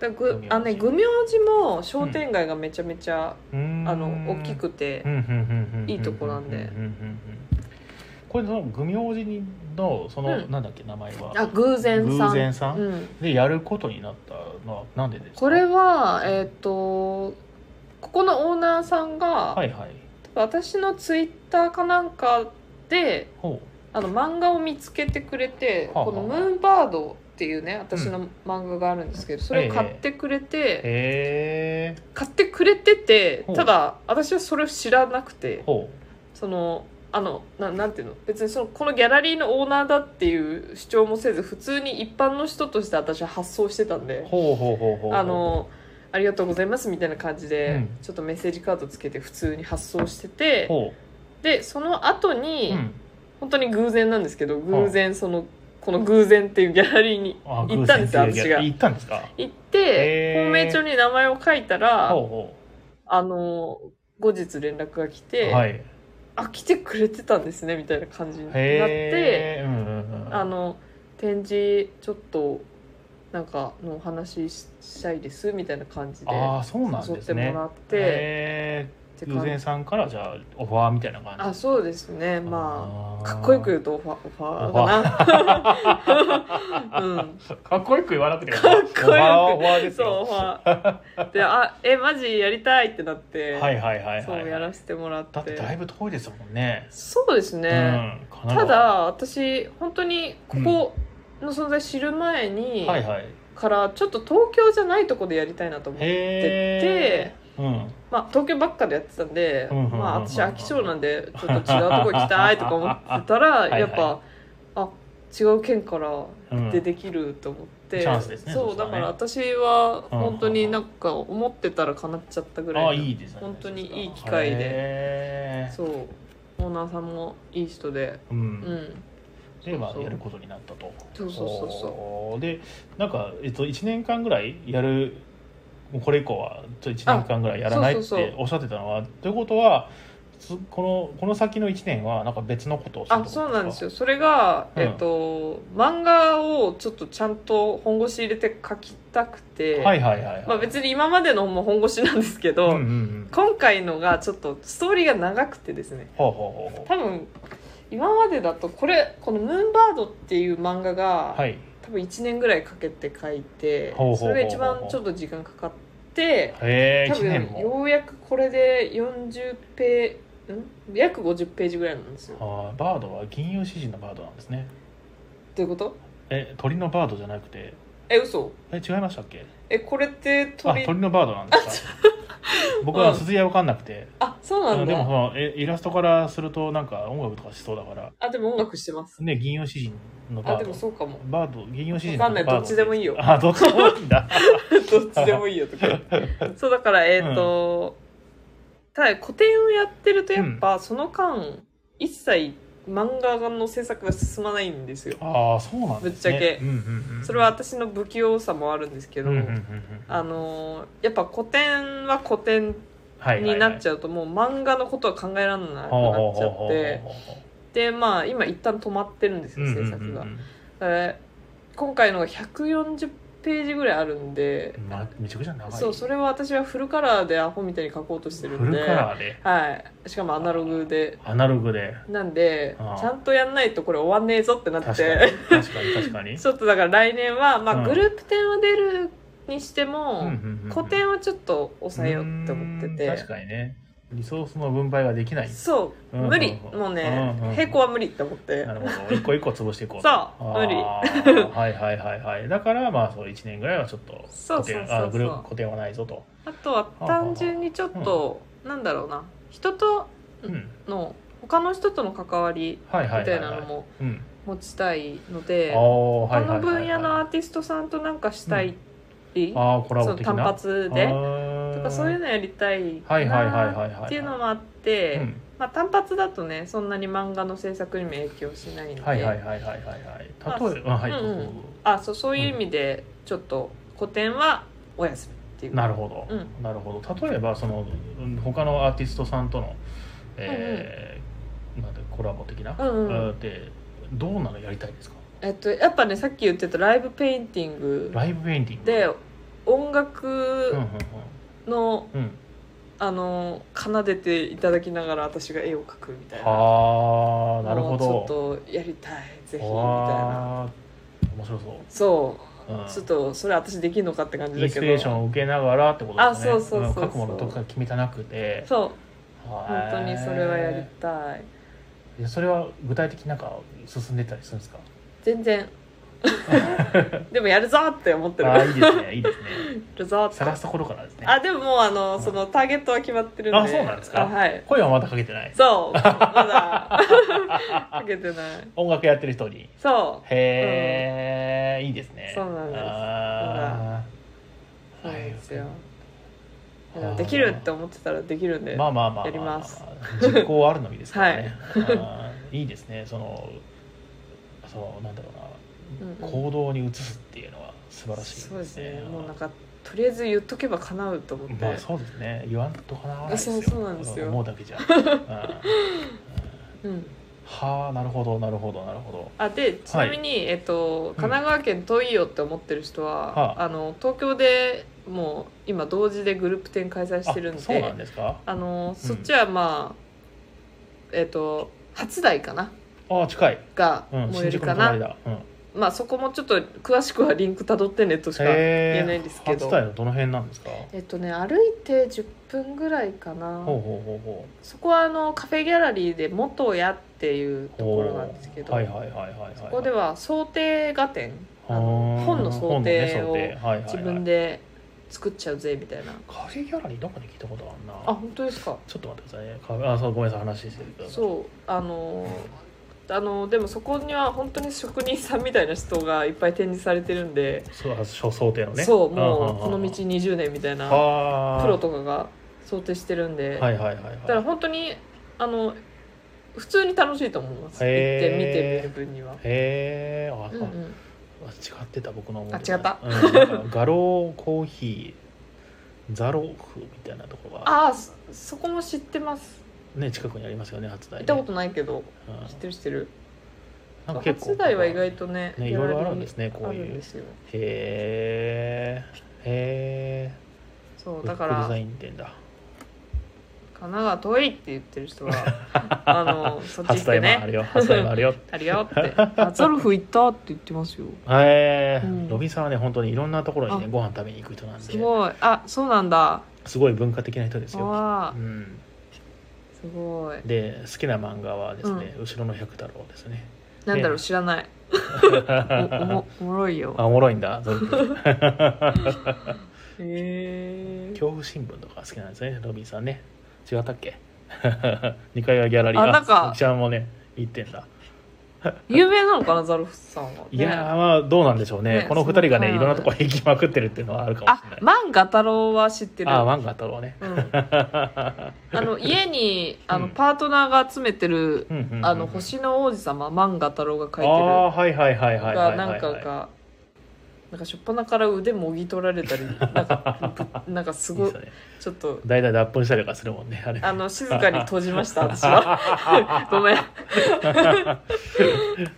Speaker 2: だぐ
Speaker 1: 愚明寺
Speaker 2: あのね愚明寺も商店街がめちゃめちゃ、
Speaker 1: うーん
Speaker 2: あの大きくて、
Speaker 1: うんうんうんうんうん
Speaker 2: いいとこなんで
Speaker 1: うんうんうんうんこれその愚明寺のその、
Speaker 2: うん
Speaker 1: なんだっけ名前は
Speaker 2: あ偶然さん
Speaker 1: 偶然さん
Speaker 2: うん、
Speaker 1: でやることになったのはなんでですか
Speaker 2: これはえっ、とここのオーナーさんが、
Speaker 1: はいはい
Speaker 2: 私のツイッターかなんかで
Speaker 1: ほ
Speaker 2: あの漫画を見つけてくれて、
Speaker 1: はあはあ
Speaker 2: この「ムーンバード」っていうね私の漫画があるんですけど、それを買ってくれて、
Speaker 1: うへえ
Speaker 2: 買ってくれてて
Speaker 1: ほう
Speaker 2: ただ私はそれを知らなくて。
Speaker 1: ほ
Speaker 2: そのあのななんていうの別にそのこのギャラリーのオーナーだっていう主張もせず普通に一般の人として私は発想してたん
Speaker 1: う
Speaker 2: で
Speaker 1: ほうほうほうほう
Speaker 2: あのありがとうございますみたいな感じで、
Speaker 1: うん
Speaker 2: ちょっとメッセージカードつけて普通に発送してて
Speaker 1: ほ
Speaker 2: でその後
Speaker 1: う、
Speaker 2: に、
Speaker 1: うん、
Speaker 2: 本当に偶然なんですけど偶然そのこの偶然っていうギャラリーに
Speaker 1: あ
Speaker 2: 行ったんですよ
Speaker 1: 偶然っていう
Speaker 2: 私が
Speaker 1: 行ったんですかへ
Speaker 2: 行って
Speaker 1: ー
Speaker 2: 本命帳に名前を書いたら
Speaker 1: ほうほ
Speaker 2: あの後日連絡が来て、
Speaker 1: はい。へ
Speaker 2: あ来てくれてたんですねみたいな感じになって
Speaker 1: え。うんうんうん。
Speaker 2: あの展示ちょっとなんかのお話ししたいですみたいな感じで
Speaker 1: ああそうなん
Speaker 2: 誘
Speaker 1: で
Speaker 2: って
Speaker 1: す
Speaker 2: も
Speaker 1: ね
Speaker 2: ら。って
Speaker 1: へ
Speaker 2: って
Speaker 1: え。
Speaker 2: 感
Speaker 1: 偶
Speaker 2: じ
Speaker 1: 然さんからじゃあオファーみたいな感じ。
Speaker 2: あそうですねま
Speaker 1: あー
Speaker 2: あかっこよく言うとオファオファ
Speaker 1: [laughs]
Speaker 2: ーかなうん
Speaker 1: かっこよく言わなくてもかっ
Speaker 2: こよ
Speaker 1: オ
Speaker 2: く
Speaker 1: ファーはオファーです
Speaker 2: そう
Speaker 1: よ
Speaker 2: オファーであえマジやりたいってなって、
Speaker 1: はいはいはい
Speaker 2: そうや
Speaker 1: はい
Speaker 2: らせてもらって
Speaker 1: だってだいぶ遠いですもんね
Speaker 2: そうです
Speaker 1: う
Speaker 2: ね、
Speaker 1: ん神
Speaker 2: た
Speaker 1: 奈川
Speaker 2: だ私本当にここの存在知る前に、
Speaker 1: はいはい
Speaker 2: からちょっと東京じゃないとこでやりたいなと思って
Speaker 1: へえうん
Speaker 2: まあ、東京ばっかでやってたんで、
Speaker 1: うんうんうんうんうん
Speaker 2: まあ、私飽き性なんでちょっと違うとこ行きたいとか思ってたら
Speaker 1: い [laughs] はい
Speaker 2: やっぱあ違う県から
Speaker 1: うん
Speaker 2: 出てきると思って、
Speaker 1: チャンスですね
Speaker 2: そう
Speaker 1: そした
Speaker 2: だ
Speaker 1: らね
Speaker 2: から私は本当になんか思ってたら叶っちゃったぐらい
Speaker 1: あ
Speaker 2: の
Speaker 1: あいいですね
Speaker 2: 本当にいい機会で
Speaker 1: で
Speaker 2: そうオーナーさんもいい人で
Speaker 1: う
Speaker 2: うんん
Speaker 1: でまあ
Speaker 2: そうそう
Speaker 1: やることになったと
Speaker 2: そうそうそうそう
Speaker 1: おーでなんかえっと1年間ぐらいやるもうこれ以降はちょっと1年間ぐらいやらないっ
Speaker 2: あそうそう
Speaker 1: ておっしゃってたのはということはつこのこの先の1年はなんか別のことをするって
Speaker 2: あ
Speaker 1: こと
Speaker 2: そうなんです
Speaker 1: よ
Speaker 2: よそれが、
Speaker 1: うん
Speaker 2: えっと漫画をちょっとちゃんと本腰入れて書きたくて、
Speaker 1: はいはいはいはい
Speaker 2: まあ、別に今までのも本腰なんですけど、
Speaker 1: うんうんうん
Speaker 2: 今回のがちょっとストーリーが長くてですね
Speaker 1: ほうほうほうほ
Speaker 2: 多分今までだとこれこの「ムーンバード」っていう漫画が、
Speaker 1: うはい
Speaker 2: 多分1年ぐらいかけて書いて
Speaker 1: ほうほうほうほう
Speaker 2: それが一番ちょっと時間かかって
Speaker 1: へえ
Speaker 2: 多
Speaker 1: 1年
Speaker 2: 分
Speaker 1: も
Speaker 2: ようやくこれで40ページん約50ページぐらいなんですよ。
Speaker 1: あーバードは銀融詩人のバードなんですね
Speaker 2: どういうこと
Speaker 1: え鳥のバードじゃなくて
Speaker 2: え嘘
Speaker 1: え違いましたっけ
Speaker 2: えこれって
Speaker 1: あ
Speaker 2: [laughs] 鳥あ
Speaker 1: 鳥のバードなんですか僕は
Speaker 2: うん
Speaker 1: 鈴屋わかんなくて、
Speaker 2: そう
Speaker 1: あ
Speaker 2: な
Speaker 1: の
Speaker 2: ん
Speaker 1: でもそ
Speaker 2: だ
Speaker 1: のえイラストからするとなんか音楽とかしそうだから
Speaker 2: あでも音楽してます
Speaker 1: ね銀葉詩人の
Speaker 2: あ
Speaker 1: バ
Speaker 2: で
Speaker 1: ー
Speaker 2: も
Speaker 1: ド
Speaker 2: そうかも [laughs]
Speaker 1: バード銀葉詩人の
Speaker 2: わ
Speaker 1: バード
Speaker 2: かんないどっちでもいい
Speaker 1: [laughs]
Speaker 2: よ
Speaker 1: あどっちでもいいん
Speaker 2: [laughs]
Speaker 1: だ
Speaker 2: どっちでもいいよ
Speaker 1: [laughs]
Speaker 2: とかそうだからえっ、と、ただ古典をやってるとやっぱその間一切漫画の制作が進まないんですよ。
Speaker 1: ああそうなんですね
Speaker 2: ぶっちゃけ
Speaker 1: うんうんうん、
Speaker 2: それは私の不器用さもあるんですけ
Speaker 1: うん
Speaker 2: ど、
Speaker 1: うんうんうん
Speaker 2: あのやっぱ古典は古典
Speaker 1: はいはいはい
Speaker 2: になっちゃうともう漫画のことは考えられなくなっちゃってでまあ今一旦止まってるんですよ制作が。だから今回のが140ページぐらいあるんで、
Speaker 1: まあ、めちゃくちゃ長い
Speaker 2: そうそれは私はフルカラーでアホみたいに書こうとしてる
Speaker 1: フ
Speaker 2: ん
Speaker 1: ル
Speaker 2: で
Speaker 1: カラーで
Speaker 2: はい、しかもアナログで
Speaker 1: アナログで
Speaker 2: なんで
Speaker 1: ああ
Speaker 2: ちゃんとやんないとこれ終わんねえぞってなっ
Speaker 1: 確かに
Speaker 2: て
Speaker 1: 確かに確
Speaker 2: [laughs]
Speaker 1: かに
Speaker 2: ちょっとだから来年は、まあ
Speaker 1: うん
Speaker 2: グループ展は出るにしても、
Speaker 1: うんうんうんうん
Speaker 2: 個展はちょっと抑えようって思って
Speaker 1: う
Speaker 2: て
Speaker 1: ん確かにねリソースの分配ができない
Speaker 2: そう、
Speaker 1: うん
Speaker 2: 無理
Speaker 1: うん
Speaker 2: もうね、
Speaker 1: うんうん
Speaker 2: 平行は無理って思って
Speaker 1: なるほど一個一個潰していこう
Speaker 2: そう
Speaker 1: あー
Speaker 2: 無理
Speaker 1: はいはいはいはいだからまあそう1年ぐらいはちょっと
Speaker 2: そうそうそうそう
Speaker 1: あグループ固定はないぞと
Speaker 2: あとは単純にちょっと、なんだろうな人と
Speaker 1: うん
Speaker 2: の他の人との関わり
Speaker 1: はい
Speaker 2: み
Speaker 1: はい
Speaker 2: た
Speaker 1: はいい
Speaker 2: な
Speaker 1: は
Speaker 2: の
Speaker 1: い
Speaker 2: も
Speaker 1: うん
Speaker 2: 持ちたいので、
Speaker 1: あーは
Speaker 2: 他
Speaker 1: いはい
Speaker 2: の
Speaker 1: はい
Speaker 2: 分野のア
Speaker 1: は
Speaker 2: ーティストさんとなんかしたい、
Speaker 1: いあーコラ
Speaker 2: そ
Speaker 1: ボ
Speaker 2: の
Speaker 1: 的
Speaker 2: 単
Speaker 1: な
Speaker 2: 発
Speaker 1: あ
Speaker 2: で
Speaker 1: ー
Speaker 2: とかそういうのやりたい
Speaker 1: はいはいはいはい
Speaker 2: な
Speaker 1: はいはい
Speaker 2: っていうのもあって、
Speaker 1: うん
Speaker 2: まあ、単発だとねそんなに漫画の制作にも影響しないので、
Speaker 1: はいはいはいはいはいはい
Speaker 2: まあ
Speaker 1: 例えばはい
Speaker 2: うんうん
Speaker 1: どうぞ
Speaker 2: あそうそういう意味でちょっと古典はお休みっていう
Speaker 1: なるほど、
Speaker 2: う
Speaker 1: なるほど例えばそのうん他のアーティストさんとの、えーなんてコラボ的な、
Speaker 2: うんうん
Speaker 1: あーでどうなのやりたいですか
Speaker 2: えっと、やっぱねさっき言ってたライブペインティング
Speaker 1: ライブペインティング
Speaker 2: で音
Speaker 1: うんうん
Speaker 2: 楽の、
Speaker 1: うんうん
Speaker 2: あの奏でていただきながら私が絵を描くみたいな
Speaker 1: ああなるほ
Speaker 2: もうちょっ
Speaker 1: ど
Speaker 2: とやりたいぜひみたいな
Speaker 1: あー面白そう、
Speaker 2: そう、
Speaker 1: うん
Speaker 2: ちょっとそれ私できるのかって感じ
Speaker 1: イ
Speaker 2: だ
Speaker 1: ンス
Speaker 2: け
Speaker 1: ピ
Speaker 2: ど
Speaker 1: レーションを受けながらってことですね
Speaker 2: あそうそうそうそう
Speaker 1: 書
Speaker 2: ん
Speaker 1: くものとか決めたなくて
Speaker 2: そう
Speaker 1: 本
Speaker 2: 本当にそれはやりたい
Speaker 1: りそれは具体的になんか進んでったりするんですか [laughs]
Speaker 2: 全然でもやるぞって思ってる
Speaker 1: ああ
Speaker 2: や
Speaker 1: いいですねいいですね
Speaker 2: [laughs] るぞって
Speaker 1: 探すところからですね
Speaker 2: あでももうあのそのターゲットは決まってるんで
Speaker 1: あそうなんですか
Speaker 2: あはい
Speaker 1: 声はまだかけてない
Speaker 2: そう
Speaker 1: [laughs]
Speaker 2: まだかけてない
Speaker 1: 音楽やってる人に
Speaker 2: そう
Speaker 1: へえ、いいですね
Speaker 2: そうなんです
Speaker 1: あー
Speaker 2: そうなんですよ
Speaker 1: はいわかりました
Speaker 2: できるって思ってたらできるんで、
Speaker 1: まあまあまあまあ
Speaker 2: やります
Speaker 1: 実行はあるのみですからね、あーいいですねそのそのなんだろうな、
Speaker 2: うんうん
Speaker 1: 行動に移すっていうのは素晴らしい
Speaker 2: そうですねもうなんかとりあえず言っとけば叶うと思って、
Speaker 1: まあそうですね言わんとかなわないですよ
Speaker 2: そうそうなんですよ
Speaker 1: 思うだけ
Speaker 2: [laughs]
Speaker 1: じゃ、うん
Speaker 2: うん、
Speaker 1: はあなるほどなるほどなるほど
Speaker 2: あでちなみに、えっと、神奈川県遠いよって思ってる人は、
Speaker 1: はあ
Speaker 2: あの東京でもう今同時でグループ展開催してるん
Speaker 1: あ
Speaker 2: で
Speaker 1: そうなんですか
Speaker 2: あのそっちはまあ、えっと初台かな
Speaker 1: ああ近い、
Speaker 2: が
Speaker 1: うん、
Speaker 2: 燃え
Speaker 1: 新
Speaker 2: る
Speaker 1: 宿
Speaker 2: か
Speaker 1: の
Speaker 2: な、
Speaker 1: 隣だ、うん、へ
Speaker 2: まあそこもちょっと詳しくはリンクたどってねとしかえ
Speaker 1: え
Speaker 2: えないんですけど
Speaker 1: 初台のどの辺なんですか
Speaker 2: っとね歩いて10分ぐらいかな
Speaker 1: ほうほうほうほう
Speaker 2: そこはあのカフェギャラリーで「元屋」っていうところなんですけど、
Speaker 1: はいはいはいはいはい
Speaker 2: ここでは想定画展あ
Speaker 1: あ
Speaker 2: の
Speaker 1: ー
Speaker 2: 本の想定
Speaker 1: 本
Speaker 2: を
Speaker 1: のね想定はいはいはい
Speaker 2: 自分で作っちゃうぜみたいな
Speaker 1: カフェギャラリーどこに聞いたことあるな
Speaker 2: あ本当ですか
Speaker 1: ちょっと待ってくださいねカフェあそうごめんなさい話してください
Speaker 2: そうあのあのでもそこには本当に職人さんみたいな人がいっぱい展示されてるんで、
Speaker 1: そうあそう想定のね
Speaker 2: そう
Speaker 1: あ
Speaker 2: も
Speaker 1: あ
Speaker 2: うこの道20年みたいな
Speaker 1: ああ
Speaker 2: プロとかが想定してるんで、
Speaker 1: はいはいはい
Speaker 2: だか
Speaker 1: は
Speaker 2: ら
Speaker 1: い
Speaker 2: 本当にあの普通に楽しいと思います行っ
Speaker 1: へー
Speaker 2: て見てみる分には、
Speaker 1: へえあ、
Speaker 2: うんうん、
Speaker 1: あ違ってた僕の思う
Speaker 2: あ違った
Speaker 1: うんなんかガローコーヒーザロフみたいなとこが
Speaker 2: ああそそこも知ってます
Speaker 1: ね近くにありますよね初台
Speaker 2: 行
Speaker 1: ね
Speaker 2: ったことないけど
Speaker 1: うん
Speaker 2: 知ってる知ってる
Speaker 1: なんか結構
Speaker 2: 初代は意外とね
Speaker 1: ねい
Speaker 2: ギャ
Speaker 1: ろ
Speaker 2: ラ
Speaker 1: い
Speaker 2: リー
Speaker 1: ろあるんですねこう
Speaker 2: あるん
Speaker 1: いう
Speaker 2: で
Speaker 1: へ
Speaker 2: すよ
Speaker 1: えへえ
Speaker 2: そう
Speaker 1: ブ
Speaker 2: だ
Speaker 1: ッ
Speaker 2: か
Speaker 1: ク
Speaker 2: ら
Speaker 1: デザイ
Speaker 2: 神
Speaker 1: ン店だ
Speaker 2: 奈川遠いって言ってる人
Speaker 1: [laughs]
Speaker 2: はあのそっち行
Speaker 1: 初
Speaker 2: っ
Speaker 1: 台
Speaker 2: て
Speaker 1: もあ
Speaker 2: ね
Speaker 1: るよ初台もある
Speaker 2: [laughs]
Speaker 1: よ
Speaker 2: あるよってあザルフ行ったって言ってますよ
Speaker 1: へえ
Speaker 2: うん
Speaker 1: ロビンさんはね本当にいろんなところにね
Speaker 2: あ
Speaker 1: ご飯食べに行く人なん
Speaker 2: す
Speaker 1: で
Speaker 2: ごいあそうなんだ
Speaker 1: すごい文化的な人ですよ、
Speaker 2: わ
Speaker 1: う
Speaker 2: あ
Speaker 1: ん、
Speaker 2: すごい
Speaker 1: で好きな漫画はですね「後ろの百太郎」ですね
Speaker 2: なんだろう知らないおおもおもろい
Speaker 1: [laughs]
Speaker 2: よ
Speaker 1: あおもろいんだ [laughs] ゾル君
Speaker 2: へえ
Speaker 1: 恐怖新聞とか好きなんですねロビンさんね違ったっけ [laughs] 二階はギャラリー
Speaker 2: あなんか
Speaker 1: みきちゃんもね行ってんだ
Speaker 2: 有名なのかなザルフさんは、ね、
Speaker 1: いやーまあどうなんでしょうね
Speaker 2: ね
Speaker 1: この二人がねい
Speaker 2: その
Speaker 1: ろんなところ行きまくってるっていうのはあるかもし
Speaker 2: あ
Speaker 1: れない
Speaker 2: マンガ太郎は知ってる
Speaker 1: ああ漫画太郎ね [laughs]
Speaker 2: うん、あの家にあのパートナーが集めてる
Speaker 1: うんうんうんうん
Speaker 2: あの星の王子様漫画太郎が
Speaker 1: あ
Speaker 2: 描い
Speaker 1: あはいはいはい
Speaker 2: て
Speaker 1: はい
Speaker 2: る
Speaker 1: は
Speaker 2: が
Speaker 1: い
Speaker 2: なんか
Speaker 1: はい
Speaker 2: がなんかしょっぱなから腕もぎ取られ
Speaker 1: [laughs]
Speaker 2: たりなんかなんか
Speaker 1: [laughs]
Speaker 2: す
Speaker 1: いい
Speaker 2: ご
Speaker 1: で
Speaker 2: い
Speaker 1: すよね
Speaker 2: ちょっと
Speaker 1: 大体脱粉したりとかするもんねあれ [laughs]
Speaker 2: あの静かに閉じました私はごめん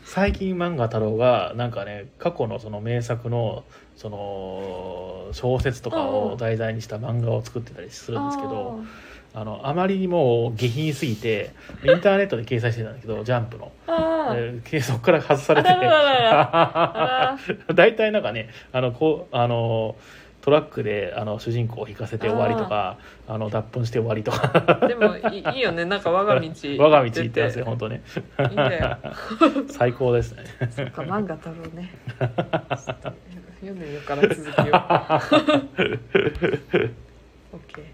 Speaker 1: 最近漫画太郎がなんかね過去のその名作のその小説とか
Speaker 2: うんう
Speaker 1: を
Speaker 2: ん
Speaker 1: 題材にした漫画を作ってたりするんですけど、
Speaker 2: あー
Speaker 1: あのあまりにも下品すぎてインターネットで掲載してたんだけどジャンプの、
Speaker 2: あ
Speaker 1: え
Speaker 2: ー
Speaker 1: ーそこから外されて
Speaker 2: あらららあら
Speaker 1: 大体なんかねあのこうあのトラックであの主人公を引かせて終わりとかあの脱粉して終わりとか
Speaker 2: でもいいいよねなんか我が道
Speaker 1: [laughs] 我が道行ってますよ
Speaker 2: い
Speaker 1: 本当ね
Speaker 2: いんだよ
Speaker 1: 最高です
Speaker 2: [laughs]
Speaker 1: ね
Speaker 2: そっか漫画太郎ねちょっと読んでみようかな
Speaker 1: [laughs]
Speaker 2: 続きを OK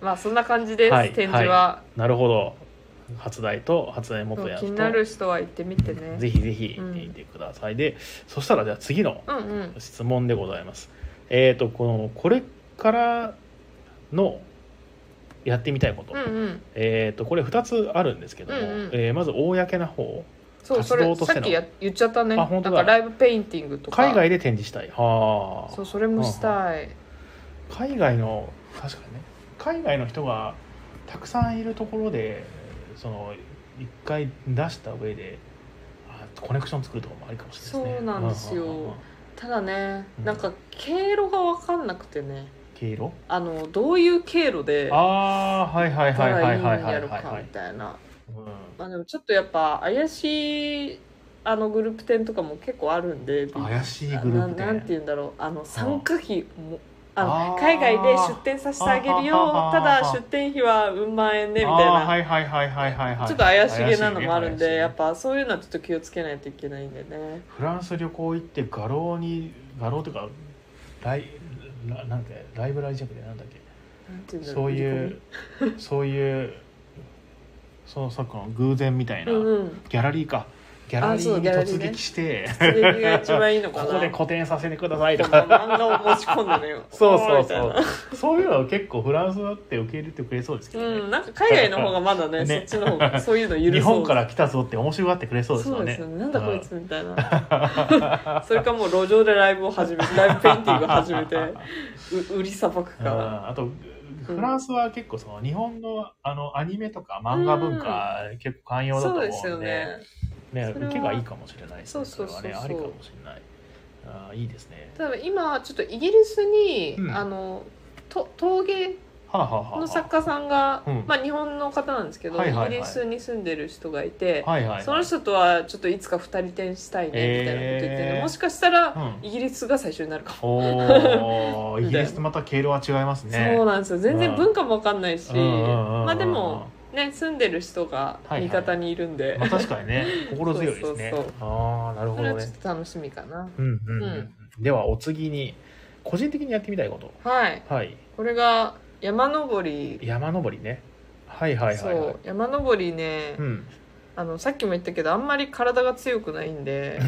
Speaker 2: まあそんな感じです、
Speaker 1: はい
Speaker 2: 展示は、
Speaker 1: なるほど初代と初代元
Speaker 2: で
Speaker 1: や
Speaker 2: も
Speaker 1: と
Speaker 2: 気になる人は行ってみてね
Speaker 1: ぜひぜひ
Speaker 2: うん
Speaker 1: 見てください、でそしたらじゃあ次の
Speaker 2: うんうん
Speaker 1: 質問でございますえっ、とこのこれからのやってみたいこと、
Speaker 2: うんうん
Speaker 1: えっ、とこれ2つあるんですけども、
Speaker 2: うんうん
Speaker 1: えーまず公な方
Speaker 2: そうそ
Speaker 1: 活動
Speaker 2: れ
Speaker 1: として
Speaker 2: さ
Speaker 1: の
Speaker 2: っきや言っちゃったね
Speaker 1: あ
Speaker 2: なん
Speaker 1: 本当
Speaker 2: か
Speaker 1: だ
Speaker 2: ライブペインティングとか
Speaker 1: 海外で展示したいは
Speaker 2: そ
Speaker 1: あ
Speaker 2: うそれもしたい、
Speaker 1: 海外の確かにね海外の人がたくさんいるところでその一回出した上であコネクション作るとかもありかもしれないですね
Speaker 2: そうなんですよ
Speaker 1: ううんうん
Speaker 2: ただね
Speaker 1: うん
Speaker 2: なんか経路が分かんなくてね
Speaker 1: 毛色
Speaker 2: あのどういう経路で行っ
Speaker 1: ああーはいはい
Speaker 2: た
Speaker 1: はいは
Speaker 2: らい
Speaker 1: い
Speaker 2: いん
Speaker 1: はいはい
Speaker 2: やろ
Speaker 1: はいは
Speaker 2: か
Speaker 1: い
Speaker 2: みたいな
Speaker 1: う
Speaker 2: まあでもちょっとやっぱ怪しいあのグループ展とかも結構あるんで
Speaker 1: ん怪しいグループ
Speaker 2: ななんて言
Speaker 1: う
Speaker 2: うんだろうあの参加費もあの
Speaker 1: あー
Speaker 2: 海外で出店させてあげるよ
Speaker 1: あー
Speaker 2: ただ出店費はうん万円ねみたいな、
Speaker 1: はいはいはいはいはいはい
Speaker 2: ちょっと怪しげなのもあるんで、
Speaker 1: 怪しいね
Speaker 2: やっぱそういうのはちょっと気をつけないといけないんでね
Speaker 1: フランス旅行行って画廊に画廊というかライラなんてライブラリジャクでなんだっけ
Speaker 2: なんて言うんだろう
Speaker 1: そういうそういうそのさっきの偶然みたい
Speaker 2: 売り
Speaker 1: な、
Speaker 2: 込みうんうん
Speaker 1: ギャラリーかギャラリーに
Speaker 2: あそうギャラリ
Speaker 1: 突
Speaker 2: ーね
Speaker 1: 撃して、
Speaker 2: 刺激が一番いい
Speaker 1: [laughs]
Speaker 2: の
Speaker 1: こ
Speaker 2: かな
Speaker 1: こで個展させてくださいと
Speaker 2: こんな
Speaker 1: か
Speaker 2: 漫画を持ち込んでね
Speaker 1: [laughs] そうそう
Speaker 2: みたいな
Speaker 1: そうそういうのは結構フランスだって受け入れてくれそうですけどね、
Speaker 2: うん、なんか海外の方がまだね
Speaker 1: ね
Speaker 2: そっちの方がそういうの許そう
Speaker 1: 日本から来たぞって面白がってくれそうですよね
Speaker 2: よねなんだこいつみたいな
Speaker 1: [laughs]
Speaker 2: それかもう路上でライブを始めライブペインティングを始めてう売りさばく
Speaker 1: うん
Speaker 2: か
Speaker 1: あとフランスは結構その日本のあのアニメとか漫画文化結構寛容だと
Speaker 2: そう
Speaker 1: 思うん
Speaker 2: で
Speaker 1: です
Speaker 2: よね
Speaker 1: ね
Speaker 2: それは
Speaker 1: 受けがいいかもしれないですね
Speaker 2: そうそうそうそう
Speaker 1: れはねありかもしれないあーいいですね
Speaker 2: ただ今ちょっとイギリスに、
Speaker 1: うん
Speaker 2: あのと陶芸
Speaker 1: はあ、はあはあ、
Speaker 2: の作家さんが、
Speaker 1: うん
Speaker 2: まあ、日本の方なんですけど、
Speaker 1: はいはいはい
Speaker 2: イギリスに住んでる人がいて、
Speaker 1: はいはいはい、
Speaker 2: その人とはちょっといつか二人展したいねみたいなこと言ってて、
Speaker 1: へー
Speaker 2: もしかしたら、
Speaker 1: うん
Speaker 2: イギリスが最初になるかも。
Speaker 1: おー
Speaker 2: [laughs]
Speaker 1: イギリスとまた経路は違いますね
Speaker 2: そうなんですよ全然
Speaker 1: うん
Speaker 2: 文化も分かんないし、
Speaker 1: うんうんうんうんうん
Speaker 2: まあでもね住んでる人が味方にいるんで、
Speaker 1: まあ、確かに
Speaker 2: [laughs]
Speaker 1: ね心強いですね
Speaker 2: そうそう
Speaker 1: ああなるほ
Speaker 2: それ
Speaker 1: ど
Speaker 2: はちょっ
Speaker 1: ね
Speaker 2: と楽しみかな、
Speaker 1: うんうんうんではお次に個人的にやってみたいこと
Speaker 2: はい
Speaker 1: はい
Speaker 2: これが山登り、
Speaker 1: 山登りねはいはいはいは
Speaker 2: そ
Speaker 1: いう
Speaker 2: 山登りね、
Speaker 1: うん
Speaker 2: あのさっきも言ったけどあんまり体が強くない
Speaker 1: [laughs]
Speaker 2: んで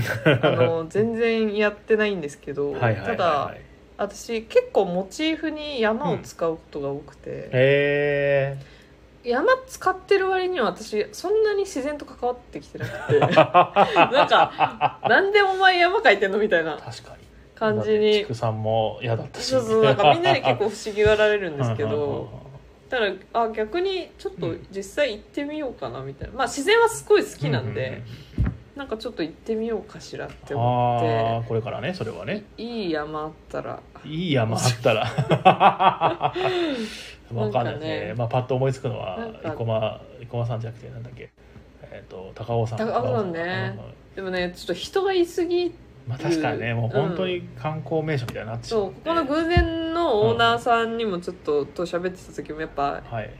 Speaker 2: あの全然やってないんですけど、
Speaker 1: はいはいはい
Speaker 2: た
Speaker 1: は
Speaker 2: だ
Speaker 1: い
Speaker 2: 私結構モチーフに山を使うことが多くて、
Speaker 1: へえ
Speaker 2: 山使ってる割には私そんなに自然と関わってきてなくてなんかなんでお前山描いてんのみたいな
Speaker 1: 確かに
Speaker 2: 感じ
Speaker 1: だって
Speaker 2: に
Speaker 1: 菊さんも嫌だったし
Speaker 2: そうそうなんかみんなで結
Speaker 1: 構
Speaker 2: 構不思議がられるんですけどただあ逆にちょっと実際行ってみようかなみたいな、まあ自然はすごい好きなんで、なんかちょっと行ってみようかしらって思
Speaker 1: あ
Speaker 2: っ
Speaker 1: あこれからねそれはね
Speaker 2: ていい山あったら
Speaker 1: いい山あった
Speaker 2: [laughs]
Speaker 1: らわかんないです
Speaker 2: なんか
Speaker 1: ね
Speaker 2: ね
Speaker 1: まあパッと思いつくのは
Speaker 2: なんか
Speaker 1: 生駒生駒さんじゃなくてなんだっけえっと高尾さん
Speaker 2: 高尾山ね
Speaker 1: うんうん
Speaker 2: でもねちょっと人がいすぎ
Speaker 1: まあ確かにねもう本当に観光名所みたいになってしま
Speaker 2: そう
Speaker 1: っ
Speaker 2: こ
Speaker 1: て
Speaker 2: この偶然のオーナーさんにもちょっとと喋ってた時もやっぱ
Speaker 1: はい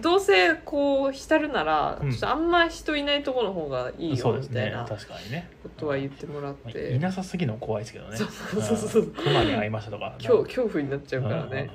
Speaker 2: どうせこう浸るなら
Speaker 1: うん
Speaker 2: ちょっとあんま人いないところの方がいい
Speaker 1: そ
Speaker 2: よ
Speaker 1: うで
Speaker 2: み
Speaker 1: す
Speaker 2: たい
Speaker 1: ね
Speaker 2: なこ
Speaker 1: 確かにね
Speaker 2: とは言ってもらっ
Speaker 1: まあ
Speaker 2: て、
Speaker 1: いなさすぎるの怖いですけどね
Speaker 2: そうそうそうそうん
Speaker 1: 熊に会いましたとか
Speaker 2: 恐恐怖になっちゃうか
Speaker 1: う
Speaker 2: らね
Speaker 1: んうんうんうん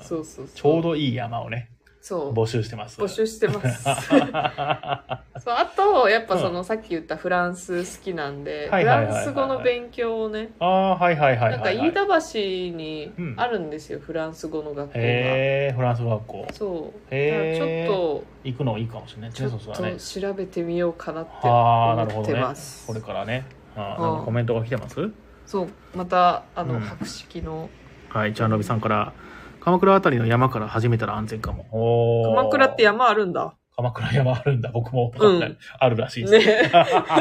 Speaker 2: そうそうそう
Speaker 1: ちょうどいい山をね
Speaker 2: そう
Speaker 1: 募集してます [laughs]
Speaker 2: 募集してます
Speaker 1: は
Speaker 2: そうあとやっぱその、さっき言ったフランス好きなんで
Speaker 1: はい
Speaker 2: フ
Speaker 1: はいはいはい
Speaker 2: ランス語の勉強をね
Speaker 1: ああはいはいはいはい、はい、
Speaker 2: なんか飯田橋にあるんですよ、フランス語の学校が。
Speaker 1: へえフランス語学校
Speaker 2: そうだからち
Speaker 1: へえ
Speaker 2: ょっと
Speaker 1: 行くのいいかもしれない
Speaker 2: ちょっ
Speaker 1: そうそうだね
Speaker 2: と調べてみようかなって
Speaker 1: ああなる
Speaker 2: 思
Speaker 1: ほ
Speaker 2: っ
Speaker 1: ど
Speaker 2: て
Speaker 1: ね
Speaker 2: ます。
Speaker 1: これからねあーなんかコメントが来てます
Speaker 2: そうまたあの、
Speaker 1: うん
Speaker 2: 博識の
Speaker 1: はいじゃあのびさんから鎌倉あたりの山から始めたら安全かもおー
Speaker 2: 鎌倉って山あるんだ。
Speaker 1: 鎌倉山あるんだ僕も、
Speaker 2: うん
Speaker 1: [laughs] あるらしいです、
Speaker 2: ね。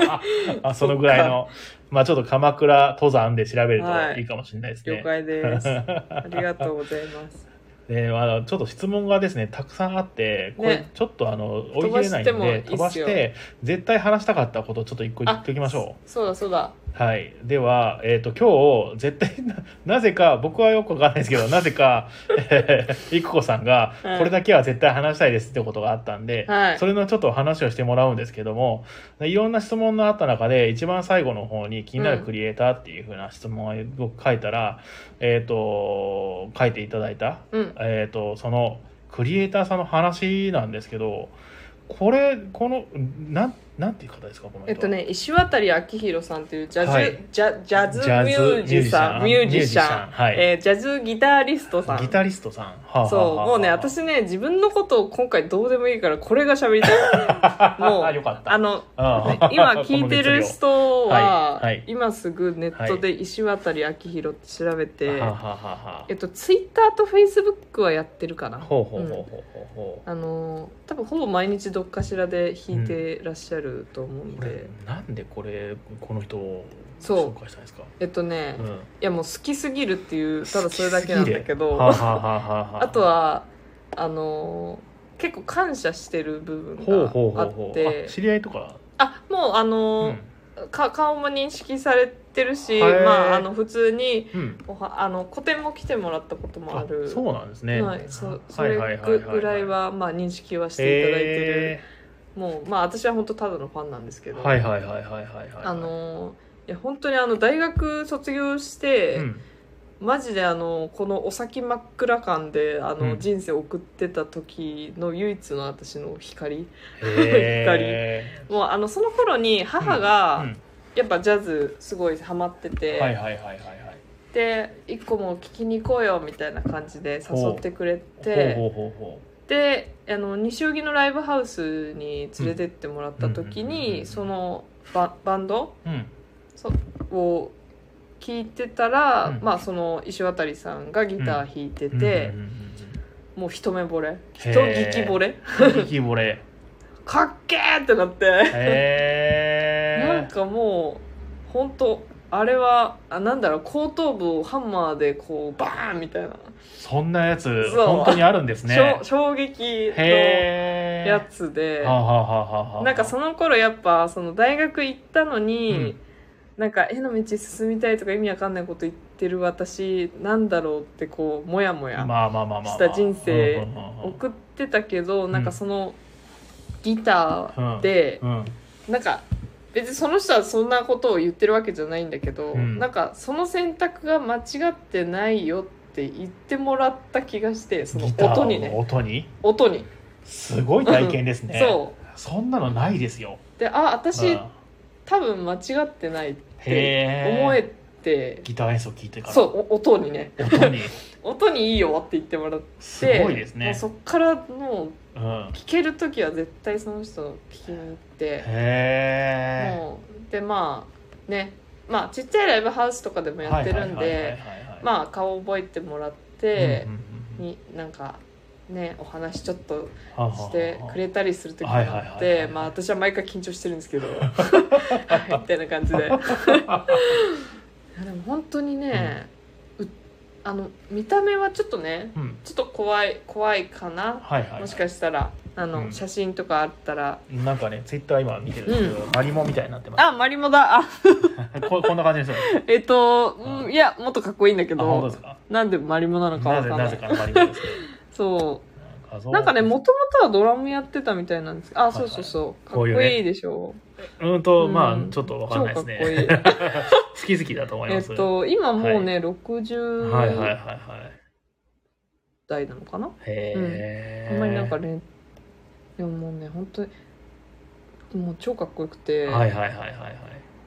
Speaker 1: [laughs] あそのぐらいのまあちょっと鎌倉登山で調べるといいかもしれないですね、
Speaker 2: 了解です。ありがとうございます。
Speaker 1: [laughs] であのちょっと質問がですねたくさんあってこれ
Speaker 2: ね
Speaker 1: ちょっとあの、追い切れないんで飛ば
Speaker 2: 飛ばして
Speaker 1: し
Speaker 2: もいい
Speaker 1: て絶対話したかったことをちょっと一個言っておきましょ
Speaker 2: そうだそうだ。
Speaker 1: うはいでは、えー、と今日絶対ななぜか僕はよくわかんないですけ
Speaker 2: [laughs]
Speaker 1: どなぜかえーいくこさんが、
Speaker 2: はい
Speaker 1: これだけは絶対話したいですってことがあったんで、
Speaker 2: はい
Speaker 1: それのちょっと話をしてもらうんですけどもいろんな質問のあった中で一番最後の方に気になるクリエイターっていうふうな質問を僕書いたら、えっ、と書いていただいた
Speaker 2: うん。
Speaker 1: えー、とそのクリエイターさんの話なんですけどこれこのなんなんていう方ですかこの人
Speaker 2: えっとね石渡明宏さんというジャズ、
Speaker 1: はい
Speaker 2: ジャジャズミ
Speaker 1: ジャズ
Speaker 2: ュージシャンミ
Speaker 1: ミ
Speaker 2: ュ
Speaker 1: ュ
Speaker 2: ー
Speaker 1: ー
Speaker 2: ジ
Speaker 1: ジ
Speaker 2: シ
Speaker 1: シャ
Speaker 2: ャン
Speaker 1: ン、はい
Speaker 2: えージャズギタリストさん。
Speaker 1: ギタリストさん、はあはあはあ
Speaker 2: そう、もうね、私ね、自分のことを今回どうでもいいから、これが喋りた
Speaker 1: [laughs]
Speaker 2: い。も
Speaker 1: よかっ
Speaker 2: う、
Speaker 1: た
Speaker 2: あの、
Speaker 1: ああ
Speaker 2: 今聞いて
Speaker 1: この
Speaker 2: る
Speaker 1: 熱
Speaker 2: 人は、
Speaker 1: はいはい
Speaker 2: 今すぐネットで石渡明宏って調べ
Speaker 1: [laughs]
Speaker 2: て、
Speaker 1: 量はあはあはあは
Speaker 2: えっと、ツイッターとフェイスブックはやってるかな。
Speaker 1: あほうほうほう
Speaker 2: うん
Speaker 1: ほうほうほう
Speaker 2: あのー多分ほぼ毎日どっかしらで弾いてらっしゃると思うん
Speaker 1: こ
Speaker 2: で、
Speaker 1: れなんでこれこの人を
Speaker 2: そう
Speaker 1: 紹介したんですか
Speaker 2: えっとね、
Speaker 1: う
Speaker 2: い
Speaker 1: ん
Speaker 2: やもう好きすぎるっていうただそれだけなんだけど、
Speaker 1: はあはあはあはあ
Speaker 2: [laughs] あとはあのー結構感謝してる部分
Speaker 1: ほう
Speaker 2: が
Speaker 1: ほうほ
Speaker 2: あ
Speaker 1: う
Speaker 2: っ
Speaker 1: ほう
Speaker 2: て
Speaker 1: あ知り合いとか、
Speaker 2: あもうあ
Speaker 1: う
Speaker 2: のー
Speaker 1: ん
Speaker 2: か顔も認識されてるし、
Speaker 1: へー
Speaker 2: まあ、あの普通に
Speaker 1: うん、
Speaker 2: おはあの個展も来てもらったこともあ
Speaker 1: あ
Speaker 2: る
Speaker 1: そうなんですね、
Speaker 2: はい、そそれぐらいはまあ認識はし
Speaker 1: して
Speaker 2: いただいてる、もうまあ私は本当ただのファンなんですけど、
Speaker 1: はいはいはいはいはいはいはい
Speaker 2: あのーいや本当にあの大学卒業して、
Speaker 1: うん
Speaker 2: マジであのこのお先真っ暗感であ
Speaker 1: う
Speaker 2: の、
Speaker 1: ん
Speaker 2: 人生送ってた時の唯一の私の光
Speaker 1: へ
Speaker 2: もうあのその頃に
Speaker 1: ー
Speaker 2: 母が、
Speaker 1: うん
Speaker 2: やっぱジャズすごいハマってて、
Speaker 1: はいはいはいはいはい
Speaker 2: で一個も聞きに行こうよみたいな感じで誘ってくれ
Speaker 1: ほ
Speaker 2: て
Speaker 1: うほうほうほ
Speaker 2: であの西荻のライブハウスに連れてってもらった時
Speaker 1: うんうんうんうん
Speaker 2: にそのババンド
Speaker 1: ううん
Speaker 2: を聞いてたら、
Speaker 1: うん
Speaker 2: まあその石渡さんがギター弾いて
Speaker 1: うん
Speaker 2: て、
Speaker 1: うんうん
Speaker 2: もう一目惚れ一
Speaker 1: へー
Speaker 2: 聞き惚れ
Speaker 1: うんうん、き惚れ
Speaker 2: かっけーってなってな
Speaker 1: へ
Speaker 2: んかもう本当あれはあなんだろう後頭部をハンマーでこうバーンみたいな、
Speaker 1: ーそんなやつ
Speaker 2: そう
Speaker 1: 本当にあるんです
Speaker 2: しょ
Speaker 1: ね
Speaker 2: 衝撃の
Speaker 1: へえ
Speaker 2: やつで
Speaker 1: はあ、はあはあはあはあ
Speaker 2: なんかその頃やっぱその大学行ったのに、
Speaker 1: うん
Speaker 2: なんか絵の道進みたいとか意味わかんないこと言ってる私なんだろうってこうモヤモ
Speaker 1: まあ
Speaker 2: ヤ
Speaker 1: まあまあまあまあ
Speaker 2: した人生
Speaker 1: うんうんうんうん
Speaker 2: 送ってたけど、
Speaker 1: ん
Speaker 2: なんかそのギターで、
Speaker 1: うん
Speaker 2: なんか別にその人はそんなことを言ってるわけじゃないんだけど、
Speaker 1: うん
Speaker 2: なんかその選択が間違ってないよって言ってもらった気がしてその
Speaker 1: ギター
Speaker 2: 音
Speaker 1: の
Speaker 2: にね
Speaker 1: 音に
Speaker 2: 音に、
Speaker 1: すごい体験ですね
Speaker 2: そ
Speaker 1: そんなのないですよ
Speaker 2: うであ私、
Speaker 1: うん
Speaker 2: 多分間違ってないって
Speaker 1: へえ
Speaker 2: 思えて
Speaker 1: ギター演奏聞いてから
Speaker 2: そうお音にね
Speaker 1: 音に
Speaker 2: 音にいいよって言ってもらって
Speaker 1: すごいです
Speaker 2: もう
Speaker 1: ね
Speaker 2: そっからも
Speaker 1: うん
Speaker 2: う聴ける時は絶対その人の聴きに行って。
Speaker 1: へ
Speaker 2: もうでまあねまあちっちゃいライブハウスとかでも
Speaker 1: え
Speaker 2: やってるんでまあ顔覚えてもらって、になんかねお話ちょっとしてくれたりする時も
Speaker 1: はいはい
Speaker 2: あっ
Speaker 1: はいは
Speaker 2: て
Speaker 1: い
Speaker 2: まあ私は毎回緊張してるんで
Speaker 1: [laughs]
Speaker 2: すけどはいみたいな感じでいやでも本当にね、うあの見た目はちょっとね
Speaker 1: うん
Speaker 2: ちょっと怖い怖いかな、
Speaker 1: はいはい
Speaker 2: もしかしたらあの、
Speaker 1: うん
Speaker 2: 写真とかあったら
Speaker 1: なんかねツイッター今見てるんですけどマリモみたいになってます
Speaker 2: あマリモだあ
Speaker 1: [laughs] ここんな感じですよ
Speaker 2: えっと、うん
Speaker 1: うん
Speaker 2: いや、もっとかっこいいんだけ
Speaker 1: あ本当で
Speaker 2: ど
Speaker 1: す、か
Speaker 2: なんでマリモなのか
Speaker 1: な
Speaker 2: わ
Speaker 1: ぜ
Speaker 2: かん
Speaker 1: な
Speaker 2: な
Speaker 1: ぜ
Speaker 2: い。
Speaker 1: かマリモですけ
Speaker 2: そ
Speaker 1: ど画像
Speaker 2: う。なんかね、もともとはドラムやってたみたいなんですけど、あ、
Speaker 1: い
Speaker 2: そうそうそう。
Speaker 1: こ
Speaker 2: かっこ
Speaker 1: ういうね
Speaker 2: いいでしょ
Speaker 1: うんとま
Speaker 2: うん
Speaker 1: あちょっとわかんないですね
Speaker 2: 超かっ
Speaker 1: [laughs] 好き好きだと思い
Speaker 2: え
Speaker 1: ま
Speaker 2: っ
Speaker 1: す
Speaker 2: と、今もうね、
Speaker 1: はいはいはい
Speaker 2: 60
Speaker 1: はい
Speaker 2: 代なのかな
Speaker 1: へえ
Speaker 2: あんまりなんかね、でももうね、本当に、もう超かっこよくて、
Speaker 1: はいはいはいはいはい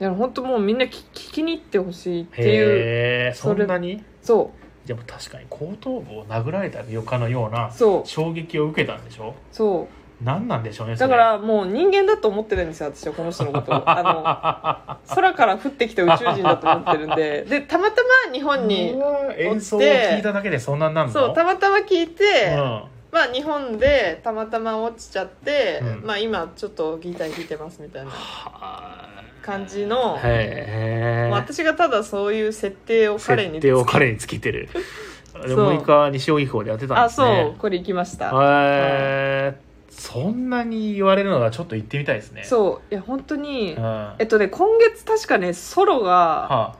Speaker 2: いや本当もうみんな聞き聞きに行ってほしいっていう、
Speaker 1: へえそ
Speaker 2: それ
Speaker 1: んなに
Speaker 2: そ
Speaker 1: でも確かに後頭部を殴られた余暇のような
Speaker 2: う、そう、
Speaker 1: 衝撃を受けたんでしょ
Speaker 2: そ
Speaker 1: 何なんでしょうね
Speaker 2: う。
Speaker 1: それ
Speaker 2: だからもう人間だと思ってるんですよ、私はこの人のこ
Speaker 1: [laughs]
Speaker 2: とを。あの空から降ってきた宇宙人だと思ってるんででたまたま日本に
Speaker 1: うわ演奏を聞いただけでそんなんなんの
Speaker 2: そうたまたま聞いて、
Speaker 1: うん
Speaker 2: まあ日本でたまたま落ちちゃって、
Speaker 1: うん
Speaker 2: まあ今ちょっとギター弾いてますみたいな
Speaker 1: はい
Speaker 2: 感じの、
Speaker 1: へ
Speaker 2: まあ、
Speaker 1: え
Speaker 2: 私がただそういう設定を彼に
Speaker 1: 設定を彼につけてるで
Speaker 2: [laughs] そう
Speaker 1: 6日西荻窪でやってたん
Speaker 2: あ
Speaker 1: です
Speaker 2: そう、
Speaker 1: ね
Speaker 2: これ行きました
Speaker 1: へえそんなに言われるのはちょっと行ってみたいですねう
Speaker 2: そういや本当に、
Speaker 1: んは
Speaker 2: えっとね今月確かねソロが
Speaker 1: あ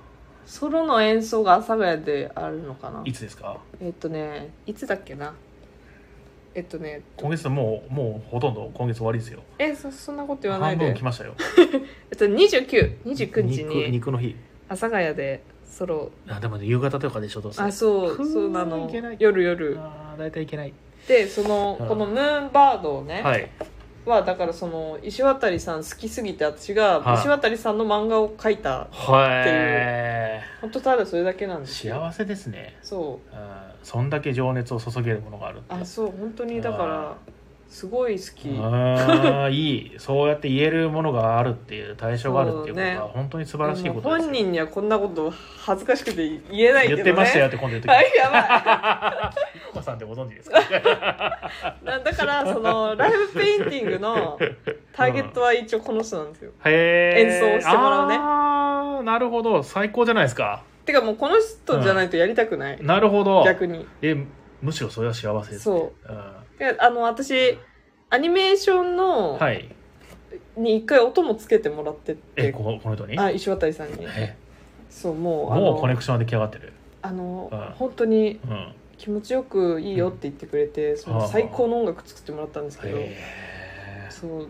Speaker 2: ソロの演奏が阿佐ヶ谷であるのかない
Speaker 1: つですか
Speaker 2: えっとねいつだっけなえっとね
Speaker 1: 今月もうもうほとんど今月終わりですよ
Speaker 2: えそそんなこと言わない
Speaker 1: 半
Speaker 2: で
Speaker 1: 分来ましたよ
Speaker 2: えっと、29、29日
Speaker 1: 肉
Speaker 2: に
Speaker 1: 肉の日
Speaker 2: 阿佐ヶ谷でソロ。
Speaker 1: あでもね夕方とかでしょどうせ
Speaker 2: あ、そう、
Speaker 1: ふー
Speaker 2: そうないの
Speaker 1: けない。
Speaker 2: 夜夜。
Speaker 1: あー大体いけない
Speaker 2: で、その
Speaker 1: うん、
Speaker 2: このムーンバードをね、
Speaker 1: はい
Speaker 2: は、だからその、石渡さん好きすぎて、私が
Speaker 1: はい
Speaker 2: 石渡さんの漫画を描いた。
Speaker 1: は
Speaker 2: 本当ただそれだけなん
Speaker 1: い
Speaker 2: ですよ。
Speaker 1: 幸せですね
Speaker 2: そう。
Speaker 1: うんそんだけ情熱を注げるものがあるって
Speaker 2: あ、そう、本当に、だから、すごい好き。
Speaker 1: あーいいそうやって言えるものがあるっていう対象があるっていうこと
Speaker 2: そ
Speaker 1: は
Speaker 2: うね
Speaker 1: 本当に素晴らしいことですよ
Speaker 2: 本人にはこんなこと恥ずかしくて言えないけど
Speaker 1: 言
Speaker 2: ね。
Speaker 1: ってましたよ
Speaker 2: [laughs]
Speaker 1: って今度言ってく
Speaker 2: は
Speaker 1: れ
Speaker 2: い、やばい。
Speaker 1: ココさんってご存知ですか
Speaker 2: なだからそのライブペインティングのターゲットは一応この人なんですよ。
Speaker 1: へー
Speaker 2: 演奏してもらうね
Speaker 1: あーなるほど最高じゃないですか
Speaker 2: てかもうこの人じゃないとやりたくない、
Speaker 1: なるほど
Speaker 2: 逆に。
Speaker 1: えむしろそれは幸せですね
Speaker 2: そ
Speaker 1: うん
Speaker 2: であの私アニメーションの、
Speaker 1: はい
Speaker 2: に一回音もつけてもらってっ
Speaker 1: え
Speaker 2: て
Speaker 1: ここの人に
Speaker 2: あ石渡さんに
Speaker 1: え
Speaker 2: そうもうあ
Speaker 1: もうコネ
Speaker 2: の
Speaker 1: クションが出来上がってる
Speaker 2: あの、
Speaker 1: うん
Speaker 2: 本当に
Speaker 1: うん
Speaker 2: 気持ちよくいいよって言ってくれて、そ
Speaker 1: はあ
Speaker 2: の最高の音楽作ってもらったんですけど、
Speaker 1: へー
Speaker 2: そう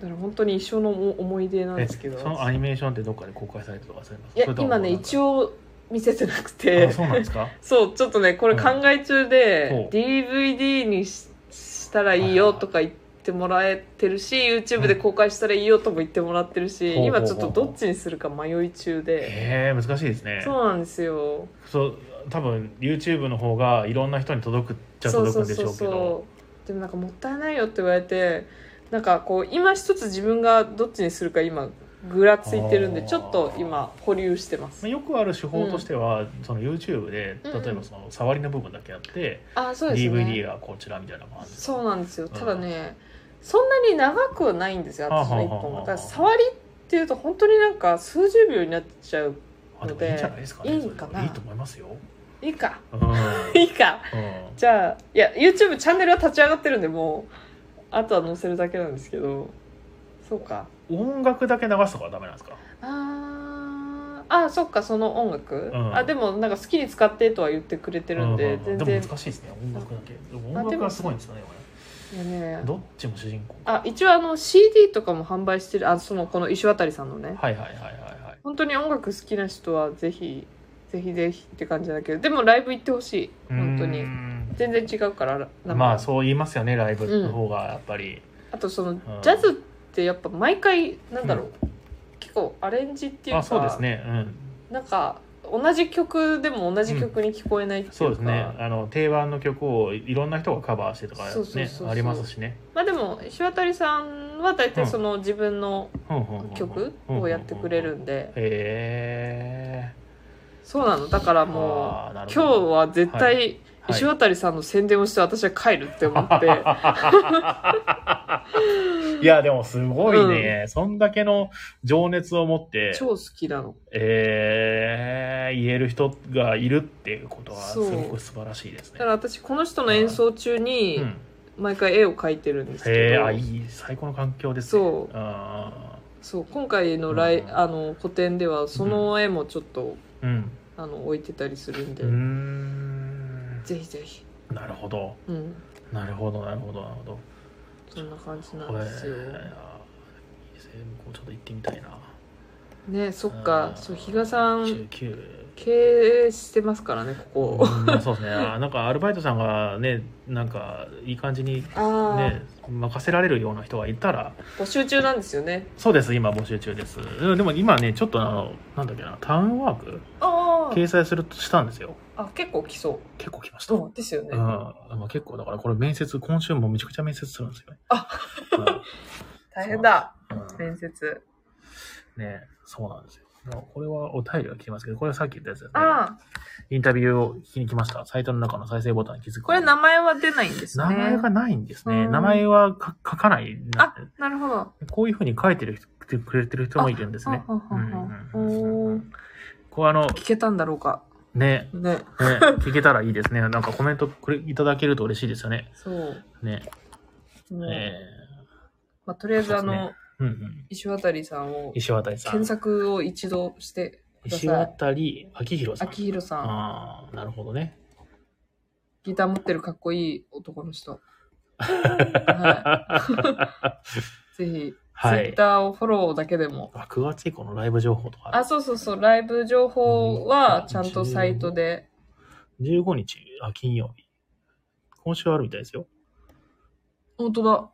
Speaker 2: だから本当に一生の思い出なん
Speaker 1: え
Speaker 2: ですけど
Speaker 1: そのアニメーションってどっかで公開されてとかされます
Speaker 2: いや今ね一
Speaker 1: 応
Speaker 2: 応見せてなくて
Speaker 1: あそうなんです
Speaker 2: [laughs]
Speaker 1: か
Speaker 2: そうちょっとねこれ考え中で、
Speaker 1: うん
Speaker 2: DVD にししたらいいよとか言ってもらえてるし YouTube で公開したらいいよとも言ってもらってるし、
Speaker 1: うん
Speaker 2: 今ちょっとどっちにするか迷い中で、
Speaker 1: へえ難しいですね
Speaker 2: そうなんですよ
Speaker 1: そう多分 YouTube の方がいろんな人に届くっちゃ
Speaker 2: そう
Speaker 1: 届く
Speaker 2: そうん
Speaker 1: でし
Speaker 2: そ
Speaker 1: ょ
Speaker 2: う
Speaker 1: うけど
Speaker 2: そうでもなんかもったいないよって言われてなんかこう今一つ自分がどっちにするか今ぐらついてるんで
Speaker 1: あー
Speaker 2: ちょっと今保留してます
Speaker 1: まあよくある手法としては、その YouTube で
Speaker 2: うんうん
Speaker 1: 例えばその触りの部分だけやって、
Speaker 2: あそうですね
Speaker 1: DVD がこちらみたいな感じ
Speaker 2: そうなんですよ
Speaker 1: ん
Speaker 2: ただね、そんなに長くはないんですよ私の一
Speaker 1: はあ
Speaker 2: 本
Speaker 1: はあは
Speaker 2: が
Speaker 1: あ
Speaker 2: だから触りっていうと本当になんか数十秒になっちゃう
Speaker 1: あでもいいんじゃないですかね
Speaker 2: いい
Speaker 1: そ
Speaker 2: かな
Speaker 1: れでもいいと思いますよ
Speaker 2: いいか [laughs]
Speaker 1: うん、うん
Speaker 2: いいかじゃあいや YouTube チャンネルは立ち上がってるんでもうあとは載せるだけなんですけどそうか
Speaker 1: 音楽だけ流すとかはダメなんですか
Speaker 2: あーあそっかその音楽、
Speaker 1: ん
Speaker 2: あでもなんか好きに使ってとは言ってくれてるんで、
Speaker 1: うう
Speaker 2: 全
Speaker 1: で
Speaker 2: 然
Speaker 1: も難しいですね音楽だけでも音楽がすごいんですよねこ
Speaker 2: いやね
Speaker 1: れどっちも主人公
Speaker 2: あ一応あの CD とかも販売してるあそのこの石渡さんのね、
Speaker 1: はいはいはいはいはい
Speaker 2: 本当に音楽好きな人はぜひぜひぜひって感じだけどでもライブ行ってほしいう本当
Speaker 1: ー
Speaker 2: に
Speaker 1: ん
Speaker 2: 全然違うから生
Speaker 1: まあそう言いますよねライブの方がやっぱり、
Speaker 2: あとその
Speaker 1: ん
Speaker 2: ジャズってやっぱ毎回なんだろう、結構アレンジっていうか
Speaker 1: あそうですねうん
Speaker 2: なんか同じ曲でも同じ曲に聞こえないっていうか、
Speaker 1: そうですねあの定番の曲をいろんな人がカバーしてとかね
Speaker 2: そうそうそうそう
Speaker 1: ありますしね
Speaker 2: まあでも石渡さんは大体その自分の
Speaker 1: うんうんうんうん
Speaker 2: 曲をやってくれるんで
Speaker 1: へえ
Speaker 2: そうなのだからもう今日は絶対石渡さんの宣伝をして私は帰るって思って、
Speaker 1: いやでもすごいね、そんだけの情熱を持って
Speaker 2: 超好きなの
Speaker 1: えー、言える人がいるっていうことはす
Speaker 2: そう
Speaker 1: ごく素晴らしいです
Speaker 2: だ
Speaker 1: ね
Speaker 2: から。私この人の演奏中に
Speaker 1: うん、
Speaker 2: 毎回絵を描いてるんですけ
Speaker 1: えー、
Speaker 2: ど、
Speaker 1: あいい最高の環境ですね。
Speaker 2: そう
Speaker 1: あ
Speaker 2: そう今回のライ、
Speaker 1: うん
Speaker 2: あの個展ではその絵もちょっと、
Speaker 1: ーうん
Speaker 2: あの置いてたりするん
Speaker 1: う
Speaker 2: で、
Speaker 1: ーん
Speaker 2: ぜひぜひ、
Speaker 1: なるほど
Speaker 2: うん、
Speaker 1: なるほどなるほどなるほど。
Speaker 2: そんな感じなんですよ。
Speaker 1: えーあーいいですね僕もちょっと行ってみたいな。
Speaker 2: ねそっか
Speaker 1: ん
Speaker 2: そう比嘉さん
Speaker 1: 19
Speaker 2: 経営してますからねここ。
Speaker 1: うんそうですねあーなんかアルバイトさんがねなんかいい感じに
Speaker 2: ああ、
Speaker 1: ね任せられるような人がいたら
Speaker 2: 募集中なんですよね。
Speaker 1: そうです今募集中ですうんでも今ねちょっとあのなんだっけなタウンワーク
Speaker 2: あ
Speaker 1: 掲載するとしたんですよ
Speaker 2: あ、あ結構来そう。
Speaker 1: 結構来ました、
Speaker 2: そうですよね。
Speaker 1: うん、まあ、結構だからこれ面接今週もめちゃくちゃ面接するんですよね
Speaker 2: あ大変だ
Speaker 1: うんうん
Speaker 2: 面接。
Speaker 1: ねそうなんですよまあこれはお便りが来てますけどこれはさっき言ったやつですね
Speaker 2: ああ、
Speaker 1: インタビューを聞きに来ましたサイトの中の再生ボタンに気づく
Speaker 2: これ名前は出ないんですね。
Speaker 1: 名前がないんですね
Speaker 2: うん
Speaker 1: 名前はか書かないな
Speaker 2: あなるほど。
Speaker 1: こういうふうに書いてる人くれてる人もいるんですね
Speaker 2: あああ
Speaker 1: うんうんうんう
Speaker 2: おー
Speaker 1: んこうあの
Speaker 2: 聞けたんだろうか。
Speaker 1: ね
Speaker 2: ね。
Speaker 1: ね、聞けたらいいですね。なんかコメントくれいただけると嬉しいですよね。
Speaker 2: そう。
Speaker 1: ね。
Speaker 2: もう
Speaker 1: え
Speaker 2: まあ、とりあえずあの、
Speaker 1: そうですーうんうん、
Speaker 2: 石渡さんを
Speaker 1: 石渡さん
Speaker 2: 検。索を一度してくだ
Speaker 1: 石
Speaker 2: さい。
Speaker 1: 渡明宏さん。
Speaker 2: 秋広さん、
Speaker 1: ああ、なるほどね。
Speaker 2: ギター持ってるかっこいい男の [laughs] 人。は、
Speaker 1: はい
Speaker 2: [laughs] ぜひ、
Speaker 1: は
Speaker 2: Twitter
Speaker 1: い。
Speaker 2: をフォローだけでも。
Speaker 1: 9月以降のライブ情報とかあ
Speaker 2: あ、
Speaker 1: る。
Speaker 2: そうそうそう、ライブ情報はちゃんとサイトで。
Speaker 1: 15日、あ、金曜日。今週あるみたいですよ。
Speaker 2: 本当だ。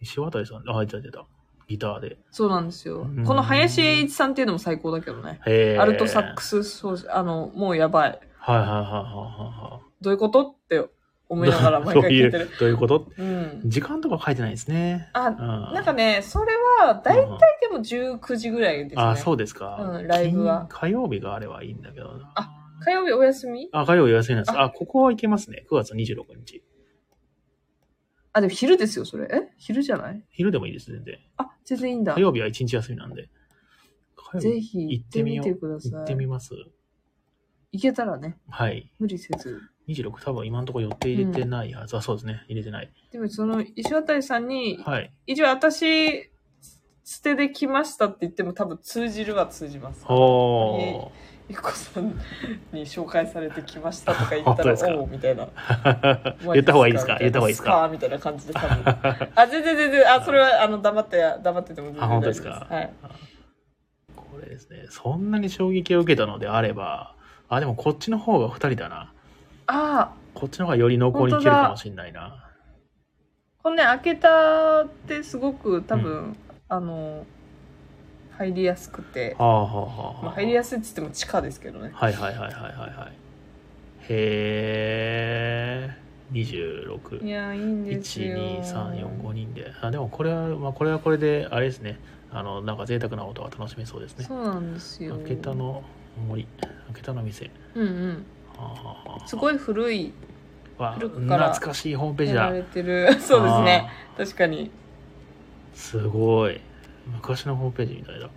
Speaker 1: 石渡さん、あ、出た出た。ギターで。
Speaker 2: そうなんですよ
Speaker 1: うん。
Speaker 2: この林英一さんっていうのも最高だけどね。
Speaker 1: へえ。
Speaker 2: アルトサック
Speaker 1: ス。
Speaker 2: ス奏者、あの、もうやばい。
Speaker 1: はいはいはいはいはい。
Speaker 2: どういうことって思いながら毎回聞いてる。
Speaker 1: どういうこと
Speaker 2: うん。
Speaker 1: 時間とか書いてないですね。
Speaker 2: あ、
Speaker 1: な
Speaker 2: なんかね、それは大体でも19時ぐらいですね。
Speaker 1: あそうですか、
Speaker 2: うんライブは
Speaker 1: 金火曜日があればいいんだけどな
Speaker 2: 火曜日お休み
Speaker 1: あ火曜日休みなんですあここはいけますね9月26日
Speaker 2: あ、でも昼ですよ、それ。え昼じゃない
Speaker 1: 昼でもいいです全然
Speaker 2: あ、全然いいんだ
Speaker 1: 火。曜日は1日休みなんで火曜
Speaker 2: ぜ
Speaker 1: 日
Speaker 2: ひ
Speaker 1: 行
Speaker 2: 行
Speaker 1: っ
Speaker 2: ってて
Speaker 1: み
Speaker 2: み
Speaker 1: よう
Speaker 2: てください。
Speaker 1: 行ってみます
Speaker 2: 行けたらね、
Speaker 1: はい
Speaker 2: 無理せず。
Speaker 1: 26多分今のところ予定入れてないはず、あそうですね入れてない
Speaker 2: でもその、石渡さんに、
Speaker 1: はい
Speaker 2: 一応私、捨てで来ましたって言っても多分通じるは通じます。
Speaker 1: おー
Speaker 2: ゆっこさんに紹介されて来ましたとか言った
Speaker 1: 本当で
Speaker 2: ら
Speaker 1: すか、
Speaker 2: おうみたいな。
Speaker 1: [laughs] 言った方がいいですか言った方がいいですか
Speaker 2: スパーみたいな感じで多分。
Speaker 1: [laughs]
Speaker 2: あ、全然全然、あ、それは、あの、黙って、黙ってても全然
Speaker 1: あ本当ですか
Speaker 2: はい。
Speaker 1: ここれですねそんなに衝撃を受けたのであればあでもこっちの方が2人だな
Speaker 2: ああ
Speaker 1: こっちの方がより濃厚に切るかもしれないな
Speaker 2: このね開けたってすごく多分、あの入りやすくて、
Speaker 1: はあはあはあはあ、
Speaker 2: まあ、入りやすいっつっても地下ですけどね
Speaker 1: はいはいはいはいはいはいへえ26
Speaker 2: いやいいんですよ
Speaker 1: 12345人であでもこれは、まあ、これはこれであれですねあのなんか贅沢なことが楽しめそうですね
Speaker 2: そうなんですよ
Speaker 1: 開けたの森開けたの店
Speaker 2: うんうん
Speaker 1: ああ
Speaker 2: すごい古い
Speaker 1: わ
Speaker 2: 古くから
Speaker 1: 懐かしいホームページ
Speaker 2: や
Speaker 1: だ
Speaker 2: られてる [laughs] そうですね確かに
Speaker 1: あーすごい昔のホームページみたいだへ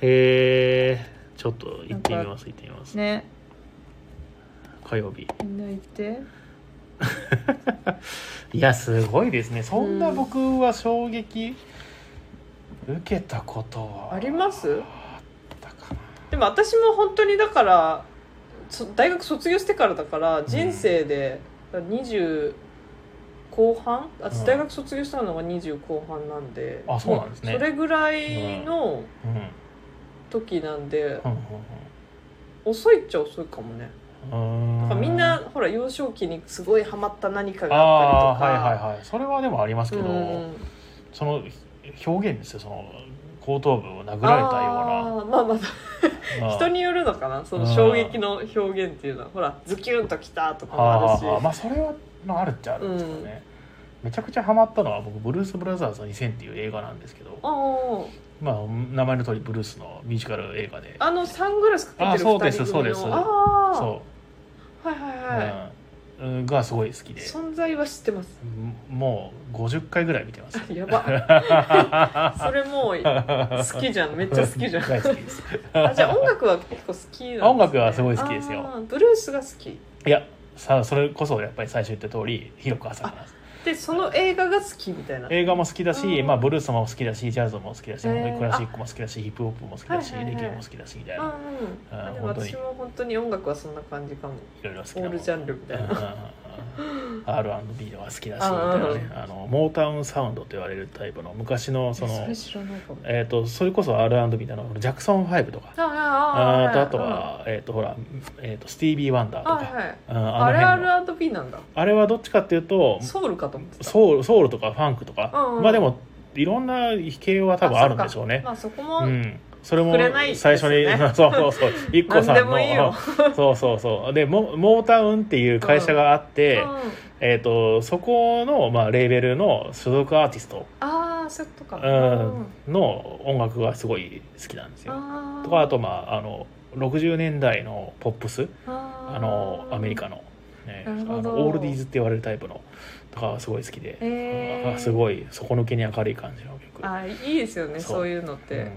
Speaker 1: えちょっと行ってみます行ってみます、
Speaker 2: ね
Speaker 1: 火曜日
Speaker 2: みんな行って
Speaker 1: いやすごいですねそんな僕は衝撃受けたことは
Speaker 2: あります
Speaker 1: あったかな
Speaker 2: でも私も本当にだからそ大学卒業してからだから人生で20後
Speaker 1: う
Speaker 2: 半私
Speaker 1: ん
Speaker 2: 大学卒業したのが20後半なんで、
Speaker 1: あそうなんですね
Speaker 2: それぐらいの
Speaker 1: うん
Speaker 2: 時なんで、
Speaker 1: うん
Speaker 2: 遅いっちゃ遅いかもね
Speaker 1: うんうんうー
Speaker 2: だから
Speaker 1: ん
Speaker 2: みんなほら幼少期にすごいハマった何かがあ
Speaker 1: あ
Speaker 2: っ
Speaker 1: ー
Speaker 2: た
Speaker 1: は
Speaker 2: り
Speaker 1: い
Speaker 2: とか
Speaker 1: はいはいそれはでもありますけど、
Speaker 2: うん
Speaker 1: その表現ですよその後頭部を殴られたよ
Speaker 2: あーまあまあ
Speaker 1: うなまあ
Speaker 2: 人によるのかなその衝撃の表現っていうのはほらズキュンときたとか
Speaker 1: はあ
Speaker 2: もあるし
Speaker 1: はあはあまあそれは、まあ、あるっちゃあるんですけどね、めちゃくちゃハマったのは僕「ブルース・ブラザーズ2000」っていう映画なんですけど、
Speaker 2: あ
Speaker 1: まあ、名前の通りブルースのミュージカル映画で
Speaker 2: ああのサングラスかけてる
Speaker 1: あそ
Speaker 2: 二人
Speaker 1: うです
Speaker 2: 組の
Speaker 1: そうです
Speaker 2: ああ
Speaker 1: そう
Speaker 2: はいはいは
Speaker 1: うんうん、がすごい好き
Speaker 2: い、
Speaker 1: で
Speaker 2: 存在は知ってます
Speaker 1: うんもう50回ぐらい見てます
Speaker 2: や
Speaker 1: [laughs]
Speaker 2: ばそれもう好きじゃんめっちゃ好きじゃ
Speaker 1: [laughs]
Speaker 2: ん
Speaker 1: 大好きです
Speaker 2: あじゃあ音楽は結構好きなんです、ね、
Speaker 1: 音楽はすごい好きですよ
Speaker 2: あーブルースが好き
Speaker 1: いやさあそれこそやっぱり最初言った通り広く浅くなんです
Speaker 2: でその映画が好きみたいな
Speaker 1: 映画も好きだし、
Speaker 2: うん
Speaker 1: まあ、ブルースも好きだしジャズも好きだし、
Speaker 2: へー
Speaker 1: 本当にクラシックも好きだしヒップホップも好きだし、
Speaker 2: はいはいはい
Speaker 1: レゲエも好きだしみたい
Speaker 2: うん
Speaker 1: な、
Speaker 2: うん
Speaker 1: あー
Speaker 2: あで
Speaker 1: 本当
Speaker 2: も
Speaker 1: に
Speaker 2: 私も本当に音楽はそんな感じかも
Speaker 1: いろいろ好き
Speaker 2: オ
Speaker 1: な
Speaker 2: ー
Speaker 1: もの
Speaker 2: ルジャンルみたいな、
Speaker 1: うんうんうん R&B は好きだしみたい
Speaker 2: あ
Speaker 1: なねあのモータウンサウンドと言われるタイプの昔のそ
Speaker 2: えそ
Speaker 1: の
Speaker 2: れ知らないかも
Speaker 1: えー、とそれこそ R&B だのジャクソン5とかあ
Speaker 2: ああ
Speaker 1: ーとあとは、えー、とほら、えー、とスティービー・ワンダーとか、
Speaker 2: はいはい
Speaker 1: うんあ
Speaker 2: あれ
Speaker 1: の辺の
Speaker 2: R&B なんだ
Speaker 1: あれはどっちかっていうと
Speaker 2: ソウルかと思ってた
Speaker 1: ソウルソウルとかファンクとか、
Speaker 2: うんうん
Speaker 1: まあでもいろんな形は多分あるんでしょうね。
Speaker 2: まあそ
Speaker 1: う
Speaker 2: こも
Speaker 1: ん、それも
Speaker 2: くれないです
Speaker 1: 最
Speaker 2: ね
Speaker 1: 初に、そ
Speaker 2: [laughs]
Speaker 1: うそうそう i k さ
Speaker 2: 何で
Speaker 1: んの
Speaker 2: もいいよ
Speaker 1: [laughs] そうそうそうでモモータウンっていう会社があって、
Speaker 2: うん
Speaker 1: えー、とそこの、まあ、レーベルの所属アーティスト、
Speaker 2: ああそういうことか、
Speaker 1: うん、の音楽がすごい好きなんですよ。
Speaker 2: あー
Speaker 1: とかあとまああの60年代のポップス
Speaker 2: あ
Speaker 1: あのアメリカ
Speaker 2: の
Speaker 1: の,、ね、あ
Speaker 2: なるほど
Speaker 1: のオールディーズって言われるタイプのとかはすごい好きで、
Speaker 2: へー
Speaker 1: あすごい底抜けに明るい感じの曲、
Speaker 2: あーいいですよね
Speaker 1: そう
Speaker 2: そういうのっ
Speaker 1: う
Speaker 2: て、
Speaker 1: ん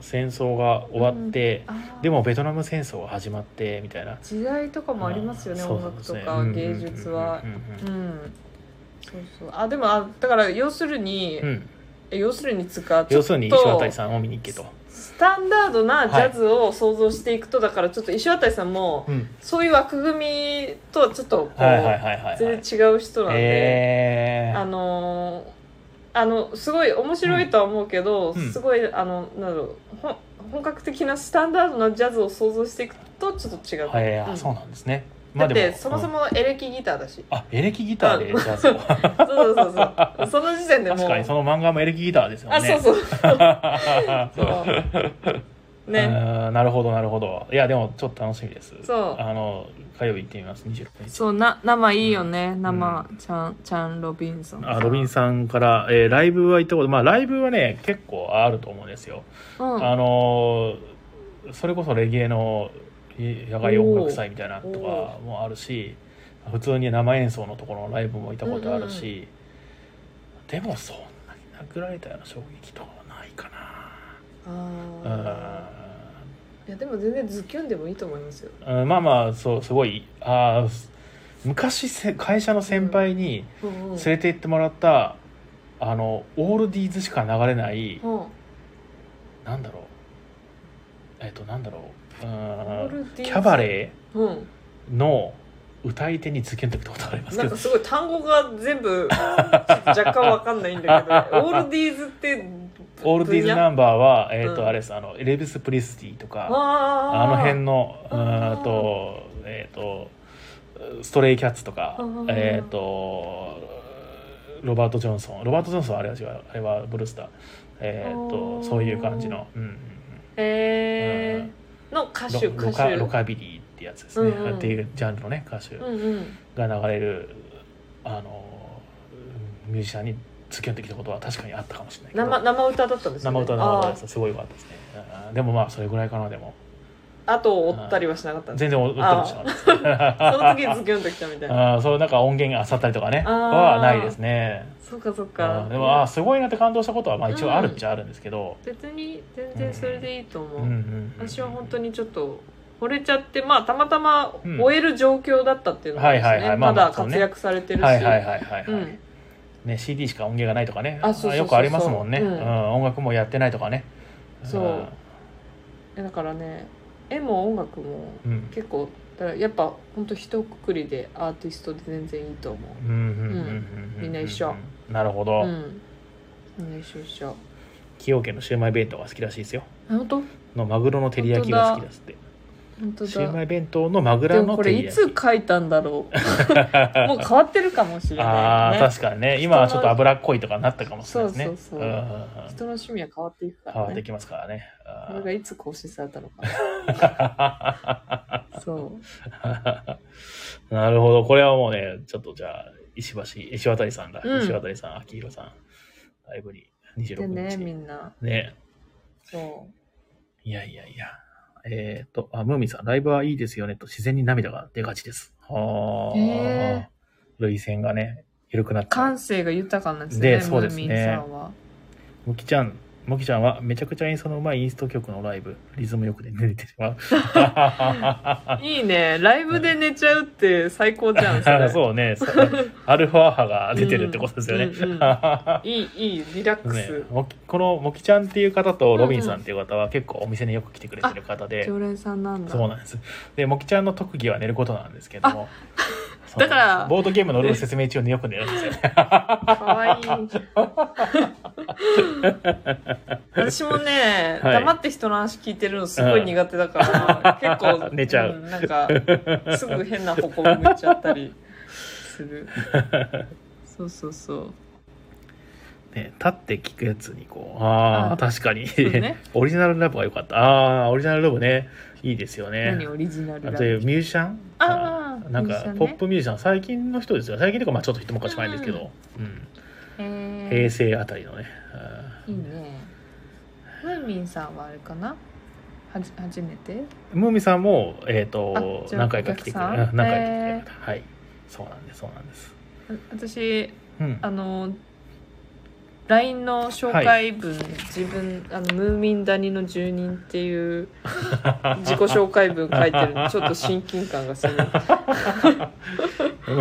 Speaker 1: 戦争が終わって、
Speaker 2: あー
Speaker 1: でもベトナム戦争が始まってみたいな
Speaker 2: 時代とかもありますよね、
Speaker 1: うん
Speaker 2: 音楽と
Speaker 1: そう
Speaker 2: か、
Speaker 1: なん
Speaker 2: 芸
Speaker 1: ですね
Speaker 2: 術は
Speaker 1: う、んうんうんうん
Speaker 2: うんそうそうあでもあだから要するに、
Speaker 1: うんうん
Speaker 2: え要するにつうかちょ
Speaker 1: 要
Speaker 2: っ
Speaker 1: するに
Speaker 2: と
Speaker 1: 石渡さんを見に行けと、
Speaker 2: スタンダードなジャズを想像していくと、だからちょっと石渡さんも
Speaker 1: うん、
Speaker 2: そういう枠組みとはちょっとこう、
Speaker 1: はいはいはいはいはい
Speaker 2: 全然違う人なんで、
Speaker 1: え
Speaker 2: あのーあのすごい面白いとは思うけど、
Speaker 1: うんうん
Speaker 2: すごいあのなんだろうほん本格的なスタンダードなジャズを想像していくとちょっと違う、
Speaker 1: ーはいあ
Speaker 2: うん
Speaker 1: そうなんですね、
Speaker 2: だっ
Speaker 1: で
Speaker 2: てそもそもエレキギターだし、
Speaker 1: あエレキギターでジャズ
Speaker 2: [laughs]
Speaker 1: を確
Speaker 2: そうそうそうそうその時点でもう
Speaker 1: かにその漫画もエレキギターですよね
Speaker 2: あそうそう
Speaker 1: [laughs]
Speaker 2: そうね
Speaker 1: あーなるほどなるほどいやでもちょっと楽しみです
Speaker 2: そう
Speaker 1: あの火曜日行ってみます26日
Speaker 2: そうな生いいよね、
Speaker 1: 生
Speaker 2: 生ちゃんちゃんロビンソン
Speaker 1: あロビンさんから、えーライブは行ったことまあライブはね結構あると思うんですよ、
Speaker 2: うん
Speaker 1: あのーそれこそレゲエのい野外音楽祭みたいなとかもあるし普通に生演奏のところのライブも行ったことあるし、でもそんなに殴られたような衝撃とかはないかな
Speaker 2: あーいやでも全然ズキュンでもいいと思いますよ
Speaker 1: うんうんまあまあそうすごいあーす昔せ会社の先輩に
Speaker 2: うんうん
Speaker 1: 連れて行ってもらった、あのオールディーズしか流れない、
Speaker 2: うんオ
Speaker 1: なんだろうえっとなんだろううーん
Speaker 2: ールディーズ
Speaker 1: キャバレ
Speaker 2: うん
Speaker 1: ーの歌い手に付け抜くことあります
Speaker 2: な
Speaker 1: け
Speaker 2: ん
Speaker 1: ど
Speaker 2: かすごい単語が全部若干わかんないん
Speaker 1: [laughs]
Speaker 2: だけどオールディーズって
Speaker 1: オールディーズナ
Speaker 2: ン
Speaker 1: ンバーは、えーと
Speaker 2: うん
Speaker 1: あれですあのエレビス・プリスティとか
Speaker 2: あ
Speaker 1: あの辺
Speaker 2: の
Speaker 1: のう
Speaker 2: あ
Speaker 1: ー
Speaker 2: ー
Speaker 1: んとえっ、とストレイキャッツとか
Speaker 2: あー
Speaker 1: えっ、とロバート・ジョンソンロバート・ジョンソンはあれは違うあれはブルースターえっ、
Speaker 2: あ
Speaker 1: と
Speaker 2: ー
Speaker 1: そういう感じの、うんうんうん
Speaker 2: えー、の歌手
Speaker 1: ロロ
Speaker 2: 歌
Speaker 1: カ
Speaker 2: 手
Speaker 1: ロカビリーってやつですね、
Speaker 2: うんうん
Speaker 1: っていうジャンルのね歌手
Speaker 2: うんうん
Speaker 1: が流れる、あのミュージシャンに付き合ってきたことは確かにあったかもしれないけど
Speaker 2: 生生歌だったんですよ、ね、
Speaker 1: 生歌生歌で
Speaker 2: あ
Speaker 1: すすごい良かったですねうんでもまあそれぐらいかなでも
Speaker 2: ー後を追ったりはしなかったんです
Speaker 1: 全然踊ってましたそ
Speaker 2: その時ズキュンときたみたいな
Speaker 1: あーそうなんか音源が漁ったりとかね
Speaker 2: あー
Speaker 1: はないですね
Speaker 2: [laughs] そうかそう
Speaker 1: あ
Speaker 2: か
Speaker 1: ーでもあーすごいなって感動したことはまあ一応あるっちゃあるんですけど、
Speaker 2: 別に全然それでいいと思
Speaker 1: う
Speaker 2: う、
Speaker 1: んうんうん
Speaker 2: 私は本当にちょっと惚れちゃってまあたまたま
Speaker 1: うん
Speaker 2: 終える状況だったっていうのもあるし
Speaker 1: はいはいは
Speaker 2: ね
Speaker 1: いまあ
Speaker 2: ま
Speaker 1: まあ
Speaker 2: だ活躍されてるし、
Speaker 1: はいはいはいはい、
Speaker 2: う
Speaker 1: はい
Speaker 2: ん
Speaker 1: ね、CD しか音源がないとかね
Speaker 2: あそうそうそうそう
Speaker 1: よくありますもんね、う
Speaker 2: うんん
Speaker 1: 音楽もやってないとかね
Speaker 2: そうだからね絵も音楽も
Speaker 1: うん、うん
Speaker 2: 結構だからやっぱ本当一括りでアーティストで全然いいと思
Speaker 1: うんうんうんう
Speaker 2: みんな一緒
Speaker 1: なるほ
Speaker 2: う
Speaker 1: ど、
Speaker 2: うんみんな一緒一緒
Speaker 1: 崎陽軒のシウマイ弁当が好きらしいですよ
Speaker 2: あ本当
Speaker 1: のマグロの照り焼きが好きですって
Speaker 2: 本当
Speaker 1: シウマ
Speaker 2: だ
Speaker 1: イ弁当のマグ
Speaker 2: で
Speaker 1: ロ
Speaker 2: も
Speaker 1: の
Speaker 2: こ
Speaker 1: 照
Speaker 2: れ
Speaker 1: り
Speaker 2: い
Speaker 1: 焼き
Speaker 2: つ書いたんだろう
Speaker 1: [laughs]
Speaker 2: もう変わってるかもしれ
Speaker 1: あ
Speaker 2: な
Speaker 1: あー、
Speaker 2: いよね
Speaker 1: 確かにね今はちょっと脂っこいとかなったかもしれないですね
Speaker 2: そうそうそうん
Speaker 1: んん
Speaker 2: 人の趣味は変わっていくか
Speaker 1: 変わっ
Speaker 2: ら
Speaker 1: て
Speaker 2: ね
Speaker 1: きますからね。あ
Speaker 2: これが
Speaker 1: ー
Speaker 2: いつ更新されたの
Speaker 1: [laughs]
Speaker 2: かそ
Speaker 1: [laughs]
Speaker 2: う
Speaker 1: なるほど。これはもうね、ちょっとじゃあ、石橋、石渡さんが、
Speaker 2: うん
Speaker 1: 石渡さん、秋広さん、ライブに
Speaker 2: で
Speaker 1: 26
Speaker 2: ね
Speaker 1: 日
Speaker 2: み
Speaker 1: に。
Speaker 2: んな
Speaker 1: ね。
Speaker 2: そ
Speaker 1: いやいやいや。えっ、と、あ、ムーミンさん、ライブはいいですよねと、自然に涙が出がちです。はあ
Speaker 2: へ。
Speaker 1: 涙腺がね、緩くなっ
Speaker 2: う
Speaker 1: て。
Speaker 2: 感性が豊かなんですよ
Speaker 1: で
Speaker 2: ね
Speaker 1: そうですね
Speaker 2: ムーミンさんは
Speaker 1: むきちゃん、むきちゃんはめちゃくちゃ演奏のうまいインスト曲のライブ、リズムよくで寝てし
Speaker 2: [laughs]
Speaker 1: まう。
Speaker 2: いいねライブで寝ちゃうって最高じゃんそ
Speaker 1: [laughs]
Speaker 2: れ
Speaker 1: そうね。そうアルファ波が出てるってことですよ [laughs] ね。
Speaker 2: うんうんうんいいいいリラック
Speaker 1: ね
Speaker 2: ス、
Speaker 1: もきこのもきちゃんっていう方とロビンさんっていう方は結構お店によく来てくれてる方で、
Speaker 2: 常連さんなんだ
Speaker 1: そうなんですでもきちゃんの特技は寝ることなんですけどもそう
Speaker 2: だから
Speaker 1: ボードゲームのルール説明中によく寝るんですよ
Speaker 2: [laughs]
Speaker 1: ね
Speaker 2: かわ
Speaker 1: [laughs]
Speaker 2: いい私もね、
Speaker 1: はい
Speaker 2: 黙って人の話聞いてるのすごい苦手だから、
Speaker 1: [laughs]
Speaker 2: 結構
Speaker 1: 寝ちゃうん
Speaker 2: なんかすぐ変な方向向いちゃったりす
Speaker 1: [laughs]
Speaker 2: るそうそうそう
Speaker 1: ね立って聞くやつにこうああ
Speaker 2: あ
Speaker 1: 確かに、
Speaker 2: うね
Speaker 1: [laughs] オリジナルラブが良かったああオリジナルラブねいいですよね
Speaker 2: 何オリジナル
Speaker 1: あ
Speaker 2: だ
Speaker 1: というミュージシャン
Speaker 2: あー
Speaker 1: なん
Speaker 2: ミュージシ
Speaker 1: か
Speaker 2: ャンね
Speaker 1: ポップミュージシャン最近の人ですよ最近というかまあちょっと一昔前ですけど、うん
Speaker 2: えー
Speaker 1: 平成あたりのねあー
Speaker 2: いいねムーミンさんはあれかなはじ初めて
Speaker 1: ムーミンさんも、えー、と
Speaker 2: あじゃあ
Speaker 1: 何回か来てくれ
Speaker 2: お
Speaker 1: る
Speaker 2: 客さん
Speaker 1: うん何回か来てくれた、はいそうなんですそうなんです
Speaker 2: あ私
Speaker 1: うん [laughs]
Speaker 2: あの LINE の紹介文、自分あの「ムーミン谷の住人」って
Speaker 1: [laughs]
Speaker 2: いう自己紹介文書いてるのちょっと親近感がする
Speaker 1: ム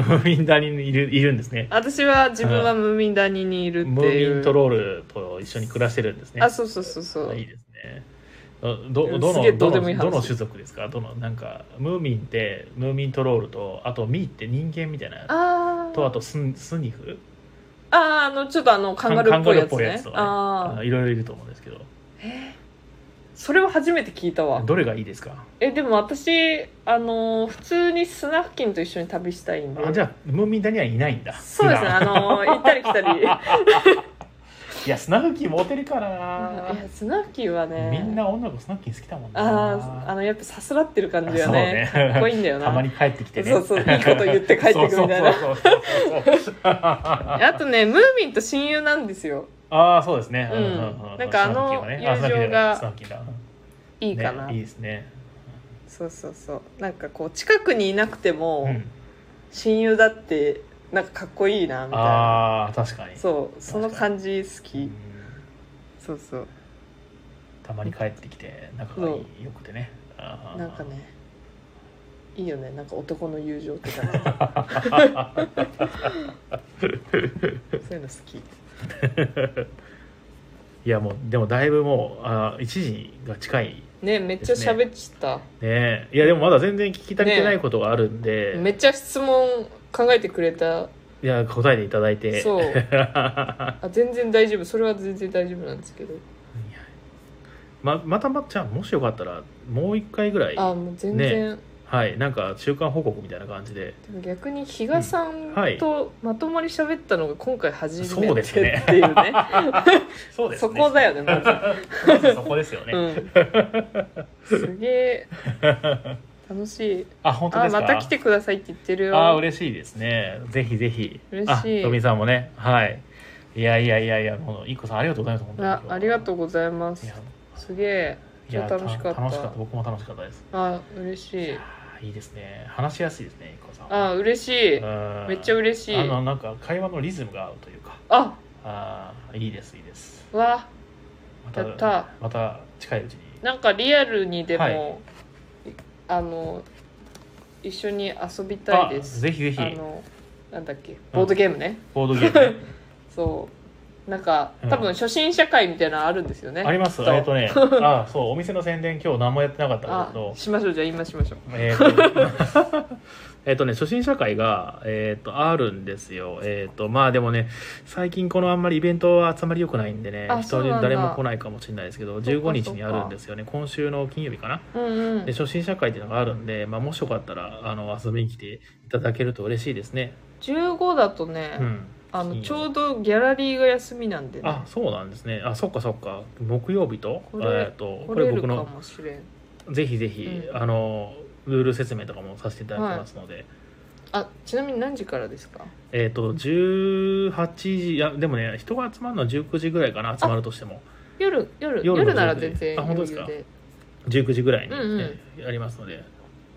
Speaker 1: ーミン谷にいるいるんですね
Speaker 2: 私は自分はムーミン谷にいるっていう
Speaker 1: ムーミントロールと一緒に暮らしてるんですね
Speaker 2: あそうそうそうそう、
Speaker 1: いいですねどど
Speaker 2: す
Speaker 1: の
Speaker 2: げえ
Speaker 1: ど
Speaker 2: どうでもいい
Speaker 1: の
Speaker 2: 話
Speaker 1: どの種族ですかどのなんかムーミンってムーミントロールとあとミーって人間みたいな
Speaker 2: あ
Speaker 1: と
Speaker 2: ー
Speaker 1: あとスンスニフ
Speaker 2: あーあのちょっとあのカンガルーっぽいやつ
Speaker 1: カンガルーっぽいや
Speaker 2: ね
Speaker 1: つとかね
Speaker 2: あ
Speaker 1: あ
Speaker 2: あ
Speaker 1: いろいろいると思うんですけど
Speaker 2: それは初めて聞いたわ
Speaker 1: どれがいいですか
Speaker 2: えでも私あの普通にスナフキンと一緒に旅したいんで
Speaker 1: あじゃあムーミン谷はいないんだ
Speaker 2: そうですね
Speaker 1: 普段
Speaker 2: あの行ったり来
Speaker 1: [laughs]
Speaker 2: たりいや
Speaker 1: いやスナフキンモテるから
Speaker 2: スナフキンはね
Speaker 1: なみんな女の子スナフキン好きだもん
Speaker 2: あーあ
Speaker 1: な
Speaker 2: のやっぱさすらってる感じがね
Speaker 1: そうね
Speaker 2: かっこいいんだよ
Speaker 1: [laughs]
Speaker 2: な
Speaker 1: たまに帰ってきてね
Speaker 2: そうそういいこと言って帰ってくみたいな
Speaker 1: そうそうそうそうそうあ
Speaker 2: あとねムーミンと親友なんですよ
Speaker 1: あそうですね
Speaker 2: うんなんかあの友情が
Speaker 1: スナフキンはね
Speaker 2: いいか
Speaker 1: あスナフキンだねスナフキンだ
Speaker 2: な、
Speaker 1: ねいいですね
Speaker 2: そうそうそうなんかこう近くにいなくても、
Speaker 1: うん
Speaker 2: 親友だってなんかかっこいいなみたいな
Speaker 1: ああ確かに
Speaker 2: そうその感じ好
Speaker 1: うん
Speaker 2: きそうそう
Speaker 1: たまに帰ってきて仲がいいよくてねあー
Speaker 2: な
Speaker 1: [laughs]
Speaker 2: んかねいいよねなんか男の友情って感
Speaker 1: [laughs]
Speaker 2: じそういうの好き
Speaker 1: いやもうでもだいぶもうあ1時が近い
Speaker 2: ねめっちゃ喋っちゃった、
Speaker 1: ねえいやでもまだ全然聞き足りてないことがあるんで、
Speaker 2: めっちゃ質問考えてくれた
Speaker 1: いや答えていただいて
Speaker 2: そう
Speaker 1: ま
Speaker 2: あ全然大丈夫それは全然大丈夫なんですけど
Speaker 1: [laughs] またまじゃあもしよかったらもう一回ぐらい
Speaker 2: あもう全然、
Speaker 1: はいなんか中間報告みたいな感じで
Speaker 2: でも逆に比嘉さん
Speaker 1: うんはい
Speaker 2: とまとまり喋ったのが今回初
Speaker 1: そ
Speaker 2: め
Speaker 1: う
Speaker 2: て
Speaker 1: で
Speaker 2: っ
Speaker 1: す
Speaker 2: ていうね
Speaker 1: ね [laughs] そうです
Speaker 2: そ
Speaker 1: ね
Speaker 2: こだよねまず、
Speaker 1: まずそこですよね、
Speaker 2: [laughs] うん、すげえ楽しい
Speaker 1: あ本当
Speaker 2: あ
Speaker 1: ですか
Speaker 2: また来てくださいって言ってるよ
Speaker 1: あー嬉しいですねぜひぜひ
Speaker 2: 嬉
Speaker 1: あ
Speaker 2: しい
Speaker 1: 富井さんもねはいいやいやいやいやもういっこさんありがとうございます本当に
Speaker 2: あありがとうございま
Speaker 1: い
Speaker 2: す
Speaker 1: や
Speaker 2: すげえ
Speaker 1: いや
Speaker 2: 超楽しかった
Speaker 1: 楽しかった僕も楽しかったです
Speaker 2: あ嬉しい
Speaker 1: あーいいですね話しやすいですねいっこさん
Speaker 2: あ嬉しい
Speaker 1: うん
Speaker 2: めっちゃ嬉しい
Speaker 1: あのなんか会話のリズムが合うというか
Speaker 2: あ
Speaker 1: あーいいですいいです
Speaker 2: わ
Speaker 1: ま
Speaker 2: やった
Speaker 1: また近いうちに
Speaker 2: なんかリアルにでも、
Speaker 1: はい
Speaker 2: いあの一緒に遊びたいです
Speaker 1: あぜひぜひ
Speaker 2: あのなんだっけボードゲームね、
Speaker 1: ボードゲーム、
Speaker 2: [laughs]
Speaker 1: ね、
Speaker 2: そうなんか多
Speaker 1: う
Speaker 2: 分
Speaker 1: ん
Speaker 2: 初心者会みたいなのあるんですよね
Speaker 1: あります
Speaker 2: きっと
Speaker 1: えっとね
Speaker 2: [laughs]
Speaker 1: あそうお店の宣伝今日何もやってなかったんだ
Speaker 2: あ
Speaker 1: けど
Speaker 2: しましょうじゃあ今しましょう
Speaker 1: えーと
Speaker 2: [laughs]
Speaker 1: えーとね、初心者会が、えー、とあるんですよ、えーとまあ、でもね最近このあんまりイベントは集まり良くないんでね
Speaker 2: あ
Speaker 1: 人
Speaker 2: そうなんだ
Speaker 1: 誰も来ないかもしれないですけど
Speaker 2: そっ
Speaker 1: 15日
Speaker 2: か
Speaker 1: にあるんですよね今週の金曜日かな
Speaker 2: うんうん
Speaker 1: で初心者会っていうのがあるんで、まあ、もしよかったらあの遊びに来ていただけると嬉しいですね、
Speaker 2: 15だとね、
Speaker 1: うん、
Speaker 2: あの
Speaker 1: 金曜
Speaker 2: ちょうどギャラリーが休みなんでね
Speaker 1: あそうなんですねあそっかそっか木曜日と
Speaker 2: これ
Speaker 1: えーと
Speaker 2: 来
Speaker 1: こ
Speaker 2: れ
Speaker 1: れ
Speaker 2: る
Speaker 1: 僕
Speaker 2: か
Speaker 1: の
Speaker 2: もしれん
Speaker 1: ぜひぜひ、
Speaker 2: うん
Speaker 1: あのルール説明とかもさせていただきますので、
Speaker 2: あちなみに何時からですか
Speaker 1: えっ、と18時いやでもね人が集まるのは19時ぐらいかな集まるとしても
Speaker 2: 夜夜
Speaker 1: 夜の
Speaker 2: 夜な
Speaker 1: 15
Speaker 2: ら
Speaker 1: 時
Speaker 2: 全然
Speaker 1: あ本当ですか
Speaker 2: 余裕
Speaker 1: 19時ぐらいに、ね
Speaker 2: うん
Speaker 1: やりますので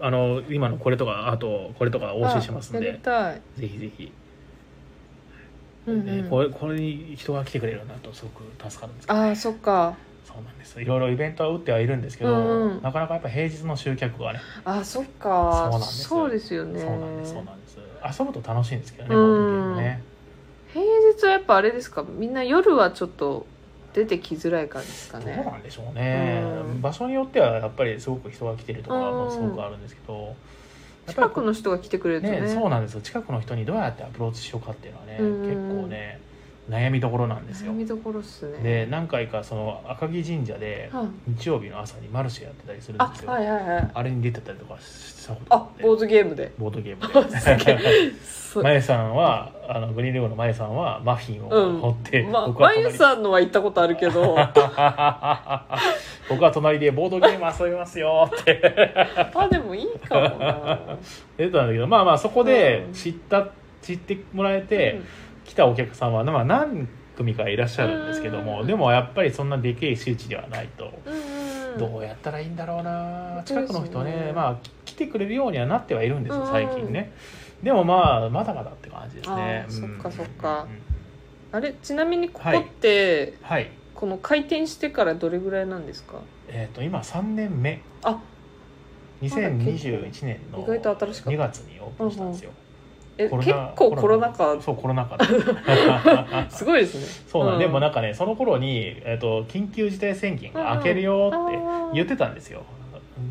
Speaker 1: あの今のこれとかあとこれとかお教えしますん
Speaker 2: あやり
Speaker 1: で
Speaker 2: たい、
Speaker 1: ぜひぜひ、
Speaker 2: うんうん
Speaker 1: ねこれこれに人が来てくれるようになるとすごく助かるんですけど
Speaker 2: ああそっか
Speaker 1: そうなんですいろいろイベントは打ってはいるんですけど、
Speaker 2: うんうん
Speaker 1: なかなかやっぱ平日の集客がね
Speaker 2: あそっ
Speaker 1: そ
Speaker 2: か
Speaker 1: うなんですよ
Speaker 2: そうですよね
Speaker 1: そうなんですそうなんです遊ぶと楽しいんですけどね、
Speaker 2: うん
Speaker 1: ボードゲームね
Speaker 2: 平日はやっぱあれですかみんな夜はちょっと出てきづらい感じですか
Speaker 1: どう
Speaker 2: ね
Speaker 1: なんでしょうね、
Speaker 2: うん
Speaker 1: 場所によってはやっぱりすごく人が来てるとかもすごくあるんですけど、やっぱり
Speaker 2: 近くの人が来てくれるとね
Speaker 1: ね、そうなんですよ近くの人にどうやってアプローチしようかっていうのはね、
Speaker 2: うん
Speaker 1: 結構ね悩みどころなんです
Speaker 2: 悩
Speaker 1: よ
Speaker 2: みどころっすね
Speaker 1: で何回かその赤城神社で
Speaker 2: はい
Speaker 1: 日曜日の朝にマルシェやってたりするん
Speaker 2: あ
Speaker 1: ですよあ,、
Speaker 2: はいはいはい
Speaker 1: れに出てたりとかしたこと
Speaker 2: あ
Speaker 1: があって
Speaker 2: ボードゲームで
Speaker 1: ボードゲーム
Speaker 2: あすげ
Speaker 1: で
Speaker 2: [laughs] そう
Speaker 1: まゆさんはあのグリーンレゴのまゆさんはマフィン
Speaker 2: う
Speaker 1: を
Speaker 2: ん
Speaker 1: 掘って、
Speaker 2: ま
Speaker 1: 僕は
Speaker 2: ま
Speaker 1: 隣
Speaker 2: ゆさんのは行ったことあるけど
Speaker 1: [laughs]
Speaker 2: [laughs]
Speaker 1: 僕は隣でボードゲーム遊びますよって
Speaker 2: あでもいいかもな
Speaker 1: 出てたんだけどまあまあそこで
Speaker 2: うん
Speaker 1: 知った、知っても [laughs] らえて、
Speaker 2: うん
Speaker 1: 来たお客さんはまあ何組かいらっしゃるんですけども、
Speaker 2: うん
Speaker 1: でもやっぱりそんなでけえ周知ではないと、
Speaker 2: うんうん
Speaker 1: どうやったらいいんだろうな
Speaker 2: そ
Speaker 1: 近
Speaker 2: うです
Speaker 1: く
Speaker 2: ね
Speaker 1: の人ねまあ来てくれるようにはなってはいるんです
Speaker 2: う
Speaker 1: よ
Speaker 2: ん
Speaker 1: 最近ね、でもまあまだまだって感じですね
Speaker 2: あー
Speaker 1: うん
Speaker 2: そっかそっか
Speaker 1: うん
Speaker 2: あれちなみにここって、
Speaker 1: はい
Speaker 2: この開店してからどれぐらいなんですか
Speaker 1: えっ、と今3年目
Speaker 2: あ
Speaker 1: 2021年の
Speaker 2: 意外と新しかっ
Speaker 1: 2
Speaker 2: た
Speaker 1: 月にオープンしたんですよ、
Speaker 2: え
Speaker 1: コロ
Speaker 2: 結
Speaker 1: ナ
Speaker 2: 構コロナ禍
Speaker 1: そうコロナ禍
Speaker 2: [laughs] すごいですね
Speaker 1: そうなんでも
Speaker 2: な
Speaker 1: なんかねその頃に、えっと緊急事態宣言が明けるよって言ってたんですよ、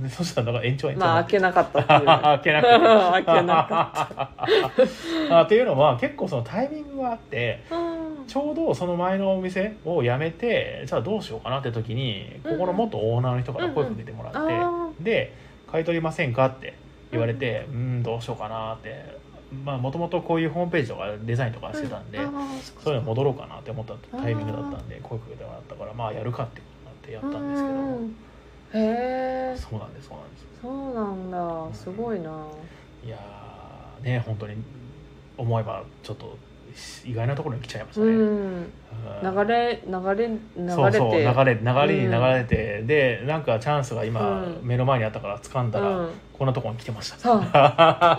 Speaker 1: でそしたらなんか延長延長
Speaker 2: まあ開けなかった
Speaker 1: [laughs]
Speaker 2: っていう
Speaker 1: 開け
Speaker 2: ね
Speaker 1: なくて
Speaker 2: [laughs] 開けなか
Speaker 1: [laughs] あっていうのは結構そのタイミングがあって
Speaker 2: ったうん
Speaker 1: ちょうどその前のお店を辞めてじゃあどうしようかなって時にここの元オーナーの人から声かけてもらって、
Speaker 2: うんうんあ
Speaker 1: で「買い取りませんか?」って言われて「うんどうしようかな」ってまあもともとこういうホームページとかデザインとかしてたんで、
Speaker 2: あーそっか
Speaker 1: そういうの戻ろうかなって思ったタイミングだったんで声かけてもらったからまあやるかってことになってやったんですけど
Speaker 2: うんうんへえ
Speaker 1: そうなんですそうなんです
Speaker 2: そうなんだすごいない
Speaker 1: やーね本当に思えばちょっと意外なところに来ちゃいました
Speaker 2: う
Speaker 1: ね、
Speaker 2: ん
Speaker 1: うん
Speaker 2: 流れ流れ流
Speaker 1: そう
Speaker 2: れ
Speaker 1: そう流
Speaker 2: て
Speaker 1: れ流れに
Speaker 2: うん
Speaker 1: 流れて、でなんかチャンスが今、
Speaker 2: うん
Speaker 1: 目の前にあったから掴んだら、
Speaker 2: うん
Speaker 1: こんなところに来てました
Speaker 2: そう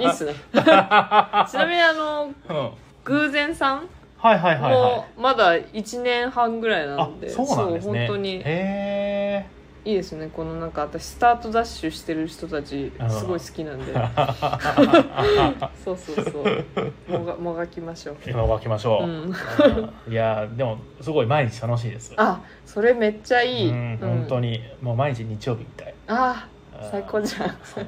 Speaker 2: いいっすねちなみにあの
Speaker 1: うんはい
Speaker 2: 偶然さん
Speaker 1: はいはいはい
Speaker 2: もまだ1年半ぐらいな
Speaker 1: あ
Speaker 2: んで
Speaker 1: そうなんですね
Speaker 2: そう本当に
Speaker 1: へえ
Speaker 2: いいですねこのなんか私スタートダッシュしてる人たち
Speaker 1: あー
Speaker 2: すごい好
Speaker 1: [laughs]
Speaker 2: きなんでそうそうそうもがもがきましょう、
Speaker 1: 今湧きましょう、
Speaker 2: うん、
Speaker 1: うん [laughs] いやーでもすごい毎日楽しいです
Speaker 2: あそれめっちゃいい、
Speaker 1: うん本当
Speaker 2: に
Speaker 1: にもう毎日日曜日みたい
Speaker 2: あ
Speaker 1: うん
Speaker 2: ー最高じゃん
Speaker 1: [laughs] そう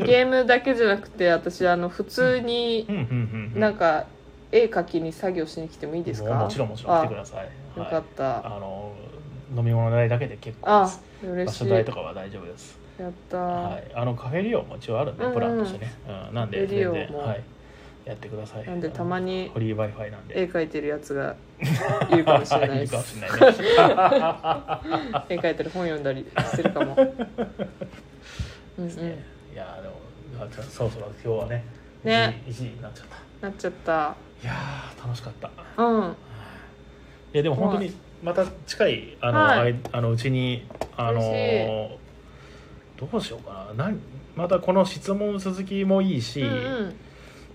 Speaker 2: ゲームだけじゃなくて私あの普通に
Speaker 1: うんうんうん
Speaker 2: なんか絵描きに作業しに来てもいいですか
Speaker 1: もうもちろんもちろん来てください
Speaker 2: あよ
Speaker 1: はい
Speaker 2: かった、
Speaker 1: あの飲み物代だけで結構で
Speaker 2: あ
Speaker 1: す場
Speaker 2: 嬉し
Speaker 1: 所
Speaker 2: い
Speaker 1: 代とかは大丈夫です、
Speaker 2: やった、
Speaker 1: はい、あのカフェ利用も一応あるんで
Speaker 2: うんうん
Speaker 1: プランとしてね、うんなんで
Speaker 2: カフェ利
Speaker 1: 全
Speaker 2: 用も
Speaker 1: 然、はい、やってください
Speaker 2: なんでたまに
Speaker 1: フリー Wi-Fi なん
Speaker 2: 絵
Speaker 1: で
Speaker 2: 描いてるや
Speaker 1: [laughs]
Speaker 2: つがいるかもしれない
Speaker 1: い
Speaker 2: で
Speaker 1: い [laughs]
Speaker 2: す
Speaker 1: かもしれないね
Speaker 2: 絵描いてる本読んだりしてるかもうん
Speaker 1: [laughs]
Speaker 2: う
Speaker 1: ですね
Speaker 2: ん
Speaker 1: いやーでもあちょそろそろ今日はね
Speaker 2: ね
Speaker 1: 1時になっちゃった
Speaker 2: なっちゃった
Speaker 1: いやー楽しかった
Speaker 2: うん
Speaker 1: いやでも本当にまた近いあの、
Speaker 2: はい
Speaker 1: あいあのうちにあの
Speaker 2: 嬉
Speaker 1: どうしようかな何またこの質問続きもいいし、
Speaker 2: うんうん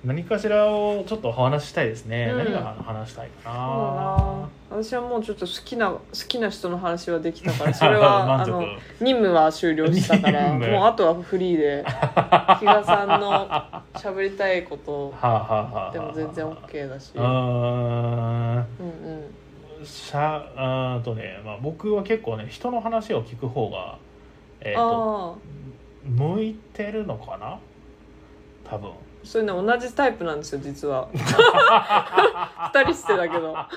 Speaker 1: 何かしらをちょっとお話ししたいですね、
Speaker 2: うん
Speaker 1: 何が話したいか
Speaker 2: そうだ
Speaker 1: な
Speaker 2: な私はもうちょっと好きな好きな人の話はできたからそれは
Speaker 1: [laughs] 満
Speaker 2: あ
Speaker 1: 足
Speaker 2: の任務は終了したから
Speaker 1: 任務
Speaker 2: もうあとはフリーで比嘉さんの喋りたいこと
Speaker 1: はあ、はあはあ、
Speaker 2: でも全然 OK だし
Speaker 1: うーん
Speaker 2: うんうん
Speaker 1: しゃあーとね、まあ、僕は結構ね人の話を聞く方が、えーと
Speaker 2: ああ
Speaker 1: 向いてるのかな多分
Speaker 2: それね同じタイプなんですよ
Speaker 1: [laughs]
Speaker 2: 実は二人してだけどま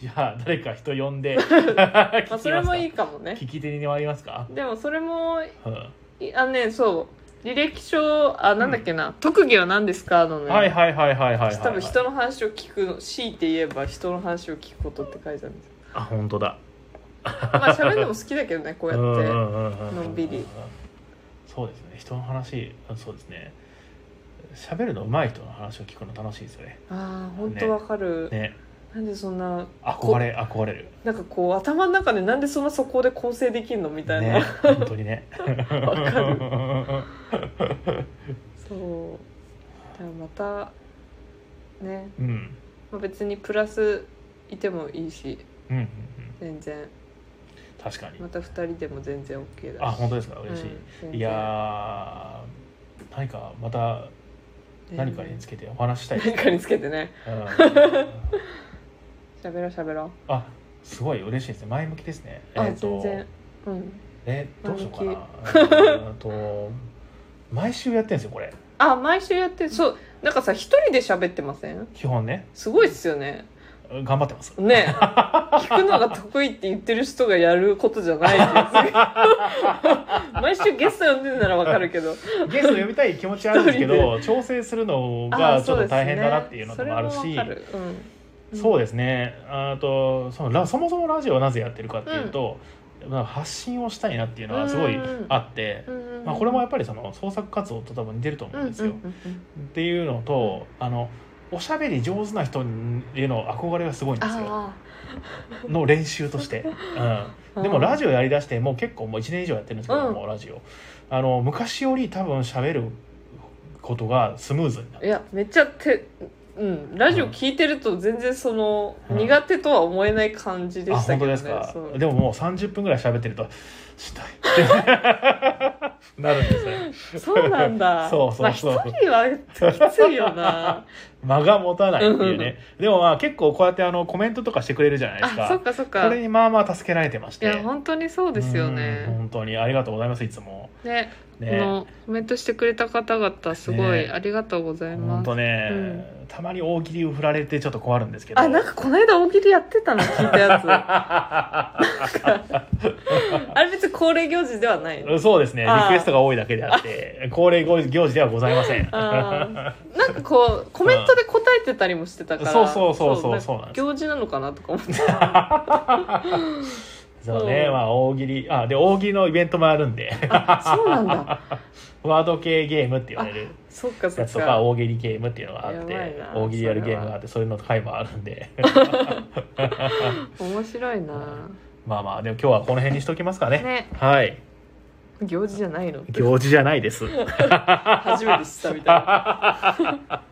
Speaker 1: じゃあ誰か人呼んで
Speaker 2: [laughs]
Speaker 1: 聞きますか
Speaker 2: あそれもいいかもね
Speaker 1: 聞き手に回りますか、
Speaker 2: でもそれも
Speaker 1: うん
Speaker 2: いあねそう履歴書あなんだっけな、特技は何ですかのね、
Speaker 1: はいはいはいはいはいはい、はい、
Speaker 2: 多分人の話を聞くの強いて言えば人の話を聞くことって書いてあるんですよ
Speaker 1: あ本当だ
Speaker 2: まあ喋るのも好きだけどねこうやって、
Speaker 1: の
Speaker 2: のんびり
Speaker 1: そうですね人の話そうですね喋るの上手い人の話を聞くの楽しいですよね
Speaker 2: ああ本当わかる、
Speaker 1: ね
Speaker 2: なんでそんな
Speaker 1: 憧れ憧れる
Speaker 2: なんかこう頭の中でなんでそんなそこで構成できるのみたいな、
Speaker 1: ね本当にね
Speaker 2: わかるそうだからまたね、
Speaker 1: [laughs] うんうん
Speaker 2: まあ、別にプラスいてもいいし
Speaker 1: うんうん
Speaker 2: 全然
Speaker 1: 確かに
Speaker 2: また二人でも全然 OK だし
Speaker 1: あ本当ですか嬉し
Speaker 2: うん全
Speaker 1: い
Speaker 2: 然
Speaker 1: いやー何かまた何かにつけてお話ししたいです
Speaker 2: [laughs] 何かにつけてね
Speaker 1: うん
Speaker 2: [laughs] 喋ろう喋ろ
Speaker 1: あすごい嬉しいですね前向きですね
Speaker 2: うあ、
Speaker 1: えーと
Speaker 2: 全然うん
Speaker 1: えどうしようかなえーと毎週やってるんですよこれ
Speaker 2: あ毎週やってるそうなんかさ一人で喋ってません
Speaker 1: 基本ね
Speaker 2: すごいっすよね
Speaker 1: 頑張ってます
Speaker 2: ねえ聞くのが得意って言ってる人がやることじゃない気が
Speaker 1: [laughs]
Speaker 2: する毎週ゲスト呼んでるならわかるけど
Speaker 1: ゲスト呼びたい気持ちあるんですけど調整するのが
Speaker 2: あ
Speaker 1: ちょっと大変だなっていうのもあるし
Speaker 2: そ
Speaker 1: そうう,、
Speaker 2: ですねそれもわかるうん
Speaker 1: ですねあとそのラそもそもラジオをなぜやってるかっていうと、まあ発信をしたいなっていうのはすごいあって、
Speaker 2: うん
Speaker 1: まあ、これもやっぱりその創作活動と多分似てると思うんですよ。
Speaker 2: うんうんうんうん
Speaker 1: っていうのとあのおしゃべり上手な人への憧れがすごいんですよ
Speaker 2: あ
Speaker 1: の練習として、う
Speaker 2: あ
Speaker 1: ん、でもラジオやりだしてもう結構もう1年以上やってるんですけど、もうラジオあの昔より多分しゃべることがスムーズにな
Speaker 2: あい
Speaker 1: る
Speaker 2: やめっちゃてうんラジオ聞いてると全然その、
Speaker 1: うん
Speaker 2: 苦手とは思えない感じで
Speaker 1: あ
Speaker 2: した
Speaker 1: 本
Speaker 2: けど
Speaker 1: 当
Speaker 2: ね
Speaker 1: ですか
Speaker 2: そう
Speaker 1: でももう30分ぐらい喋ってると「したい」
Speaker 2: [laughs]
Speaker 1: [laughs] ってなるんですよ
Speaker 2: そうなんだ
Speaker 1: [laughs] そうそうそう
Speaker 2: まあ、一人はきついよ
Speaker 1: [laughs]
Speaker 2: な
Speaker 1: 間が持たないっていうねでもまあ結構こうやってあのコメントとかしてくれるじゃないです
Speaker 2: あそっ
Speaker 1: か
Speaker 2: かそっ
Speaker 1: こ
Speaker 2: か
Speaker 1: れ
Speaker 2: い
Speaker 1: にまあまあ助けられてまして
Speaker 2: や本当にそうですよ
Speaker 1: うん
Speaker 2: ね
Speaker 1: 本当にありがとうございますいつも
Speaker 2: ねこ
Speaker 1: ね
Speaker 2: のコメントしてくれた方々すごい
Speaker 1: ね
Speaker 2: ありがとうございま
Speaker 1: 本
Speaker 2: す、
Speaker 1: 当ね、
Speaker 2: う
Speaker 1: たまに大喜利を振られてちょっと困るんですけど
Speaker 2: あな
Speaker 1: [laughs]
Speaker 2: んかこの間大喜利やってたの聞いたやつ [laughs] あれ別に恒例行事ではない
Speaker 1: そうですね
Speaker 2: あー
Speaker 1: リクエストが多いだけであ
Speaker 2: [laughs]
Speaker 1: って恒例行事ではございません
Speaker 2: あーなんかこうコメントで答えてたりもしてたから、
Speaker 1: そうそうそうそう
Speaker 2: なんか
Speaker 1: そうなんです
Speaker 2: 行事なのかなとか思って
Speaker 1: [laughs] そうね、
Speaker 2: うん
Speaker 1: まあ大喜利あで大喜利のイベントもあるんで
Speaker 2: あそうなんだ
Speaker 1: [laughs] ワード系ゲームって言われる
Speaker 2: そっかそ
Speaker 1: や
Speaker 2: っ
Speaker 1: つとか
Speaker 2: か
Speaker 1: 大喜利ゲームっていうのがあって
Speaker 2: やばいな
Speaker 1: 大喜利やるゲームがあってそういうの回もあるんで
Speaker 2: 面白いな
Speaker 1: [laughs] まあまあでも今日はこの辺にしときますかね
Speaker 2: ね
Speaker 1: はい
Speaker 2: 行事じゃないのって
Speaker 1: 行事じゃない
Speaker 2: [laughs]
Speaker 1: ですは
Speaker 2: 初めて知ったみたいな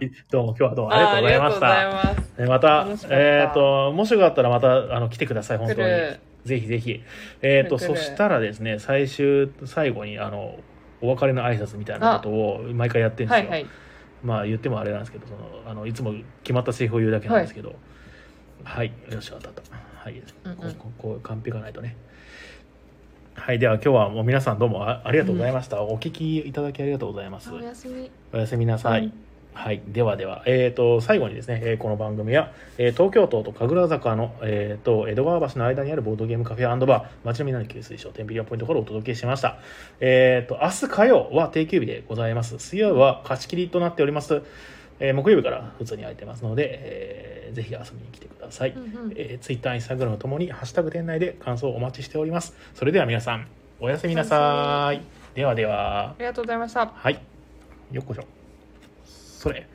Speaker 1: いどうも今日はど [laughs] うもありが
Speaker 2: あー
Speaker 1: と
Speaker 2: あ
Speaker 1: うござ
Speaker 2: り
Speaker 1: い
Speaker 2: が
Speaker 1: ま
Speaker 2: とう
Speaker 1: した
Speaker 2: ござ
Speaker 1: ねま
Speaker 2: います
Speaker 1: た
Speaker 2: 楽しかっ、た
Speaker 1: えっ、と、もしよかったらまた、あの、来てください、本当に。
Speaker 2: 来る
Speaker 1: ぜひぜひ。えっ、と、
Speaker 2: だか
Speaker 1: そ
Speaker 2: ら
Speaker 1: したらですね、最終、最後に、あの、お別れの挨拶みたいなことを毎回やってるんです
Speaker 2: は
Speaker 1: よ。
Speaker 2: いはい
Speaker 1: まあ言ってもあれなんですけど、その、あの、いつも決まったセリフを言うだけなんですけど、はい、よし、当たった。はい、
Speaker 2: うんうん
Speaker 1: こここう完璧がないとね。はい、では今日はもう皆さんどうもあありがとうございました。お聞きいただきありがとうございます。
Speaker 2: おやすみ
Speaker 1: おやすみなさい。
Speaker 2: うん
Speaker 1: はい。ではでは、えっ、と、最後にですね、えーこの番組は、えー東京都と神楽坂の、えっ、と、江戸川橋の間にあるボードゲームカフェバー、街のみんなの給水所、天秤屋ポイントからお届けしました。えっ、と、明日火曜は定休日でございます。水曜日は貸し切りとなっております。えー木曜日から普通に空いてますので、えーぜひ遊びに来てください。
Speaker 2: うんうん
Speaker 1: えー、Twitter、Instagram ともに、ハッシュタグ店内で感想をお待ちしております。それでは皆さん、おやすみなさい。ではでは
Speaker 2: あ。りがとうございました
Speaker 1: はい。よっこいしょ。それ。